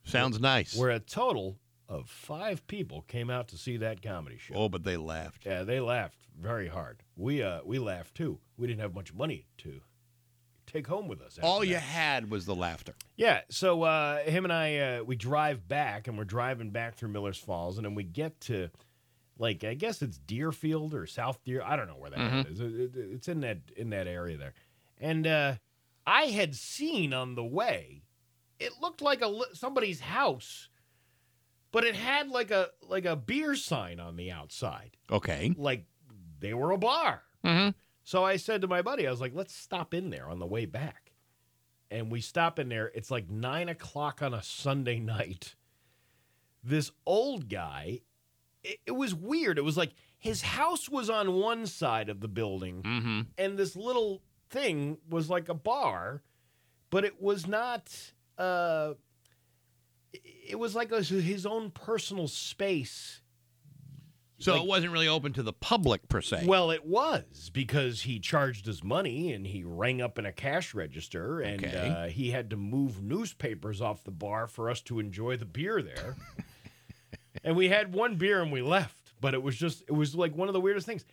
Speaker 1: Sounds nice.
Speaker 2: where a total of five people came out to see that comedy show.
Speaker 1: oh, but they laughed.
Speaker 2: Yeah, they laughed very hard. We uh we laughed too. We didn't have much money to take home with us. after
Speaker 1: All you
Speaker 2: that.
Speaker 1: had was the laughter.
Speaker 2: Yeah. So uh, him and I uh, we drive back and we're driving back through Miller's Falls and then we get to like I guess it's Deerfield or South Deer. I don't know where that
Speaker 1: Mm-hmm.
Speaker 2: is. It- it- it's in that in that area there. And uh, I had seen on the way, it looked like a li- somebody's house, but it had like a like a beer sign on the outside
Speaker 1: Okay.
Speaker 2: like they were a bar. So I said to my buddy, I was like, let's stop in there on the way back. And we stop in there. It's like nine o'clock on a Sunday night. This old guy, it, it was weird. It was like his house was on one side of the building,
Speaker 1: Mm-hmm.
Speaker 2: and this little thing was like a bar, but it was not. Uh, it- it was like a, his own personal space.
Speaker 1: So
Speaker 2: Like-
Speaker 1: it wasn't really open to the public per se.
Speaker 2: Well, it was because he charged his money and he rang up in a cash register and
Speaker 1: Okay.
Speaker 2: uh, he had to move newspapers off the bar for us to enjoy the beer there. and we had one beer and we left, but it was just, it was like one of the weirdest things.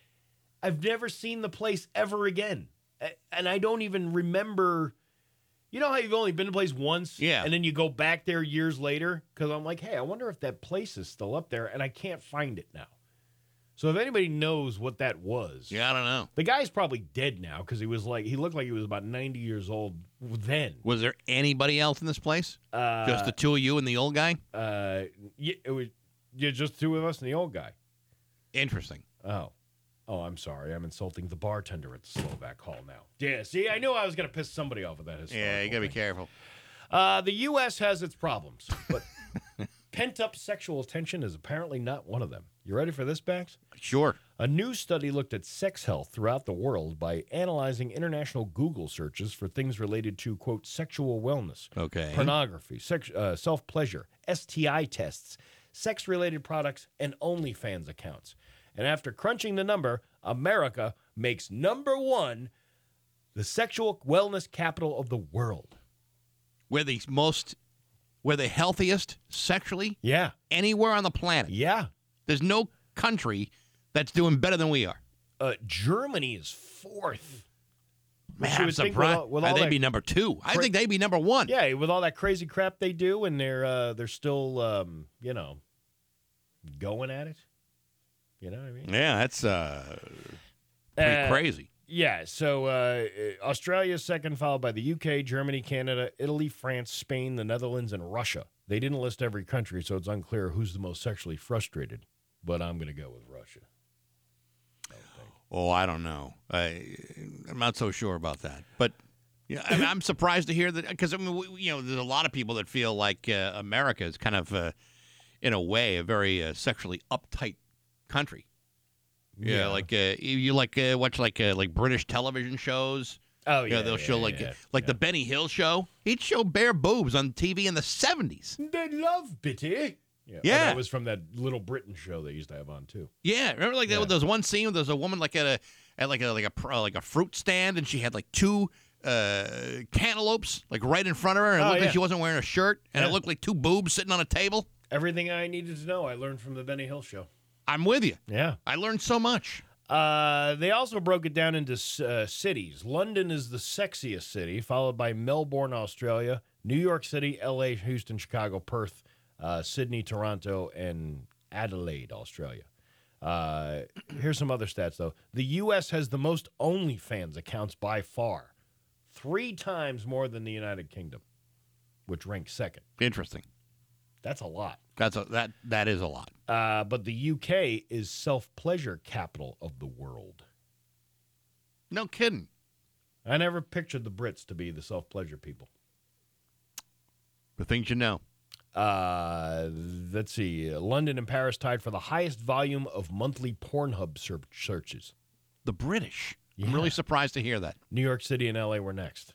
Speaker 2: I've never seen the place ever again. A- And I don't even remember. You know how you've only been to a place once,
Speaker 1: Yeah.
Speaker 2: and then you go back there years later because I'm like, hey, I wonder if that place is still up there, and I can't find it now. So if anybody knows what that was,
Speaker 1: yeah, I don't know.
Speaker 2: the guy's probably dead now because he was like he looked like he was about ninety years old then.
Speaker 1: Was there anybody else in this place?
Speaker 2: Uh,
Speaker 1: Just the two of you and the old guy?
Speaker 2: uh, y- it was yeah, just two of us and the old guy.
Speaker 1: Interesting.
Speaker 2: Oh, oh, I'm sorry, I'm insulting the bartender at the Slovak Hall now. Yeah, see, I knew I was gonna piss somebody off with that.
Speaker 1: Yeah, you
Speaker 2: historical
Speaker 1: gotta be
Speaker 2: thing.
Speaker 1: careful.
Speaker 2: Uh, the U.S. has its problems, but pent up sexual tension is apparently not one of them. You ready for this, Bax?
Speaker 1: Sure.
Speaker 2: A new study looked at sex health throughout the world by analyzing international Google searches for things related to, quote, sexual wellness,
Speaker 1: Okay.
Speaker 2: pornography, sex, uh, self pleasure, STI tests, sex related products, and OnlyFans accounts. And after crunching the number, America makes number one the sexual wellness capital of the world.
Speaker 1: we're the most, we're the healthiest sexually
Speaker 2: Yeah.
Speaker 1: anywhere on the planet.
Speaker 2: Yeah.
Speaker 1: There's no country that's doing better than we are.
Speaker 2: Uh, Germany is fourth.
Speaker 1: Man,
Speaker 2: you
Speaker 1: I'm
Speaker 2: would think with
Speaker 1: surprised.
Speaker 2: all- with
Speaker 1: I
Speaker 2: all
Speaker 1: think
Speaker 2: that-
Speaker 1: they'd be number two. I think they'd be number one.
Speaker 2: Yeah, with all that crazy crap they do, and they're uh, they're still um, you know going at it. You know what I mean?
Speaker 1: Yeah, that's uh, pretty
Speaker 2: Uh,
Speaker 1: crazy.
Speaker 2: Yeah. So uh, Australia is second, followed by the UK, Germany, Canada, Italy, France, Spain, the Netherlands, and Russia. They didn't list every country, so it's unclear who's the most sexually frustrated. But I'm gonna go with Russia.
Speaker 1: Oh, I don't know. I, I'm not so sure about that. But yeah, I mean, I'm surprised to hear that because I mean, we, you know, there's a lot of people that feel like uh, America is kind of, uh, in a way, a very uh, sexually uptight country. Yeah, like uh, you- you like uh, watch like uh, like British television shows.
Speaker 2: oh
Speaker 1: You
Speaker 2: yeah,
Speaker 1: know, they'll
Speaker 2: yeah,
Speaker 1: show
Speaker 2: yeah,
Speaker 1: like
Speaker 2: yeah,
Speaker 1: like the Benny Hill show. He'd show bare boobs on TV in the seventies.
Speaker 2: yeah. they love Bitty. Yeah, oh,
Speaker 1: Yeah.
Speaker 2: that was from that Little Britain show they used to have on too.
Speaker 1: Yeah, remember like there,
Speaker 2: Yeah.
Speaker 1: there was one scene where there was a woman like at a at like a like a pr- uh, like a fruit stand and she had like two uh, cantaloupes like right in front of her, and it
Speaker 2: Oh,
Speaker 1: looked
Speaker 2: yeah.
Speaker 1: like she wasn't wearing a shirt, and it
Speaker 2: Yeah.
Speaker 1: looked like two boobs sitting on a table.
Speaker 2: Everything I needed to know, I learned from the Benny Hill show.
Speaker 1: I'm with you.
Speaker 2: Yeah.
Speaker 1: I learned so much.
Speaker 2: Uh, they also broke it down into uh, cities. London is the sexiest city, followed by Melbourne, Australia, New York City, L.A., Houston, Chicago, Perth, uh, Sydney, Toronto, and Adelaide, Australia. Uh, here's some other stats, though. The U.S. has the most OnlyFans accounts by far, three times more than the United Kingdom, which ranks second.
Speaker 1: Interesting.
Speaker 2: That's a lot.
Speaker 1: That's a, that. That is a lot.
Speaker 2: Uh, but the U.K. is self pleasure capital of the world.
Speaker 1: No kidding.
Speaker 2: I never pictured the Brits to be the self pleasure people.
Speaker 1: The things you know.
Speaker 2: Uh, let's see. London and Paris tied for the highest volume of monthly Pornhub ser- searches.
Speaker 1: The British. I'm really surprised to hear that.
Speaker 2: New York City and LA were next.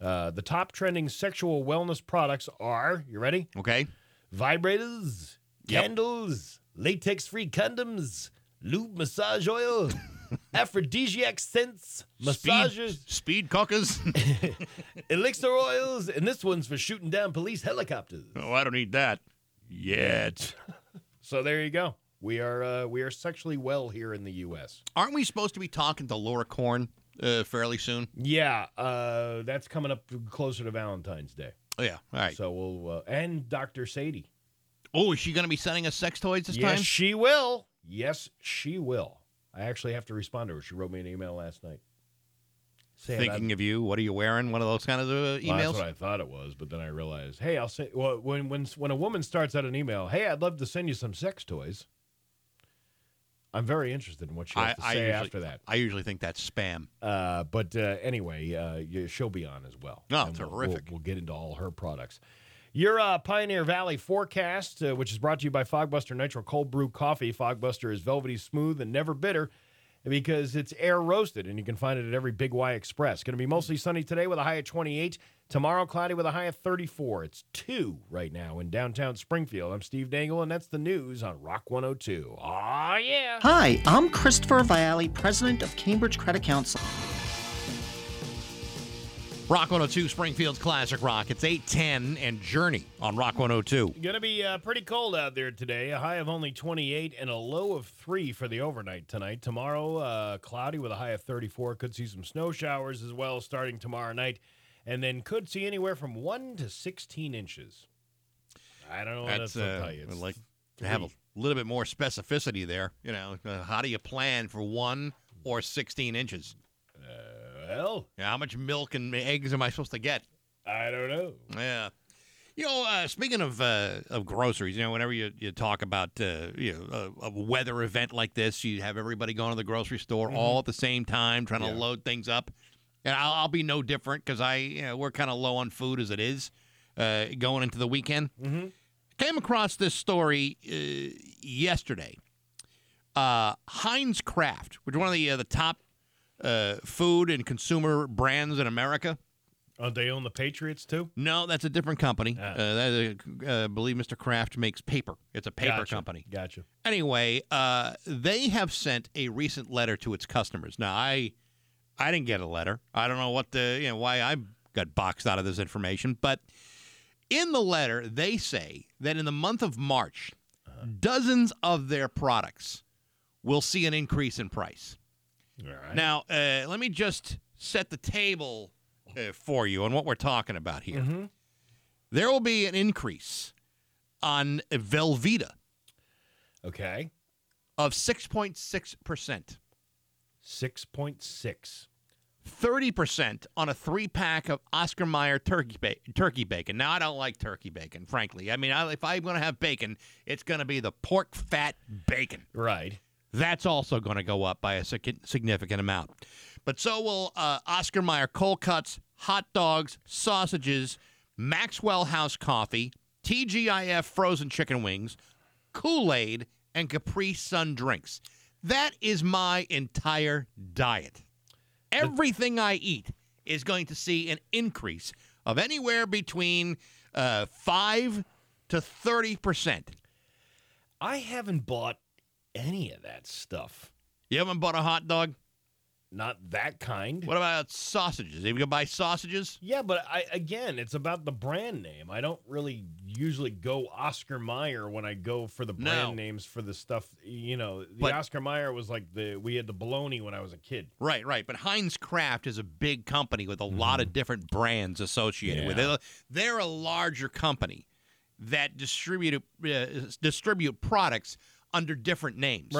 Speaker 2: Uh, the top trending sexual wellness products are you ready?
Speaker 1: Okay.
Speaker 2: Vibrators,
Speaker 1: Yep.
Speaker 2: candles, latex free condoms, lube massage oil, aphrodisiac scents, massages,
Speaker 1: Speed cockers.
Speaker 2: elixir oils, and this one's for shooting down police helicopters.
Speaker 1: oh, I don't need that yet.
Speaker 2: So there you go. We are uh, we are sexually well here in the U.S.
Speaker 1: Aren't we supposed to be talking to Laura Korn uh, fairly soon?
Speaker 2: Yeah, uh, that's coming up closer to Valentine's Day.
Speaker 1: Oh, yeah. All right.
Speaker 2: So we'll uh, and Dr. Sadie.
Speaker 1: oh, is she going to be sending us sex toys this
Speaker 2: yes,
Speaker 1: time?
Speaker 2: she will. Yes, she will. I actually have to respond to her. She wrote me an email last night. Saying I-
Speaker 1: Thinking of you. What are you wearing? One of those kind of uh,
Speaker 2: Well,
Speaker 1: emails.
Speaker 2: that's what I thought it was, but then I realized, hey, I'll say well, when when when a woman starts out an email, hey, I'd love to send you some sex toys. I'm very interested in what she has to say
Speaker 1: usually,
Speaker 2: after that.
Speaker 1: I usually think that's spam.
Speaker 2: Uh, but uh, anyway, uh, y- she'll be on as well.
Speaker 1: Oh,
Speaker 2: And we'll-
Speaker 1: terrific.
Speaker 2: We'll, we'll get into all her products. Your uh, Pioneer Valley forecast, uh, which is brought to you by Fogbuster Nitro Cold Brew Coffee. Fogbuster is velvety smooth and never bitter because it's air roasted, and you can find it at every Big Y Express. Going to be mostly sunny today with a high of 28. Tomorrow, cloudy with a high of 34. It's 2 right now in downtown Springfield. I'm Steve Dangle, and that's the news on Rock 102. Aw, yeah.
Speaker 10: Hi, I'm Christopher Vialli, president of Cambridge Credit Council.
Speaker 1: Rock 102, Springfield's Classic Rock. It's 810 and Journey on Rock 102.
Speaker 2: Gonna be uh, pretty cold out there today. A high of only 28 and a low of three for the overnight tonight. Tomorrow, uh, cloudy with a high of 34. Could see some snow showers as well starting tomorrow night, and then could see anywhere from one to 16 inches. I don't know what
Speaker 1: That's
Speaker 2: else to
Speaker 1: uh,
Speaker 2: tell you.
Speaker 1: I'd
Speaker 2: It's
Speaker 1: like to have a
Speaker 2: three.
Speaker 1: little bit more specificity there. You know, uh, how do you plan for one or 16 inches?
Speaker 2: well,
Speaker 1: Yeah, how much milk and eggs am I supposed to get?
Speaker 2: I don't know.
Speaker 1: Yeah. You know, uh, speaking of uh, of groceries, you know, whenever you, you talk about uh, you know a, a weather event like this, you have everybody going to the grocery store all at the same time, trying to load things up. And I'll, I'll be no different because I you know, we're kind of low on food as it is uh, going into the weekend. Mm-hmm. Came across this story uh, yesterday. Uh, Heinz Kraft, which is one of the uh, the top uh, food and consumer brands in America.
Speaker 2: Oh, they own the Patriots too?
Speaker 1: No, that's a different company.
Speaker 2: Ah.
Speaker 1: Uh, that, uh, uh, believe Mr. Kraft makes paper. It's a paper
Speaker 2: Gotcha.
Speaker 1: company.
Speaker 2: Gotcha.
Speaker 1: Anyway, uh, they have sent a recent letter to its customers. Now, I, I didn't get a letter. I don't know what the you know why I got boxed out of this information, but in the letter they say that in the month of March,
Speaker 2: Uh-huh.
Speaker 1: dozens of their products will see an increase in price.
Speaker 2: All right.
Speaker 1: Now, uh, let me just set the table uh, for you on what we're talking about here. There will be an increase on Velveeta
Speaker 2: okay.
Speaker 1: of 6.6%,
Speaker 2: 6.6.
Speaker 1: 30% on a three pack of Oscar Mayer turkey, ba- turkey bacon. Now, I don't like turkey bacon, frankly. I mean, I, if I'm going to have bacon, it's going to be the pork fat bacon.
Speaker 2: Right.
Speaker 1: That's also going to go up by a sig- significant amount. But so will uh, Oscar Mayer cold cuts, hot dogs, sausages, Maxwell House coffee, TGIF frozen chicken wings, Kool Aid, and Capri Sun drinks. That is my entire diet. Everything I eat is going to see an increase of anywhere between uh, 5 to 30%.
Speaker 2: I haven't bought any of that stuff.
Speaker 1: You haven't bought a hot dog?
Speaker 2: not that kind.
Speaker 1: What about sausages? If you can buy sausages,
Speaker 2: Yeah, but I again, it's about the brand name. I don't really usually go Oscar Mayer when I go for the brand
Speaker 1: No.
Speaker 2: names for the stuff. You know, the
Speaker 1: But-
Speaker 2: Oscar Mayer was like the we had the bologna when I was a kid.
Speaker 1: right, right. But Heinz Kraft is a big company with a lot
Speaker 2: Mm-hmm.
Speaker 1: of different brands associated with it. They're a larger company that distribute uh, distribute products under different names.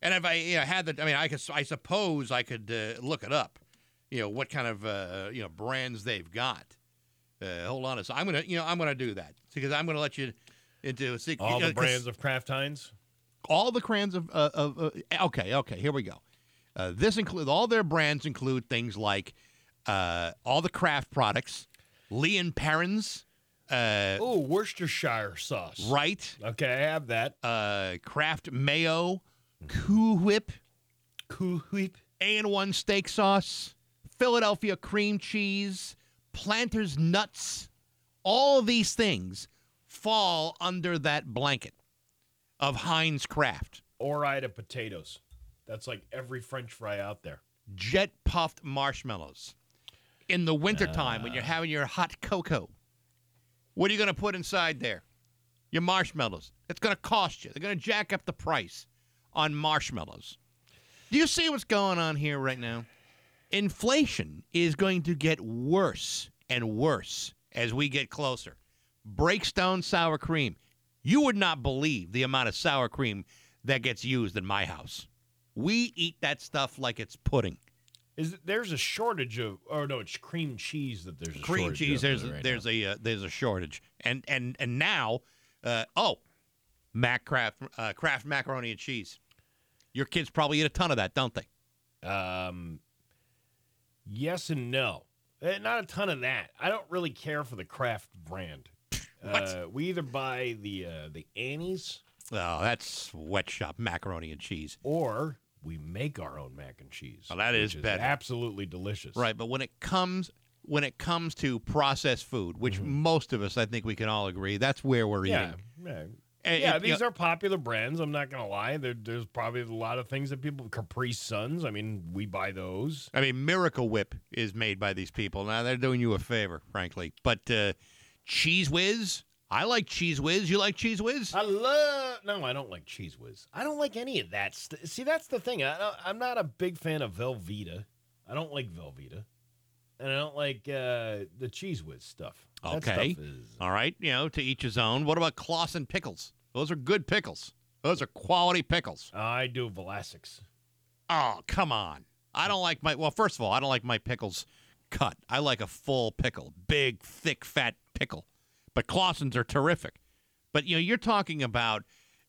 Speaker 1: And if I you know, had the, I mean, I could, I suppose I could uh, look it up. You know what kind of uh, you know brands they've got. Uh, hold on a second. I'm gonna, you know, I'm gonna do that because I'm gonna let you into a secret.
Speaker 2: all
Speaker 1: you know,
Speaker 2: the
Speaker 1: 'cause
Speaker 2: brands of Kraft Heinz.
Speaker 1: all the crayons of, uh, of uh, okay, okay, here we go. Uh, this includes all their brands include things like uh, all the craft products, Lee and Perrins, uh,
Speaker 2: Oh, Worcestershire sauce.
Speaker 1: right,
Speaker 2: Okay, I have that.
Speaker 1: uh, Kraft mayo, Cool Whip,
Speaker 2: Cool whip.
Speaker 1: A and One steak sauce, Philadelphia cream cheese, Planters nuts. All these things fall under that blanket of Heinz Kraft.
Speaker 2: Or I had a potatoes. That's like every French fry out there.
Speaker 1: jet puffed marshmallows in the wintertime when you're having your hot cocoa. What are you going to put inside there? Your marshmallows. It's going to cost you. They're going to jack up the price on marshmallows. Do you see what's going on here right now? Inflation is going to get worse and worse as we get closer. Breakstone sour cream. You would not believe the amount of sour cream that gets used in my house. We eat that stuff like it's pudding.
Speaker 2: Is there's a shortage of? Oh no, it's cream cheese that there's a
Speaker 1: cream
Speaker 2: shortage
Speaker 1: cheese.
Speaker 2: of
Speaker 1: There's
Speaker 2: right
Speaker 1: there's a uh, there's a shortage, and and and now, uh, oh, Mac Kraft uh, Kraft macaroni and cheese. Your kids probably eat a ton of that, don't they?
Speaker 2: Um, yes and no. Eh, Not a ton of that. I don't really care for the Kraft brand. Uh, we either buy the uh, the Annie's
Speaker 1: Oh, that's wet shop macaroni and cheese.
Speaker 2: or we make our own mac and cheese.
Speaker 1: Oh, that is
Speaker 2: which
Speaker 1: better.
Speaker 2: Absolutely delicious.
Speaker 1: Right, but when it comes when it comes to processed food, which most of us I think we can all agree, that's where we're
Speaker 2: Yeah.
Speaker 1: eating.
Speaker 2: Yeah.
Speaker 1: And
Speaker 2: yeah,
Speaker 1: it- you
Speaker 2: these
Speaker 1: know-
Speaker 2: are popular brands. I'm not gonna lie. There, there's probably a lot of things that people Capri Suns. I mean, we buy those.
Speaker 1: I mean, Miracle Whip is made by these people. Now they're doing you a favor, frankly. But uh, Cheese Whiz, I like Cheese Whiz. You like Cheese Whiz?
Speaker 2: I love. No, I don't like Cheese Whiz. I don't like any of that. St- See, that's the thing. I, don't- I'm not a big fan of Velveeta. I don't like Velveeta, and I don't like uh, the Cheese Whiz stuff. That stuff
Speaker 1: Okay.
Speaker 2: is-
Speaker 1: All right, you know, to each his own. What about Clausen pickles? Those are good pickles. Those are quality pickles.
Speaker 2: I do Velasics.
Speaker 1: Oh, come on. I don't like my well, first of all, I don't like my pickles cut. I like a full pickle, big, thick, fat pickle. But Clausen's are terrific. But you know, you're talking about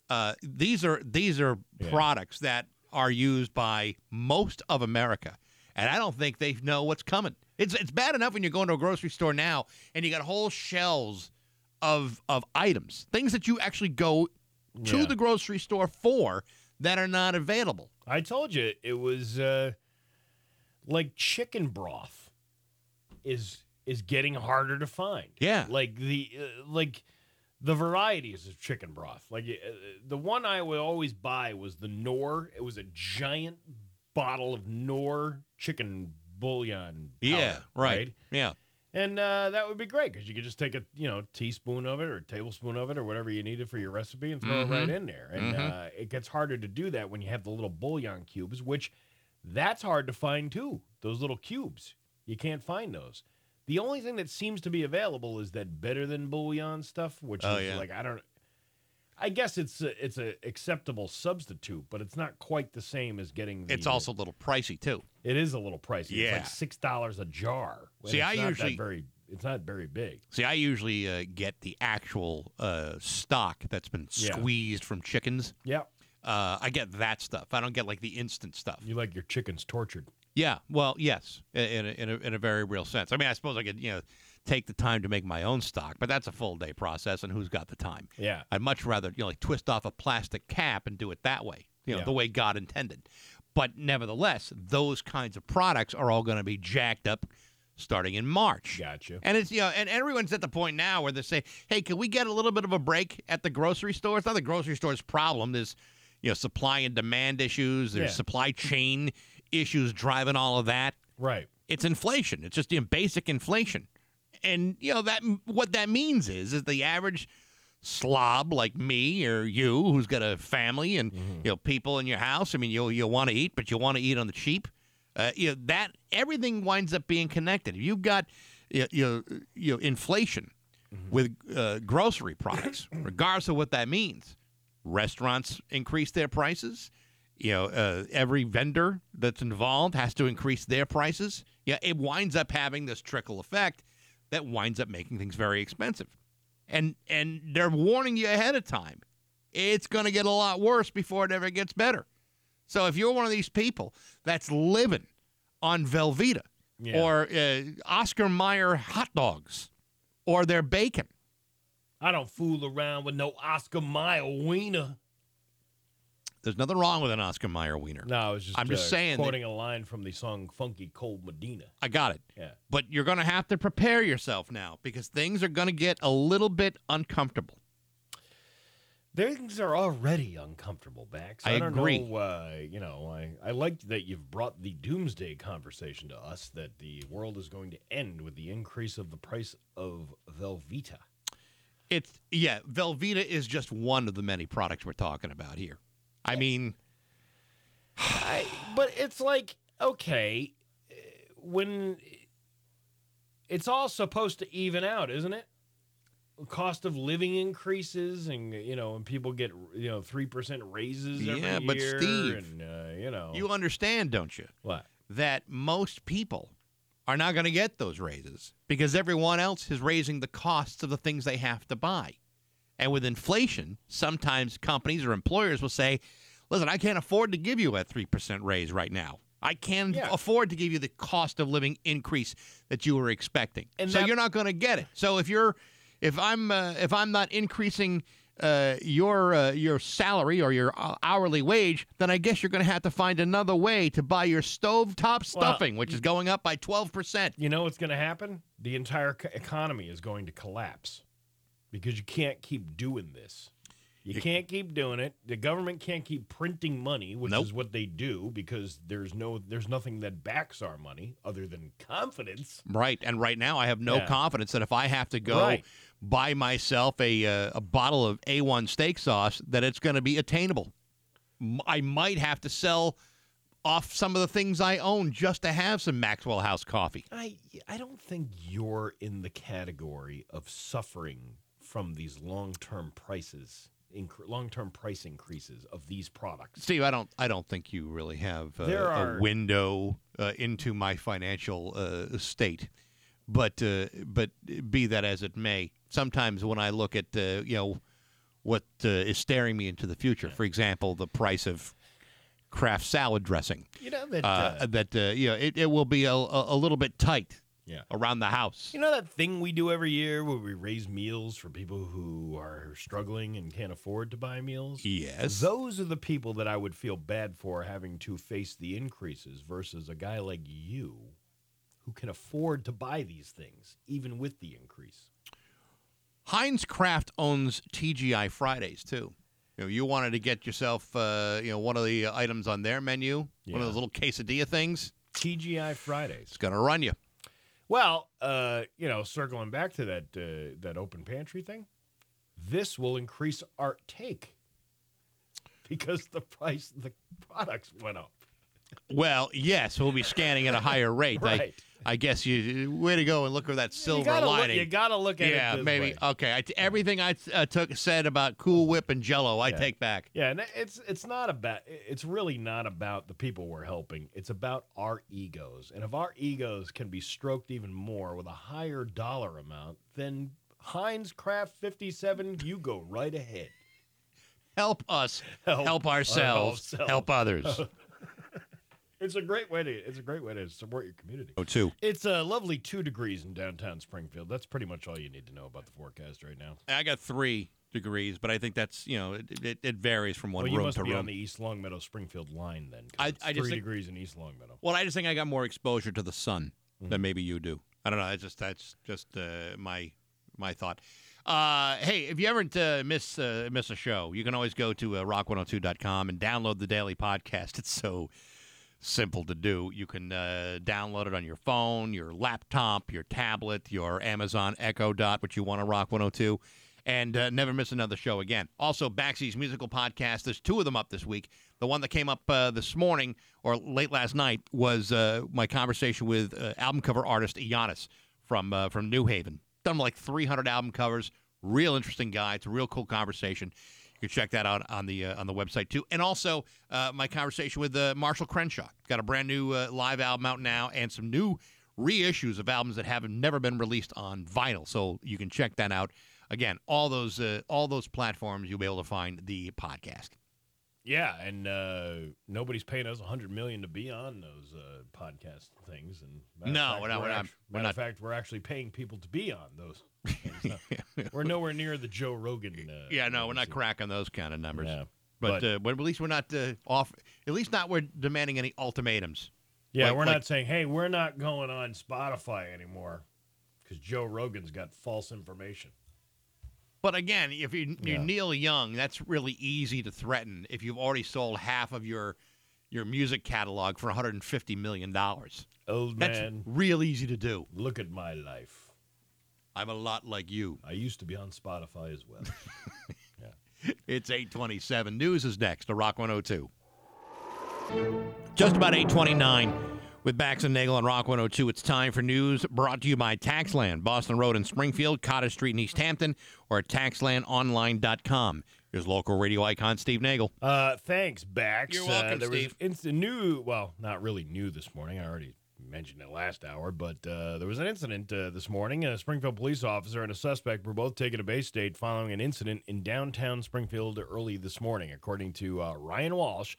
Speaker 1: uh, these are these are products that are used by most of America, and I don't think they know what's coming. It's it's bad enough when you're going to a grocery store now and you got whole shelves of of items, things that you actually go to
Speaker 2: Yeah.
Speaker 1: the grocery store for that are not available.
Speaker 2: I told you it was uh, like chicken broth is is getting harder to find.
Speaker 1: Yeah.
Speaker 2: like the uh, like the varieties of chicken broth. Like uh, the one I would always buy was the Nor. It was a giant bottle of Nor chicken bouillon. powder,
Speaker 1: Yeah.
Speaker 2: and uh, that would be great because you could just take a you know teaspoon of it or a tablespoon of it or whatever you needed for your recipe and throw
Speaker 1: Mhm.
Speaker 2: it right in there. And uh, it gets harder to do that when you have the little bouillon cubes, which that's hard to find too. Those little cubes, you can't find those. The only thing that seems to be available is that better than bouillon stuff, which
Speaker 1: Oh,
Speaker 2: is
Speaker 1: yeah.
Speaker 2: like I don't. I guess it's a, it's a acceptable substitute, but it's not quite the same as getting. The, uh,
Speaker 1: It's also a little pricey too.
Speaker 2: it is a little pricey. It's
Speaker 1: Yeah.
Speaker 2: like six dollars a jar. and
Speaker 1: See,
Speaker 2: it's
Speaker 1: I
Speaker 2: not that
Speaker 1: usually-
Speaker 2: very. It's not very big.
Speaker 1: See, I usually uh, get the actual uh, stock that's been
Speaker 2: Yeah.
Speaker 1: squeezed from chickens.
Speaker 2: Yeah,
Speaker 1: Uh, I get that stuff. I don't get like the instant stuff.
Speaker 2: you like your chickens tortured.
Speaker 1: Yeah. Well, yes, i- in a, in a, in a very real sense. I mean, I suppose I could you know take the time to make my own stock, but that's a full day process, and who's got the time?
Speaker 2: Yeah.
Speaker 1: I'd much rather you know like twist off a plastic cap and do it that way, you know,
Speaker 2: Yeah.
Speaker 1: the way God intended. But nevertheless, those kinds of products are all going to be jacked up starting in March.
Speaker 2: Gotcha.
Speaker 1: And it's you know, and everyone's at the point now where they say, "Hey, can we get a little bit of a break at the grocery store?" It's not the grocery store's problem. There's you know supply and demand issues. There's
Speaker 2: Yeah.
Speaker 1: supply chain issues driving all of that.
Speaker 2: Right.
Speaker 1: It's inflation. It's just you know, basic inflation, and you know that what that means is is the average slob like me or you who's got a family and you know people in your house. I mean, you you want to eat, but you want to eat on the cheap. Uh, you know that everything winds up being connected. If You've got you you know, you know, inflation with uh, grocery products, regardless of what that means. Restaurants increase their prices. You know, uh, every vendor that's involved has to increase their prices. Yeah, it winds up having this trickle effect that winds up making things very expensive. And and they're warning you ahead of time. It's going to get a lot worse before it ever gets better. So if you're one of these people that's living on Velveeta
Speaker 2: Yeah.
Speaker 1: or uh, Oscar Mayer hot dogs or their bacon,
Speaker 2: I don't fool around with no Oscar Mayer wiener.
Speaker 1: there's nothing wrong with an Oscar Mayer wiener.
Speaker 2: No, I was just
Speaker 1: I'm just
Speaker 2: uh,
Speaker 1: saying that-
Speaker 2: quoting a line from the song "Funky Cold Medina."
Speaker 1: I got it.
Speaker 2: Yeah.
Speaker 1: But you're going to have to prepare yourself now because things are going to get a little bit uncomfortable.
Speaker 2: Things are already uncomfortable, Bax.
Speaker 1: I
Speaker 2: don't
Speaker 1: agree.
Speaker 2: Know, uh, you know, I, I like that you've brought the doomsday conversation to us that the world is going to end with the increase of the price of Velveeta.
Speaker 1: It's yeah, Velveeta is just one of the many products we're talking about here. I mean,
Speaker 2: I, but it's like, okay, eh, when it's all supposed to even out, isn't it? Cost of living increases, and you know, and people get you know three percent raises. every
Speaker 1: Yeah, but
Speaker 2: year
Speaker 1: Steve,
Speaker 2: and uh, you know,
Speaker 1: you understand, don't you,
Speaker 2: what?
Speaker 1: that most people are not going to get those raises because everyone else is raising the costs of the things they have to buy. And with inflation, sometimes companies or employers will say, "Listen, I can't afford to give you a 3% raise right now." I can
Speaker 2: Yeah.
Speaker 1: afford to give you the cost of living increase that you were expecting.
Speaker 2: And
Speaker 1: so
Speaker 2: that-
Speaker 1: you're not going to get it. So if you're if I'm uh, if I'm not increasing uh, your uh, your salary or your uh, hourly wage, then I guess you're going to have to find another way to buy your stovetop stuffing, which is going up by 12%.
Speaker 2: You know what's going to happen? The entire co- economy is going to collapse because you can't keep doing this. You can't keep doing it. The government can't keep printing money, which
Speaker 1: Nope.
Speaker 2: is what they do because there's no there's nothing that backs our money other than confidence.
Speaker 1: Right. And right now I have no
Speaker 2: Yeah.
Speaker 1: confidence that if I have to go
Speaker 2: Right.
Speaker 1: buy myself a uh, a bottle of A1 steak sauce that it's going to be attainable. M- I might have to sell off some of the things I own just to have some Maxwell House coffee.
Speaker 2: I I don't think you're in the category of suffering from these long-term prices, inc- long-term price increases of these products.
Speaker 1: Steve, I don't, I don't think you really have uh,
Speaker 2: There are-
Speaker 1: a window uh, into my financial uh, state. But, uh, but be that as it may, sometimes when I look at, uh, you know, what uh, is staring me into the future, for example, the price of craft salad dressing,
Speaker 2: You know that
Speaker 1: uh,
Speaker 2: uh,
Speaker 1: that uh, you know, it, it will be a, a a little bit tight
Speaker 2: Yeah.
Speaker 1: around the house.
Speaker 2: You know that thing we do every year where we raise meals for people who are struggling and can't afford to buy meals?
Speaker 1: Yes.
Speaker 2: Those are the people that I would feel bad for having to face the increases versus a guy like you who can afford to buy these things even with the increase.
Speaker 1: Heinz Kraft owns TGI Fridays too. You, know, you wanted to get yourself, uh, you know, one of the items on their menu, one
Speaker 2: Yeah.
Speaker 1: of those little quesadilla things.
Speaker 2: TGI Fridays.
Speaker 1: It's gonna run you.
Speaker 2: Well, uh, you know, circling back to that uh, that open pantry thing, this will increase our take because the price of the products went up.
Speaker 1: Well, yes, we'll be scanning at a higher rate.
Speaker 2: Right.
Speaker 1: I, I guess you way to go and look for that silver
Speaker 2: you gotta
Speaker 1: lining.
Speaker 2: Look, you gotta look at it.
Speaker 1: yeah,
Speaker 2: this
Speaker 1: maybe uh,
Speaker 2: way.
Speaker 1: okay. I t- everything I uh, took said about Cool Whip and Jello, I
Speaker 2: Yeah.
Speaker 1: take back.
Speaker 2: Yeah, and it's it's not about it's really not about the people we're helping. It's about our egos, and if our egos can be stroked even more with a higher dollar amount, then Heinz Craft Fifty Seven, you go right ahead.
Speaker 1: Help us,
Speaker 2: Help
Speaker 1: help, ourselves,
Speaker 2: ourselves.
Speaker 1: help others.
Speaker 2: It's a great way to it's a great way to support your community.
Speaker 1: oh, too.
Speaker 2: It's a lovely two degrees in downtown Springfield. That's pretty much all you need to know about the forecast right now.
Speaker 1: I got three degrees, but I think that's you know it, it, it varies from one
Speaker 2: well, you
Speaker 1: room
Speaker 2: must
Speaker 1: to
Speaker 2: be
Speaker 1: room.
Speaker 2: on the East Longmeadow Springfield line then. 'cause
Speaker 1: I-
Speaker 2: it's
Speaker 1: I just
Speaker 2: three
Speaker 1: think-
Speaker 2: degrees in East Longmeadow.
Speaker 1: well, I just think I got more exposure to the sun than maybe you do. I don't know. That's just that's just uh, my my thought. Uh, hey, if you ever uh, miss uh, oh miss a show, you can always go to uh, rock102.com and download the daily podcast. It's so Simple to do. You can uh, download it on your phone, your laptop, your tablet, your Amazon Echo Dot, which you want to rock 102, and uh, never miss another show again. Also, Baxi's musical podcast. There's two of them up this week. The one that came up uh, this morning or late last night was uh, my conversation with uh, album cover artist Giannis from uh, from New Haven. Done like 300 album covers. Real interesting guy. It's a real cool conversation. You can check that out on the uh, on the website too. And also uh, my conversation with uh, Marshall Crenshaw. Got a brand new uh, live album out now and some new reissues of albums that have never been released on vinyl. So you can check that out. Again, all those uh, all those platforms you'll be able to find the podcast.
Speaker 2: Yeah, and uh, nobody's paying us a hundred million to be on those uh, podcast things. And matter of
Speaker 1: No,
Speaker 2: fact,
Speaker 1: we're not- we're not- we're
Speaker 2: act- matter of
Speaker 1: not-
Speaker 2: fact, we're actually paying people to be on those. Things. No, we're nowhere near the Joe Rogan. Uh,
Speaker 1: Yeah, no, we're not
Speaker 2: legacy.
Speaker 1: cracking those kind of numbers.
Speaker 2: Yeah,
Speaker 1: But,
Speaker 2: but-
Speaker 1: uh, but at least we're not uh, off. At least not we're demanding any ultimatums.
Speaker 2: Yeah,
Speaker 1: Like-
Speaker 2: we're
Speaker 1: like-
Speaker 2: not saying, hey, we're not going on Spotify anymore because Joe Rogan's got false information.
Speaker 1: But again, if you, you
Speaker 2: Yeah.
Speaker 1: Neil Young, that's really easy to threaten if you've already sold half of your your music catalog for 150 million dollars.
Speaker 2: Old
Speaker 1: That's
Speaker 2: man,
Speaker 1: real easy to do.
Speaker 2: look at my life.
Speaker 1: I'm a lot like you.
Speaker 2: I used to be on Spotify as well.
Speaker 1: It's 827. News is next to Rock 102. Just about 829 with Bax and Nagel on Rock 102. It's time for news brought to you by Taxland, Boston Road in Springfield, Cottage Street in East Hampton, or at taxlandonline.com. Here's local radio icon Steve Nagel.
Speaker 2: Uh, thanks, Bax.
Speaker 1: You're welcome,
Speaker 2: uh, there
Speaker 1: Steve.
Speaker 2: Was inst- new, well, not really new this morning. I already mentioned it last hour, but uh, there was an incident uh, this morning. A Springfield police officer and a suspect were both taken to Bay State following an incident in downtown Springfield early this morning, according to uh, Ryan Walsh.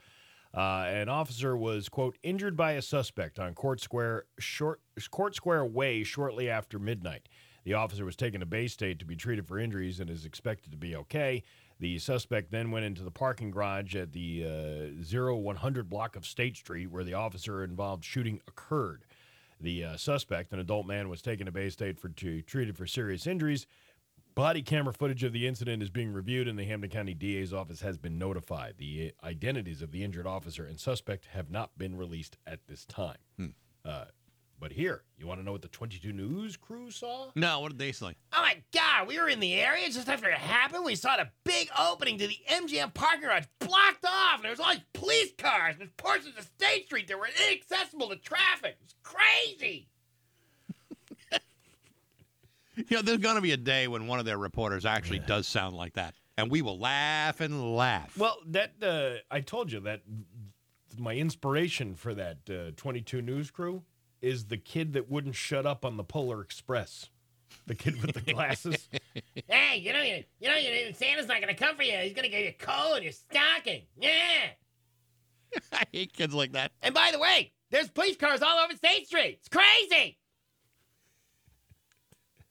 Speaker 2: Uh, an officer was quote injured by a suspect on Court Square short Court Square Way shortly after midnight. The officer was taken to Bay State to be treated for injuries and is expected to be okay. The suspect then went into the parking garage at the uh, 0100 block of State Street where the officer involved shooting occurred. The uh, suspect, an adult man, was taken to Bay State for to treated for serious injuries. Body camera footage of the incident is being reviewed, and the Hampton County DA's office has been notified. The uh, identities of the injured officer and suspect have not been released at this time. Uh, but here, you want to know what the 22 News crew saw?
Speaker 1: No, what did they say?
Speaker 5: Oh my god, we were in the area just after it happened. We saw the big opening to the MGM parking garage blocked off, and there was all these police cars and portions of State Street that were inaccessible to traffic. It was crazy.
Speaker 1: You know, there's going to be a day when one of their reporters actually does sound like that, and we will laugh and laugh.
Speaker 2: Well, that uh, I told you that my inspiration for that uh, 22 News crew is the kid that wouldn't shut up on the Polar Express. The kid with the glasses.
Speaker 5: Hey, you know, you, you know, you, Santa's not gonna come for you. He's gonna give you coal and your stocking. Yeah.
Speaker 1: I hate kids like that.
Speaker 5: And by the way, there's police cars all over State Street. It's crazy.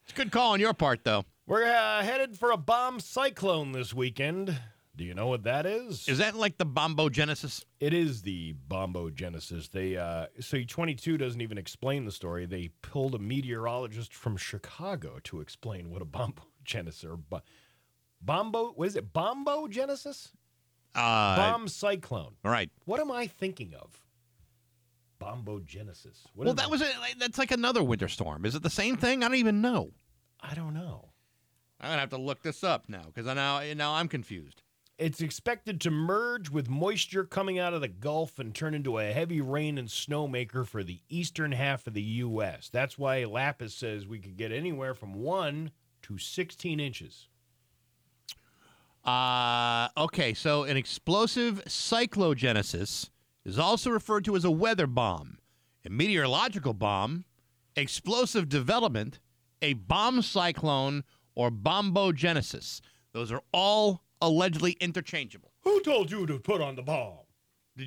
Speaker 1: It's a good call on your part, though.
Speaker 2: We're uh, headed for a bomb cyclone this weekend. Do you know what that is?
Speaker 1: Is that like the Bombo Genesis?
Speaker 2: It is the Bombo Genesis. They uh, so 22 doesn't even explain the story. They pulled a meteorologist from Chicago to explain what a Bombo Genesis or bo- Bombo what is it? Bombo Genesis?
Speaker 1: Uh,
Speaker 2: Bomb cyclone.
Speaker 1: All right.
Speaker 2: What am I thinking of? Bombo Genesis. What
Speaker 1: Well,
Speaker 2: is
Speaker 1: that was it. like, That's like another winter storm. Is it the same thing? I don't even know.
Speaker 2: I don't know.
Speaker 1: I'm gonna have to look this up now because now now I'm confused.
Speaker 2: It's expected to merge with moisture coming out of the Gulf and turn into a heavy rain and snowmaker for the eastern half of the U.S. That's why Lapis says we could get anywhere from 1 to 16 inches.
Speaker 1: Uh, okay. So an explosive cyclogenesis is also referred to as a weather bomb, a meteorological bomb, explosive development, a bomb cyclone, or bombogenesis. Those are all allegedly interchangeable.
Speaker 2: Who told you to put on the bomb?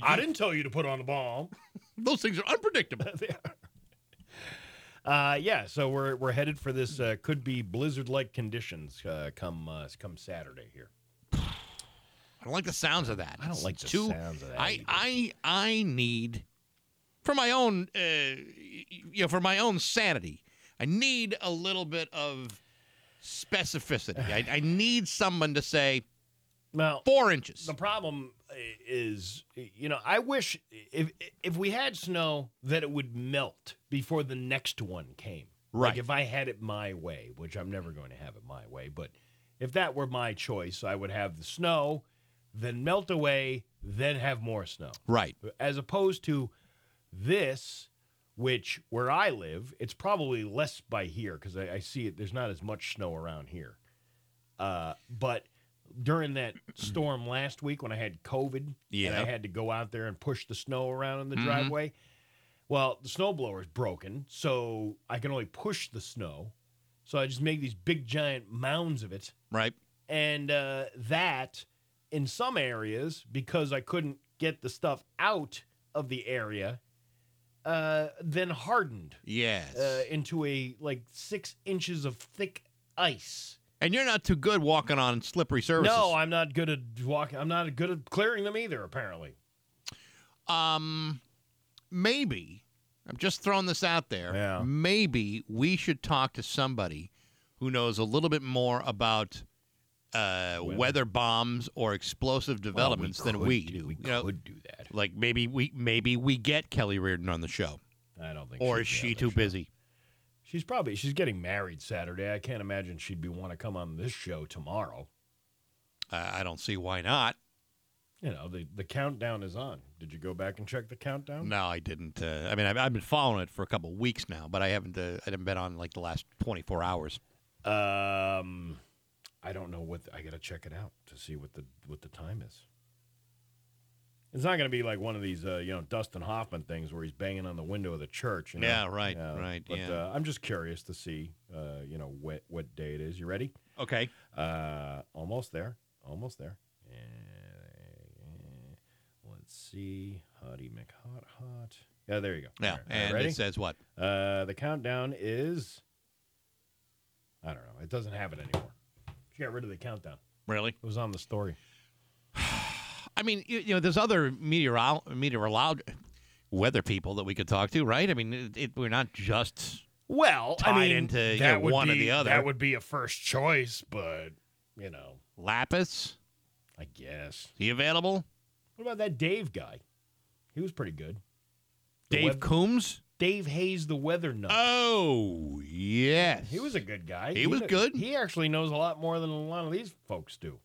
Speaker 1: I
Speaker 2: didn't tell you to put on the bomb.
Speaker 1: Those things are unpredictable.
Speaker 2: Uh, yeah, so we're, we're headed for this uh, could be blizzard like conditions uh, come, uh, come Saturday here.
Speaker 1: I don't like the sounds of that.
Speaker 2: I don't
Speaker 1: It's
Speaker 2: like the
Speaker 1: too-
Speaker 2: sounds of that
Speaker 1: I
Speaker 2: either.
Speaker 1: I I need for my own uh, y- you know for my own sanity. I need a little bit of specificity. I, I need someone to say,
Speaker 2: Well,
Speaker 1: Four inches.
Speaker 2: The problem i- is, you know, I wish if if we had snow that it would melt before the next one came.
Speaker 1: Right.
Speaker 2: Like if I had it my way, which I'm never going to have it my way, but if that were my choice, I would have the snow, then melt away, then have more snow.
Speaker 1: Right.
Speaker 2: As opposed to this, which where I live, it's probably less by here because I, I see it. There's not as much snow around here. Uh, but during that storm last week when I had COVID and
Speaker 1: Yeah. Mm-hmm.
Speaker 2: I had to go out there and push the snow around in the driveway, well, the snowblower is broken, so I can only push the snow. So I just make these big giant mounds of it
Speaker 1: Right.
Speaker 2: and uh, that in some areas because I couldn't get the stuff out of the area, uh, then hardened
Speaker 1: Yes.
Speaker 2: uh, into a like six inches of thick ice.
Speaker 1: and you're not too good walking on slippery surfaces.
Speaker 2: No, I'm not good at walking. I'm not good at clearing them either. Apparently,
Speaker 1: um, maybe I'm just throwing this out there.
Speaker 2: Yeah.
Speaker 1: Maybe we should talk to somebody who knows a little bit more about uh, weather. bombs or explosive developments than we do.
Speaker 2: We
Speaker 1: You know,
Speaker 2: could do that.
Speaker 1: like maybe we maybe we get Kelly Reardon on the show,
Speaker 2: I don't think.
Speaker 1: or
Speaker 2: she'd
Speaker 1: is
Speaker 2: be
Speaker 1: she
Speaker 2: on this
Speaker 1: too
Speaker 2: show.
Speaker 1: busy?
Speaker 2: She's probably she's getting married Saturday. I can't imagine she'd be want to come on this show tomorrow.
Speaker 1: I I don't see why not.
Speaker 2: You know the the countdown is on. Did you go back and check the countdown?
Speaker 1: No, I didn't. Uh, I mean, I've, I've been following it for a couple of weeks now, but I haven't. Uh, I haven't been on like the last twenty four hours.
Speaker 2: Um, I don't know what I gotta check it out to see what the what the time is. It's not gonna be like one of these, uh, you know, Dustin Hoffman things where he's banging on the window of the church. You know?
Speaker 1: Yeah, right, right,
Speaker 2: But
Speaker 1: yeah.
Speaker 2: uh, I'm just curious to see, uh, you know, what what day it is. You ready?
Speaker 1: Okay.
Speaker 2: Uh, almost there, almost there. Uh, Let's see, Hottie McHot Hot. Yeah, there you go.
Speaker 1: Yeah,
Speaker 2: All right,
Speaker 1: and
Speaker 2: ready?
Speaker 1: it says what?
Speaker 2: Uh, the countdown is. I don't know. It doesn't have it anymore. She got rid of the countdown.
Speaker 1: Really?
Speaker 2: It was on the story.
Speaker 1: I mean, you, you know, there's other meteorol meteorolog weather people that we could talk to, right? I mean, it, it, we're not just
Speaker 2: Well,
Speaker 1: Tied into, you know,
Speaker 2: would
Speaker 1: one or
Speaker 2: be-
Speaker 1: the other.
Speaker 2: That would be a first choice, but you know,
Speaker 1: Lapis.
Speaker 2: I guess.
Speaker 1: Is he available?
Speaker 2: What about that Dave guy? He was pretty good. The
Speaker 1: Dave
Speaker 2: weath-
Speaker 1: Coombs.
Speaker 2: Dave Hayes, the weather nut.
Speaker 1: Oh yes,
Speaker 2: he was a good guy.
Speaker 1: He was
Speaker 2: kn-
Speaker 1: good.
Speaker 2: He actually knows a lot more than a lot of these folks do.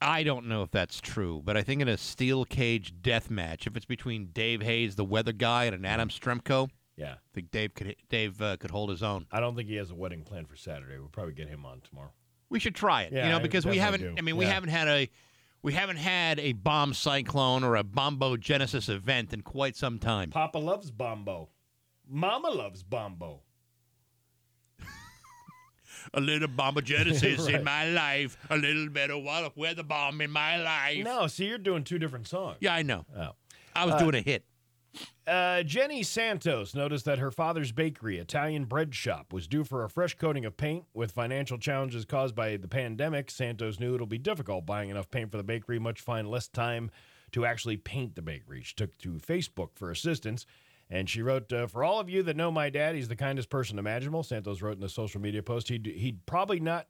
Speaker 1: I don't know if that's true, but I think in a steel cage death match, if it's between Dave Hayes, the weather guy, and an Adam Stremko,
Speaker 2: Yeah,
Speaker 1: I think Dave could Dave uh, could hold his own.
Speaker 2: I don't think he has a wedding plan for Saturday. We'll probably get him on tomorrow.
Speaker 1: We should try it,
Speaker 2: Yeah,
Speaker 1: you know,
Speaker 2: I
Speaker 1: because we haven't.
Speaker 2: definitely do.
Speaker 1: I mean, we
Speaker 2: Yeah.
Speaker 1: haven't had a we haven't had a bomb cyclone or a bombo genesis event in quite some time.
Speaker 2: Papa loves Bombo. Mama loves Bombo.
Speaker 1: A little bombo genesis
Speaker 2: Right.
Speaker 1: in my life, a little bit of wa- weather bomb in my life.
Speaker 2: No, see, you're doing two different songs.
Speaker 1: Yeah, I know.
Speaker 2: Oh.
Speaker 1: I was doing a hit.
Speaker 2: Uh, Jenny Santos noticed that her father's bakery, Italian bread shop, was due for a fresh coating of paint. With financial challenges caused by the pandemic, Santos knew it'll be difficult buying enough paint for the bakery, much find less time to actually paint the bakery. She took to Facebook for assistance. And she wrote, uh, "For all of you that know my dad, he's the kindest person imaginable." Santos wrote in a social media post, "He'd he'd probably not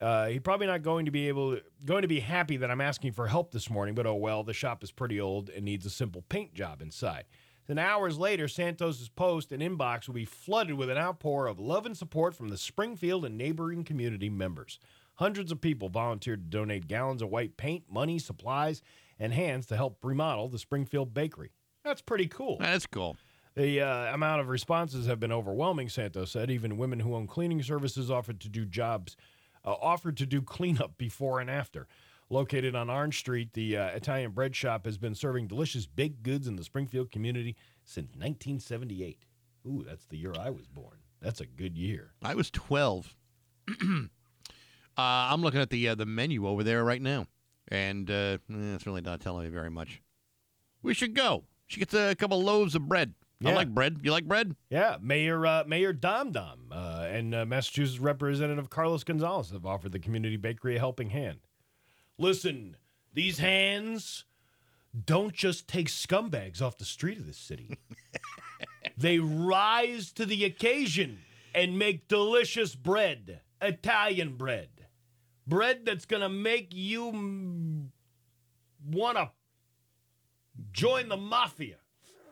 Speaker 2: Uh, he's probably not going to be able going to be happy that I'm asking for help this morning, but oh well, the shop is pretty old and needs a simple paint job inside. Then hours later, Santos's post and inbox will be flooded with an outpour of love and support from the Springfield and neighboring community members. Hundreds of people volunteered to donate gallons of white paint, money, supplies, and hands to help remodel the Springfield bakery. That's pretty cool.
Speaker 1: That's cool.
Speaker 2: The uh, amount of responses have been overwhelming, Santos said. Even women who own cleaning services offered to do jobs, uh, offered to do cleanup before and after. Located on Orange Street, the uh, Italian bread shop has been serving delicious baked goods in the Springfield community since 1978. Ooh, that's the year I was born. That's a good year.
Speaker 1: I was 12. uh, I'm looking at the uh, the menu over there right now, and uh, eh, it's really not telling me very much. We should go. She gets a couple loaves of bread. I
Speaker 2: Yeah.
Speaker 1: like bread. You like bread?
Speaker 2: Yeah, Mayor uh, Mayor Dom Dom uh, and uh, Massachusetts Representative Carlos Gonzalez have offered the community bakery a helping hand. Listen, these hands don't just take scumbags off the street of this city. they rise to the occasion and make delicious bread, Italian bread. bread that's going to make you want to join the mafia.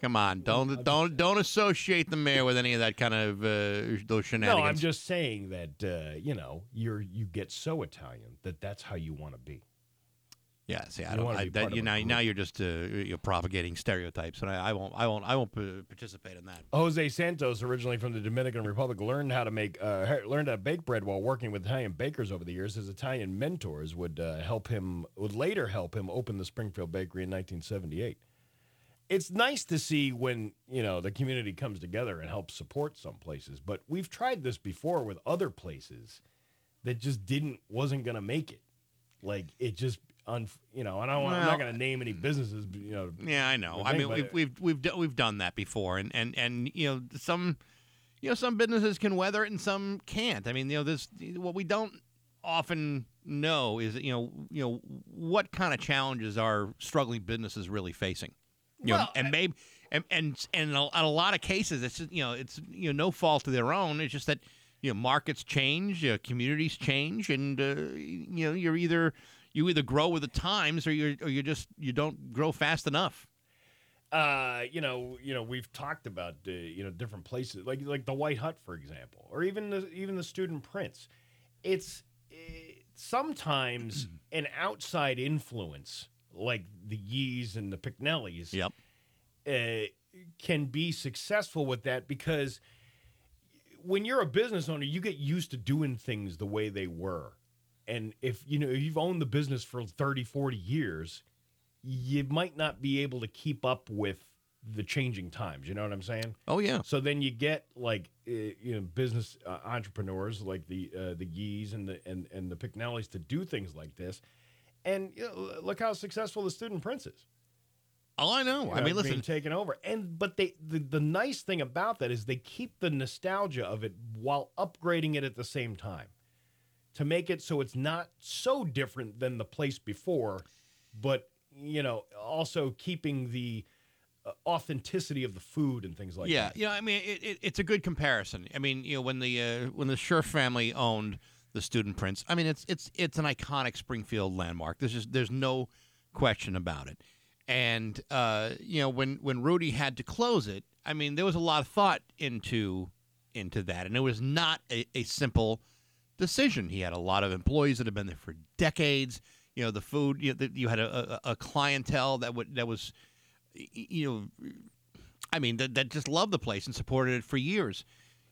Speaker 1: Come on, don't don't don't associate the mayor with any of that kind of uh, those shenanigans.
Speaker 2: No, I'm just saying that uh, you know you're you get so Italian that that's how you want to be.
Speaker 1: Yeah, see, I
Speaker 2: You
Speaker 1: don't.
Speaker 2: wanna
Speaker 1: I,
Speaker 2: be
Speaker 1: that,
Speaker 2: part
Speaker 1: you
Speaker 2: of a
Speaker 1: now,
Speaker 2: group.
Speaker 1: now you're just uh, you're propagating stereotypes, and I, I won't, I won't, I won't uh, participate in that.
Speaker 2: Jose Santos, originally from the Dominican Republic, learned how to make uh, he- learned how to bake bread while working with Italian bakers over the years. His Italian mentors would uh, help him would later help him open the Springfield Bakery in 1978. It's nice to see when you know the community comes together and helps support some places, but we've tried this before with other places that just didn't wasn't going to make it. Like it just un you know, and I don't, I'm
Speaker 1: Well-
Speaker 2: not going to name any businesses, but, you know.
Speaker 1: Yeah, I know.
Speaker 2: The
Speaker 1: I
Speaker 2: thing
Speaker 1: mean,
Speaker 2: about
Speaker 1: we've
Speaker 2: it-
Speaker 1: we've we've, do, we've done that before, and and and you know some, you know some businesses can weather it and some can't. I mean, you know this what we don't often know is you know you know what kind of challenges are struggling businesses really facing. You know,
Speaker 2: Well,
Speaker 1: and
Speaker 2: I-
Speaker 1: maybe and and and in a, in a lot of cases, it's just, you know it's you know no fault of their own. It's just that you know markets change, uh, communities change, and uh, you know you're either you either grow with the times or you're or you just you don't grow fast enough.
Speaker 2: uh, you know, you know, we've talked about uh, you know different places like like the White Hut, for example, or even the even the Student Prince. It's uh, sometimes an outside influence like the Yees and the Picnellis
Speaker 1: Yep.
Speaker 2: uh, can be successful with that because when you're a business owner, you get used to doing things the way they were. And if you know you've owned the business for 30, 40 years, you might not be able to keep up with the changing times. You know what I'm saying?
Speaker 1: Oh yeah.
Speaker 2: So then you get like uh, you know business uh, entrepreneurs like the uh, the Gees and the and and the Picnellis to do things like this, and you know, look how successful the student prince is
Speaker 1: Oh, I know.
Speaker 2: you
Speaker 1: I
Speaker 2: know,
Speaker 1: mean,
Speaker 2: being
Speaker 1: listen.
Speaker 2: taken over. And but they the, the nice thing about that is they keep the nostalgia of it while upgrading it at the same time to make it so it's not so different than the place before, but you know, also keeping the uh, authenticity of the food and things like
Speaker 1: yeah,
Speaker 2: that.
Speaker 1: you know, I mean, it, it, it's a good comparison. I mean, you know, when the uh, when the Scherf family owned the Student Prince, I mean, it's it's it's an iconic Springfield landmark. There's just there's no question about it. And uh, you know, when when Rudy had to close it, I mean, there was a lot of thought into into that, and it was not a, a simple decision. He had a lot of employees that had been there for decades. You know, the food. You, know, that you had a, a, a clientele that would that was, y- y- you know, I mean, that, that just loved the place and supported it for years.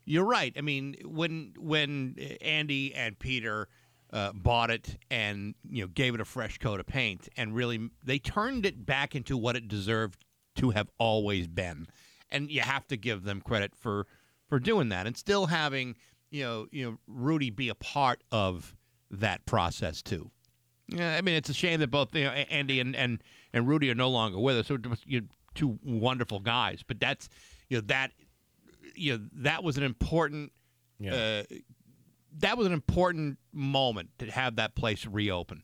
Speaker 1: You're right. I mean, when when Andy and Peter uh, bought it and you know gave it a fresh coat of paint and really they turned it back into what it deserved to have always been, and you have to give them credit for for doing that and still having you know you know Rudy be a part of that process too. Yeah, I mean it's a shame that both you know, A- Andy and, and and Rudy are no longer with us. So you two wonderful guys, but that's you know that you know that was an important
Speaker 2: Yeah.
Speaker 1: uh, that was an important moment to have that place reopen.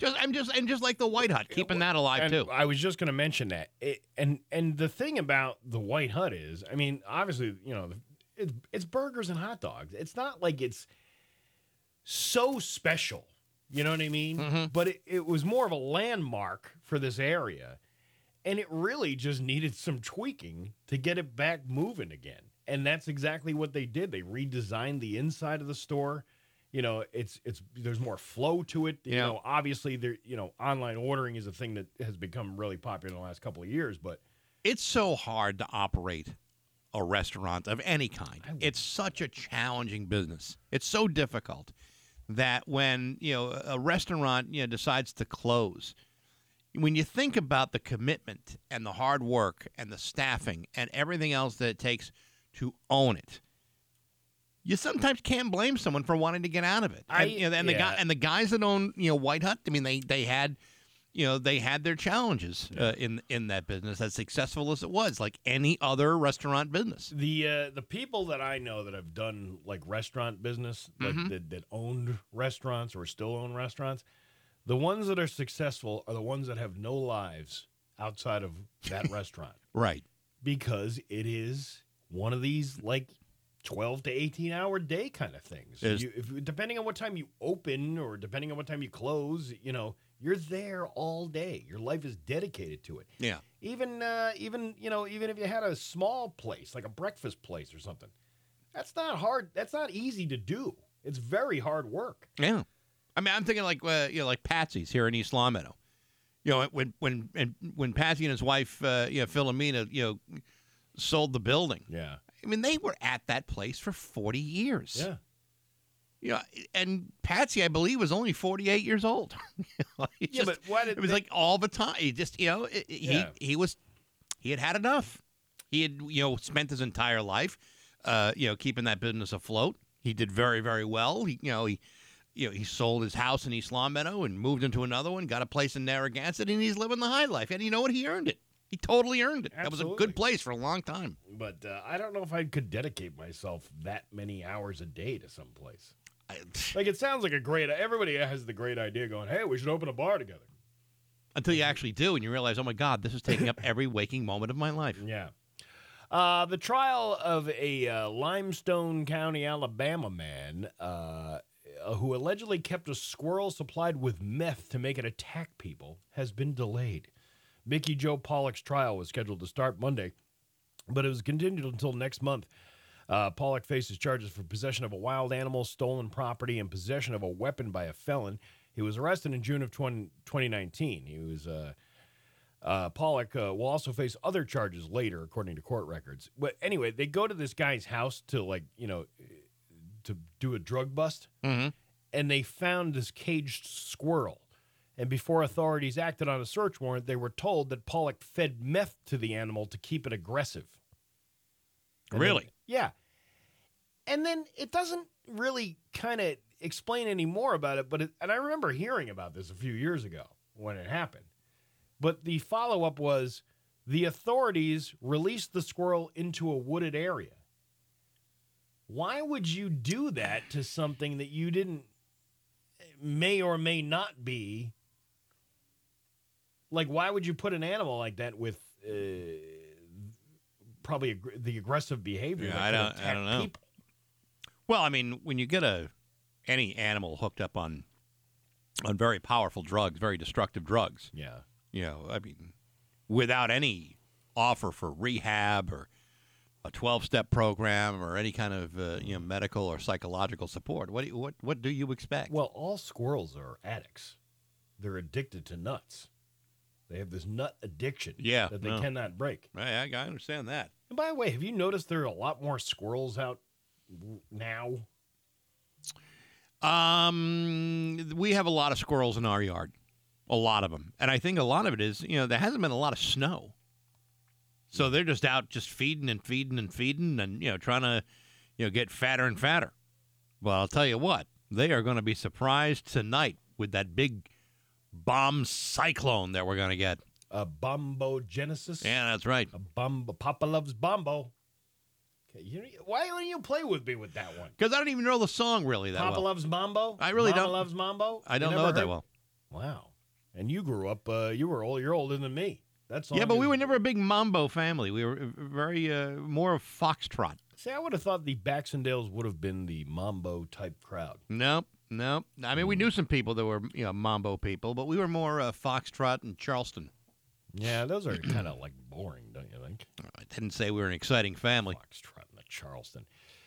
Speaker 1: Just I'm just and just like the White Hut, keeping that alive
Speaker 2: And
Speaker 1: too.
Speaker 2: I was just going to mention that. It, and and the thing about the White Hut is, I mean, obviously, you know, it's, it's burgers and hot dogs. It's not like it's so special. You know what I mean?
Speaker 1: Mm-hmm.
Speaker 2: But it, it was more of a landmark for this area. And it really just needed some tweaking to get it back moving again. And that's exactly what they did. They redesigned the inside of the store. You know, it's it's there's more flow to it. You
Speaker 1: Yeah.
Speaker 2: know, obviously there you know, online ordering is a thing that has become really popular in the last couple of years, but
Speaker 1: It's so hard to operate a restaurant of any kind. It's such a challenging business. It's so difficult that when you know a restaurant you know decides to close, when you think about the commitment and the hard work and the staffing and everything else that it takes to own it, you sometimes can't blame someone for wanting to get out of it.
Speaker 2: I-
Speaker 1: and, you know, and the
Speaker 2: yeah.
Speaker 1: guy and the guys that own you know White Hut, I mean they they had. You know they had their challenges uh, in in that business, as successful as it was, like any other restaurant business.
Speaker 2: the uh, the people that I know that have done like restaurant business, like that, that owned restaurants or still own restaurants, the ones that are successful are the ones that have no lives outside of that restaurant
Speaker 1: Right.
Speaker 2: because it is one of these like 12 to 18 hour day kind of things.
Speaker 1: Is-
Speaker 2: You, if, depending on what time you open or depending on what time you close, you know, you're there all day. Your life is dedicated to it.
Speaker 1: Yeah.
Speaker 2: Even uh, even you know even if you had a small place like a breakfast place or something, that's not hard. That's not easy to do. It's very hard work.
Speaker 1: Yeah, I mean, I'm thinking like uh, you know, like Patsy's here in East Long Meadow. You know, when when and when Patsy and his wife, uh, you know, Philomena, you know, sold the building.
Speaker 2: Yeah.
Speaker 1: I mean, they were at that place for 40 years.
Speaker 2: Yeah.
Speaker 1: You know, and Patsy, I believe, was only 48 years old. You know, he
Speaker 2: Yeah,
Speaker 1: just-
Speaker 2: but why did
Speaker 1: it was
Speaker 2: they-
Speaker 1: like all the time. He just, you know, it, it-
Speaker 2: Yeah.
Speaker 1: he he was he had had enough. He had, you know, spent his entire life, uh, you know, keeping that business afloat. He did very, very well. He, you know, he, you know, he sold his house in East Long Meadow and moved into another one, got a place in Narragansett, and he's living the high life. And you know what? He earned it. He totally earned it. That was a
Speaker 2: Absolutely.
Speaker 1: good place for a long time.
Speaker 2: But uh, I don't know if I could dedicate myself that many hours a day to some place.
Speaker 1: I-
Speaker 2: Like it sounds like a great. Everybody has the great idea going, "Hey, we should open a bar together."
Speaker 1: until you actually do and you realize, oh my God, this is taking up every waking moment of my life.
Speaker 2: Yeah. Uh, the trial of a uh, Limestone County, Alabama man uh, who allegedly kept a squirrel supplied with meth to make it attack people has been delayed. Mickey Joe Pollock's trial was scheduled to start Monday, but it was continued until next month. Uh, Pollock faces charges for possession of a wild animal, stolen property, and possession of a weapon by a felon. He was arrested in June of 20, 2019. He was. Uh, uh, Pollock uh, will also face other charges later, according to court records. But anyway, they go to this guy's house to like you know eh, to do a drug bust,
Speaker 1: Mhm.
Speaker 2: and they found this caged squirrel. And before authorities acted on a search warrant, they were told that Pollock fed meth to the animal to keep it aggressive. And then-
Speaker 1: Really?
Speaker 2: yeah. And then it doesn't really kind of explain any more about it, but it, and I remember hearing about this a few years ago when it happened. But the follow up was the authorities released the squirrel into a wooded area. Why would you do that to something that you didn't may or may not be? Like, why would you put an animal like that with uh, probably aggr the aggressive behavior?
Speaker 1: Yeah,
Speaker 2: that
Speaker 1: I
Speaker 2: could
Speaker 1: don't- I
Speaker 2: attack
Speaker 1: don't know.
Speaker 2: people?
Speaker 1: Well, I mean, when you get a any animal hooked up on on very powerful drugs, very destructive drugs,
Speaker 2: Yeah.
Speaker 1: you know, I mean, without any offer for rehab or a twelve step program or any kind of uh, you know medical or psychological support, what do you, what what do you expect?
Speaker 2: Well, all squirrels are addicts. They're addicted to nuts. They have this nut addiction
Speaker 1: Yeah,
Speaker 2: that they
Speaker 1: no.
Speaker 2: cannot break.
Speaker 1: I, I I understand that.
Speaker 2: And by the way, have you noticed there are a lot more squirrels out w- now?
Speaker 1: Um, we have a lot of squirrels in our yard, a lot of them, and I think a lot of it is you know there hasn't been a lot of snow, so they're just out just feeding and feeding and feeding and you know trying to you know get fatter and fatter. Well, I'll tell you what, they are going to be surprised tonight with that big bomb cyclone that we're going to get.
Speaker 2: A bombo genesis.
Speaker 1: Yeah, that's right.
Speaker 2: A bombo. Papa loves bombo. Okay, you, why don't you play with me with that one?
Speaker 1: Because I don't even know the song really that
Speaker 2: Papa
Speaker 1: well.
Speaker 2: loves mambo.
Speaker 1: I really
Speaker 2: Mama
Speaker 1: don't-
Speaker 2: loves mambo.
Speaker 1: I
Speaker 2: You
Speaker 1: don't
Speaker 2: never
Speaker 1: know it that
Speaker 2: heard-
Speaker 1: well.
Speaker 2: Wow. And you grew up. Uh, you were old. You're older than me. That's
Speaker 1: Yeah, but we were never a big mambo family. We were uh, very uh, more of foxtrot.
Speaker 2: See, I would have thought the Baxendales would have been the mambo type crowd.
Speaker 1: Nope, nope. I mean, we knew some people that were you know mambo people, but we were more uh, foxtrot and Charleston.
Speaker 2: Yeah, those are kind of like boring, don't you think?
Speaker 1: I didn't say we were an exciting family.
Speaker 2: Foxtrot and the Charleston.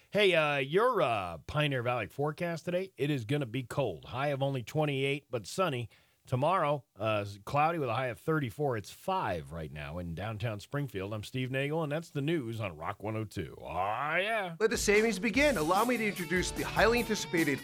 Speaker 2: Hey, uh, your uh, Pioneer Valley forecast today, it is going to be cold. High of only 28, but sunny. Tomorrow, uh, cloudy with a high of 34. It's 5 right now in downtown Springfield. I'm Steve Nagel, and that's the news on Rock 102. Ah, yeah.
Speaker 5: Let the savings begin. Allow me to introduce the highly anticipated